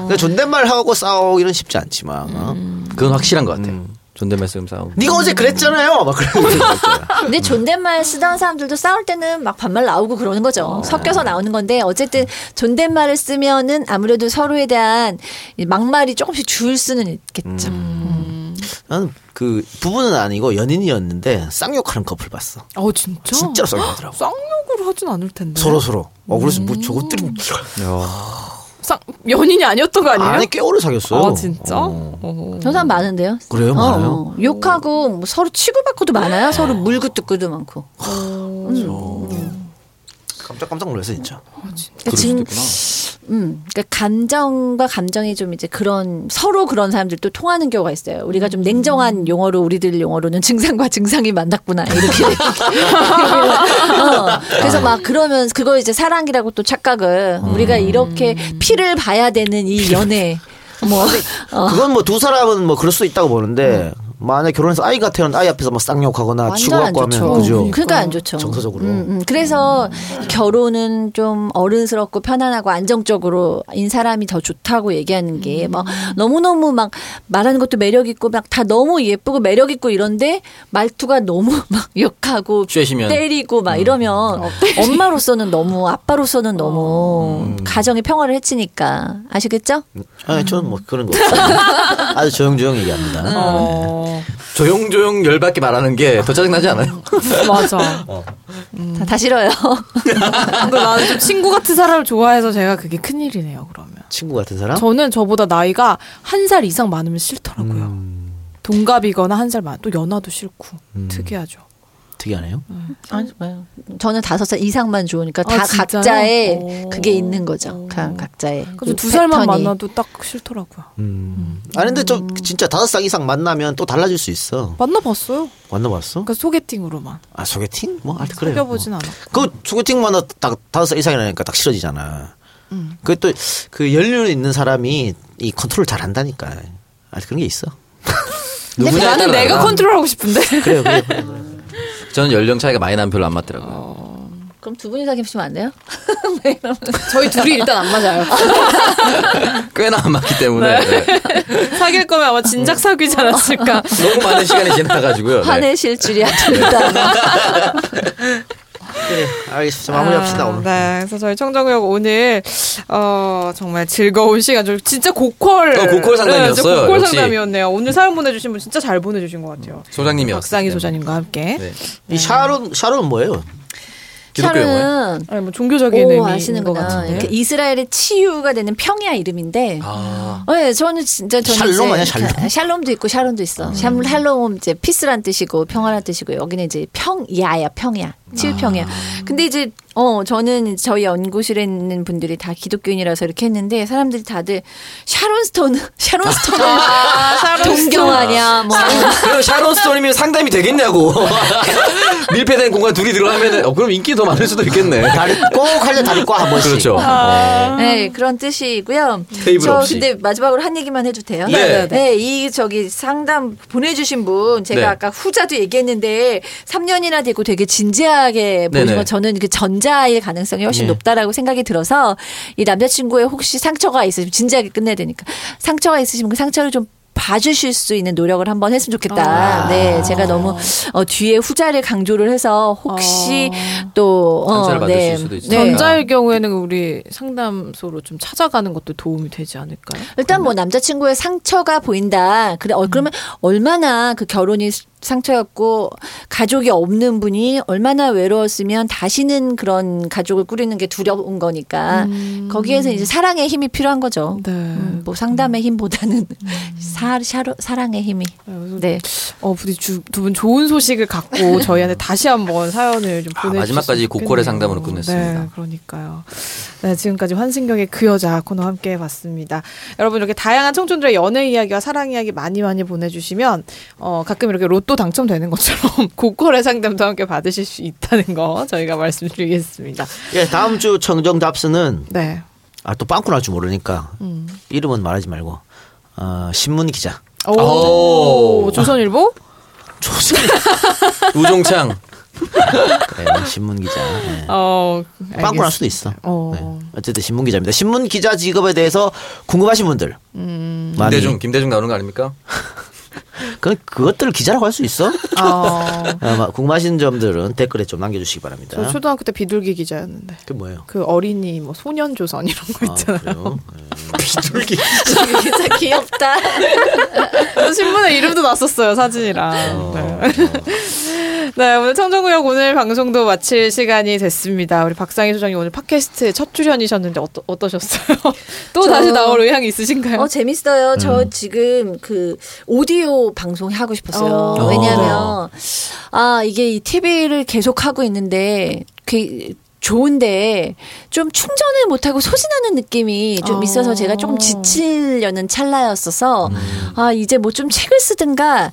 [SPEAKER 3] 근데 존댓말 하고 싸우기는 쉽지 않지만. 어?
[SPEAKER 4] 그건 확실한 것 같아요. 존댓말 쓰면 싸움.
[SPEAKER 3] 네가 어제 그랬잖아요. 막 그런 거 있잖아.
[SPEAKER 5] 근데 존댓말 쓰던 사람들도 싸울 때는 막 반말 나오고 그러는
[SPEAKER 3] 아,
[SPEAKER 5] 거죠.
[SPEAKER 3] 네.
[SPEAKER 5] 섞여서 나오는 건데 어쨌든 존댓말을 쓰면은 아무래도 서로에 대한 이 막말이 조금씩 줄 수는 있겠죠.
[SPEAKER 3] 음. 나는 그 부부는 아니고 연인이었는데 쌍욕하는 커플 봤어.
[SPEAKER 2] 어, 진짜?
[SPEAKER 3] 진짜로 쌍욕하더라고.
[SPEAKER 2] 쌍욕을 하진 않을 텐데.
[SPEAKER 3] 서로 서로. 어 그래서 뭐 저것들은
[SPEAKER 4] 음.
[SPEAKER 2] 쌍 연인이 아니었던 거 아니에요?
[SPEAKER 3] 아니 꽤 오래 사귀었어요.
[SPEAKER 2] 아, 진짜?
[SPEAKER 3] 어.
[SPEAKER 2] 어.
[SPEAKER 5] 음. 저런 사람 많은데요.
[SPEAKER 3] 그래요? 많아요?
[SPEAKER 5] 어, 욕하고 뭐 서로 치고받고도 많아요. 서로 물고 뜯고도 많고.
[SPEAKER 3] 깜짝 깜짝 놀랐어 진짜.
[SPEAKER 5] 그러니까 지금 음, 그러니까 감정과 감정이 좀 이제 그런 서로 그런 사람들도 통하는 경우가 있어요. 우리가 좀 냉정한 용어로 우리들 용어로는 증상과 증상이 만났구나 이렇게. 어, 그래서 막 그러면 그걸 이제 사랑이라고 또 착각을 우리가 이렇게 음. 피를 봐야 되는 이 연애. 뭐 어,
[SPEAKER 2] 아. 음.
[SPEAKER 3] 그건 뭐 두 사람은 뭐 그럴 수도 있다고 보는데 만약 결혼해서 아이가 태어난 아이 앞에서 막 쌍욕하거나
[SPEAKER 5] 완전 안
[SPEAKER 3] 치고받고 하면
[SPEAKER 5] 좋죠.
[SPEAKER 3] 그죠.
[SPEAKER 5] 그러니까 안 좋죠.
[SPEAKER 3] 정서적으로.
[SPEAKER 5] 음, 음. 그래서 결혼은 좀 어른스럽고 편안하고 안정적으로 인 사람이 더 좋다고 얘기하는 게 막 너무너무 막 말하는 것도 매력 있고 막 다 너무 예쁘고 매력 있고 이런데 말투가 너무 막 욕하고
[SPEAKER 4] 쬐시면.
[SPEAKER 5] 때리고
[SPEAKER 3] 음.
[SPEAKER 5] 막 이러면 엄마로서는 너무 아빠로서는 너무
[SPEAKER 3] 음.
[SPEAKER 5] 가정의 평화를 해치니까 아시겠죠?
[SPEAKER 3] 아니 저는 뭐 그런 거 없어요. 아주 조용조용 얘기합니다.
[SPEAKER 2] 어,
[SPEAKER 4] 조용조용 열받게 말하는 게 더 짜증나지 않아요?
[SPEAKER 2] 맞아.
[SPEAKER 5] 다, 다 싫어요.
[SPEAKER 2] 근데 나는 좀 친구 같은 사람을 좋아해서 제가 그게 큰일이네요, 그러면.
[SPEAKER 3] 친구 같은 사람?
[SPEAKER 2] 저는 저보다 나이가 한 살 이상 많으면 싫더라고요.
[SPEAKER 3] 음.
[SPEAKER 2] 동갑이거나 한 살 많, 또 연하도 싫고. 특이하죠.
[SPEAKER 3] 특이하네요.
[SPEAKER 5] 음. 저는 다섯 살 이상만 좋으니까
[SPEAKER 2] 아,
[SPEAKER 5] 다
[SPEAKER 2] 진짜요?
[SPEAKER 5] 각자의
[SPEAKER 2] 오.
[SPEAKER 5] 그게 있는 거죠. 각- 각자의.
[SPEAKER 2] 그래서
[SPEAKER 5] 그
[SPEAKER 2] 두 살만
[SPEAKER 5] 패턴이.
[SPEAKER 2] 만나도 딱 싫더라고요.
[SPEAKER 3] 아니 근데 좀 진짜 다섯 살 이상 만나면 또 달라질 수 있어.
[SPEAKER 2] 만나봤어요.
[SPEAKER 3] 만나봤어?
[SPEAKER 2] 그러니까 소개팅으로만.
[SPEAKER 3] 아 소개팅? 뭐 하여튼 그래요.
[SPEAKER 2] 사귀어보진
[SPEAKER 3] 뭐.
[SPEAKER 2] 않아.
[SPEAKER 3] 그 소개팅 만나 딱 다섯 살 이상이라니까 딱 싫어지잖아.
[SPEAKER 2] 음.
[SPEAKER 3] 그게 또 그 연륜 있는 사람이 이 컨트롤 잘 한다니까. 아 그런 게 있어.
[SPEAKER 4] 누구냐에
[SPEAKER 2] 나는
[SPEAKER 4] 따라
[SPEAKER 2] 내가
[SPEAKER 4] 달라.
[SPEAKER 2] 컨트롤하고 싶은데.
[SPEAKER 3] 그래요, 그래요. 그래요.
[SPEAKER 4] 저는 연령 차이가 많이 나면 별로 안 맞더라고요.
[SPEAKER 5] 그럼 두 분이 사귀시면 안 돼요?
[SPEAKER 2] 저희 둘이 일단 안 맞아요.
[SPEAKER 4] 꽤나 안 맞기 때문에 네.
[SPEAKER 2] 사귈 거면 아마 진작 사귀지 않았을까.
[SPEAKER 4] 너무 많은 시간이 지나가지고요. 네.
[SPEAKER 5] 화내실 줄이야 둘다
[SPEAKER 3] 그래, 알겠습니다. 마무리합시다
[SPEAKER 2] 아,
[SPEAKER 3] 오늘.
[SPEAKER 2] 네, 그래서 저희 청정역 오늘 어 정말 즐거운 시간, 좀 진짜 고퀄, 네,
[SPEAKER 4] 어, 고퀄 상담이었어요,
[SPEAKER 2] 진짜 고퀄
[SPEAKER 4] 역시.
[SPEAKER 2] 상담이었네요. 오늘 사연 보내주신 분 진짜 잘 보내주신 것 같아요.
[SPEAKER 4] 소장님이
[SPEAKER 2] 박상희 소장님과 함께.
[SPEAKER 4] 네.
[SPEAKER 3] 이 샤론 샤론은 뭐예요?
[SPEAKER 4] 기독교 영화요?
[SPEAKER 2] 아니 뭐 종교적인
[SPEAKER 5] 오
[SPEAKER 2] 의미인 것
[SPEAKER 5] 아시는구나.
[SPEAKER 2] 같은데.
[SPEAKER 5] 그 이스라엘의 치유가 되는 평야 이름인데.
[SPEAKER 4] 아,
[SPEAKER 5] 네, 저는 진짜
[SPEAKER 3] 샬롬
[SPEAKER 5] 저는 이제 그,
[SPEAKER 3] 아니야, 샬롬? 음.
[SPEAKER 5] 샬롬도 있고 샬롬도 있어. 샬롬, 샬롬 이제 피스란 뜻이고 평화란 뜻이고 여기는 이제 평야야 평야 치유평야.
[SPEAKER 3] 아.
[SPEAKER 5] 근데 이제 어 저는 저희 연구실에 있는 분들이 다 기독교인이라서 이렇게 했는데 사람들이 다들 샤론스톤 샤론스톤
[SPEAKER 3] 아,
[SPEAKER 5] 동경하냐 뭐
[SPEAKER 4] 그럼 샤론 스톤이면 상담이 되겠냐고. 밀폐된 공간 둘이 들어가면 어, 그럼 인기 더 많을 수도 있겠네.
[SPEAKER 3] 다리 꼭할때 다리 꽉한 번씩. 어.
[SPEAKER 4] 그렇죠.
[SPEAKER 2] 아.
[SPEAKER 5] 네, 그런 뜻이고요.
[SPEAKER 4] 테이블
[SPEAKER 5] 저
[SPEAKER 4] 없이.
[SPEAKER 5] 근데 마지막으로 한 얘기만 해도 돼요?
[SPEAKER 4] 네. 네, 네,
[SPEAKER 5] 이 저기 상담 보내주신 분 제가
[SPEAKER 4] 네.
[SPEAKER 5] 아까 후자도 얘기했는데 3년이나 되고 되게 진지하게
[SPEAKER 4] 네,
[SPEAKER 5] 보시면
[SPEAKER 4] 네.
[SPEAKER 5] 저는 그 전자일 가능성이 훨씬
[SPEAKER 3] 네.
[SPEAKER 5] 높다라고 생각이 들어서 이 남자친구에 혹시 상처가 있으시면 진지하게 끝내야 되니까 상처가 있으시면 그 상처를 좀 봐주실 수 있는 노력을 한번 했으면 좋겠다. 네, 제가 너무 어, 뒤에 후자를 강조를 해서 혹시 또 어,
[SPEAKER 4] 상처를 받으실 수도 있으니까.
[SPEAKER 5] 네.
[SPEAKER 2] 전자일 경우에는 우리 상담소로 좀 찾아가는 것도 도움이 되지 않을까요?
[SPEAKER 5] 일단 뭐 남자친구의 상처가 보인다. 그래,
[SPEAKER 2] 음.
[SPEAKER 5] 어, 그러면 얼마나 그 결혼이 상처였고 가족이 없는 분이 얼마나 외로웠으면 다시는 그런 가족을 꾸리는 게 두려운 거니까
[SPEAKER 2] 음.
[SPEAKER 5] 거기에서 이제 사랑의 힘이 필요한 거죠.
[SPEAKER 2] 네.
[SPEAKER 5] 음, 뭐 상담의 힘보다는
[SPEAKER 2] 음.
[SPEAKER 5] 사, 샤로, 사랑의 힘이. 네.
[SPEAKER 2] 어, 부디 두 분 좋은 소식을 갖고 저희한테 다시 한번 사연을 좀
[SPEAKER 4] 아,
[SPEAKER 2] 보내주셨으면
[SPEAKER 4] 마지막까지 고퀄의
[SPEAKER 2] 좋겠네요.
[SPEAKER 4] 상담으로 끝냈습니다.
[SPEAKER 2] 네, 그러니까요. 네, 지금까지 환승경의 그 여자 코너 함께 해봤습니다. 여러분 이렇게 다양한 청춘들의 연애 이야기와 사랑 이야기 많이 많이 보내주시면 어, 가끔 이렇게 로또 당첨되는 것처럼 고퀄의 상담도 함께 받으실 수 있다는 거 저희가 말씀드리겠습니다.
[SPEAKER 3] 예, 다음 주 청정 잡스는
[SPEAKER 2] 네.
[SPEAKER 3] 아 또 빵꾸 날 줄 모르니까
[SPEAKER 2] 음.
[SPEAKER 3] 이름은 말하지 말고 어, 신문 기자.
[SPEAKER 2] 오, 조선일보?
[SPEAKER 3] 조선
[SPEAKER 4] 우종창.
[SPEAKER 3] 네, 신문 기자. 예.
[SPEAKER 2] 어,
[SPEAKER 3] 빵꾸
[SPEAKER 2] 알겠습니다.
[SPEAKER 3] 날 수도 있어.
[SPEAKER 2] 어.
[SPEAKER 3] 네. 어쨌든 신문 기자입니다. 신문 기자 직업에 대해서 궁금하신 분들.
[SPEAKER 2] 음.
[SPEAKER 3] 많이.
[SPEAKER 4] 김대중, 김대중 나오는 거 아닙니까?
[SPEAKER 3] 그 그것들을 기자라고 할 수 있어?
[SPEAKER 2] 어,
[SPEAKER 3] 아마 궁금하신 점들은 댓글에 좀 남겨주시기 바랍니다.
[SPEAKER 2] 저 초등학교 때 비둘기 기자였는데.
[SPEAKER 3] 그 뭐예요?
[SPEAKER 2] 그 어린이 뭐 소년 조선 이런 거 있잖아요.
[SPEAKER 3] 그래요? 네. 비둘기.
[SPEAKER 5] 진짜 귀엽다.
[SPEAKER 2] 신문에 이름도 났었어요 사진이랑. 네. 네 오늘 청정구역 오늘 방송도 마칠 시간이 됐습니다. 우리 박상희 소장님 오늘 팟캐스트 첫 출연이셨는데 어떠, 어떠셨어요? 또
[SPEAKER 5] 저-
[SPEAKER 2] 다시 나올 의향이 있으신가요?
[SPEAKER 5] 어, 재밌어요. 저 지금 그 오디오 방송 하고 싶었어요.
[SPEAKER 2] 어.
[SPEAKER 5] 왜냐하면 아 이게 이 TV를 계속 하고 있는데 그 좋은데 좀 충전을 못하고 소진하는 느낌이 좀
[SPEAKER 2] 어.
[SPEAKER 5] 있어서 제가 조금 지치려는 찰나였어서 아 이제 뭐 좀 책을 쓰든가.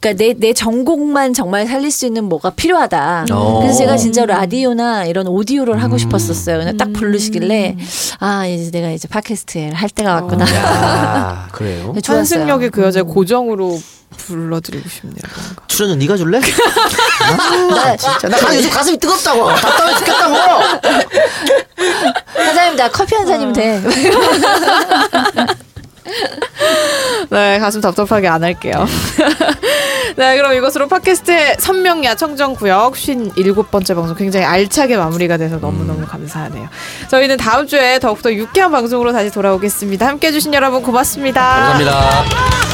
[SPEAKER 5] 그러니까 내, 내 전공만 정말 살릴 수 있는 뭐가 필요하다.
[SPEAKER 4] 어.
[SPEAKER 5] 그래서 제가 진짜 라디오나 이런 오디오를 하고 싶었었어요. 근데
[SPEAKER 3] 음.
[SPEAKER 5] 딱 부르시길래 아 이제 내가 이제
[SPEAKER 3] 어.
[SPEAKER 5] 팟캐스트를 할 때가 왔구나.
[SPEAKER 3] 아, 그래요?
[SPEAKER 5] 네, 좋았어요.
[SPEAKER 2] 한승역의 그 여자 고정으로 불러드리고 싶네요. 뭔가.
[SPEAKER 3] 출연료 네가 줄래? 아, 진짜. 나 요즘 가슴이 뜨겁다고. 답답해 죽겠다고.
[SPEAKER 5] 사장님 나 커피 한
[SPEAKER 3] 어.
[SPEAKER 5] 잔이면 돼.
[SPEAKER 2] 네, 가슴 답답하게 안 할게요. 네, 그럼 이것으로 팟캐스트의 선명야 청정구역 57번째 방송 굉장히 알차게 마무리가 돼서 너무너무 감사하네요. 저희는 다음 주에 더욱더 유쾌한 방송으로 다시 돌아오겠습니다. 함께 해주신 여러분 고맙습니다.
[SPEAKER 4] 감사합니다.
[SPEAKER 6] 아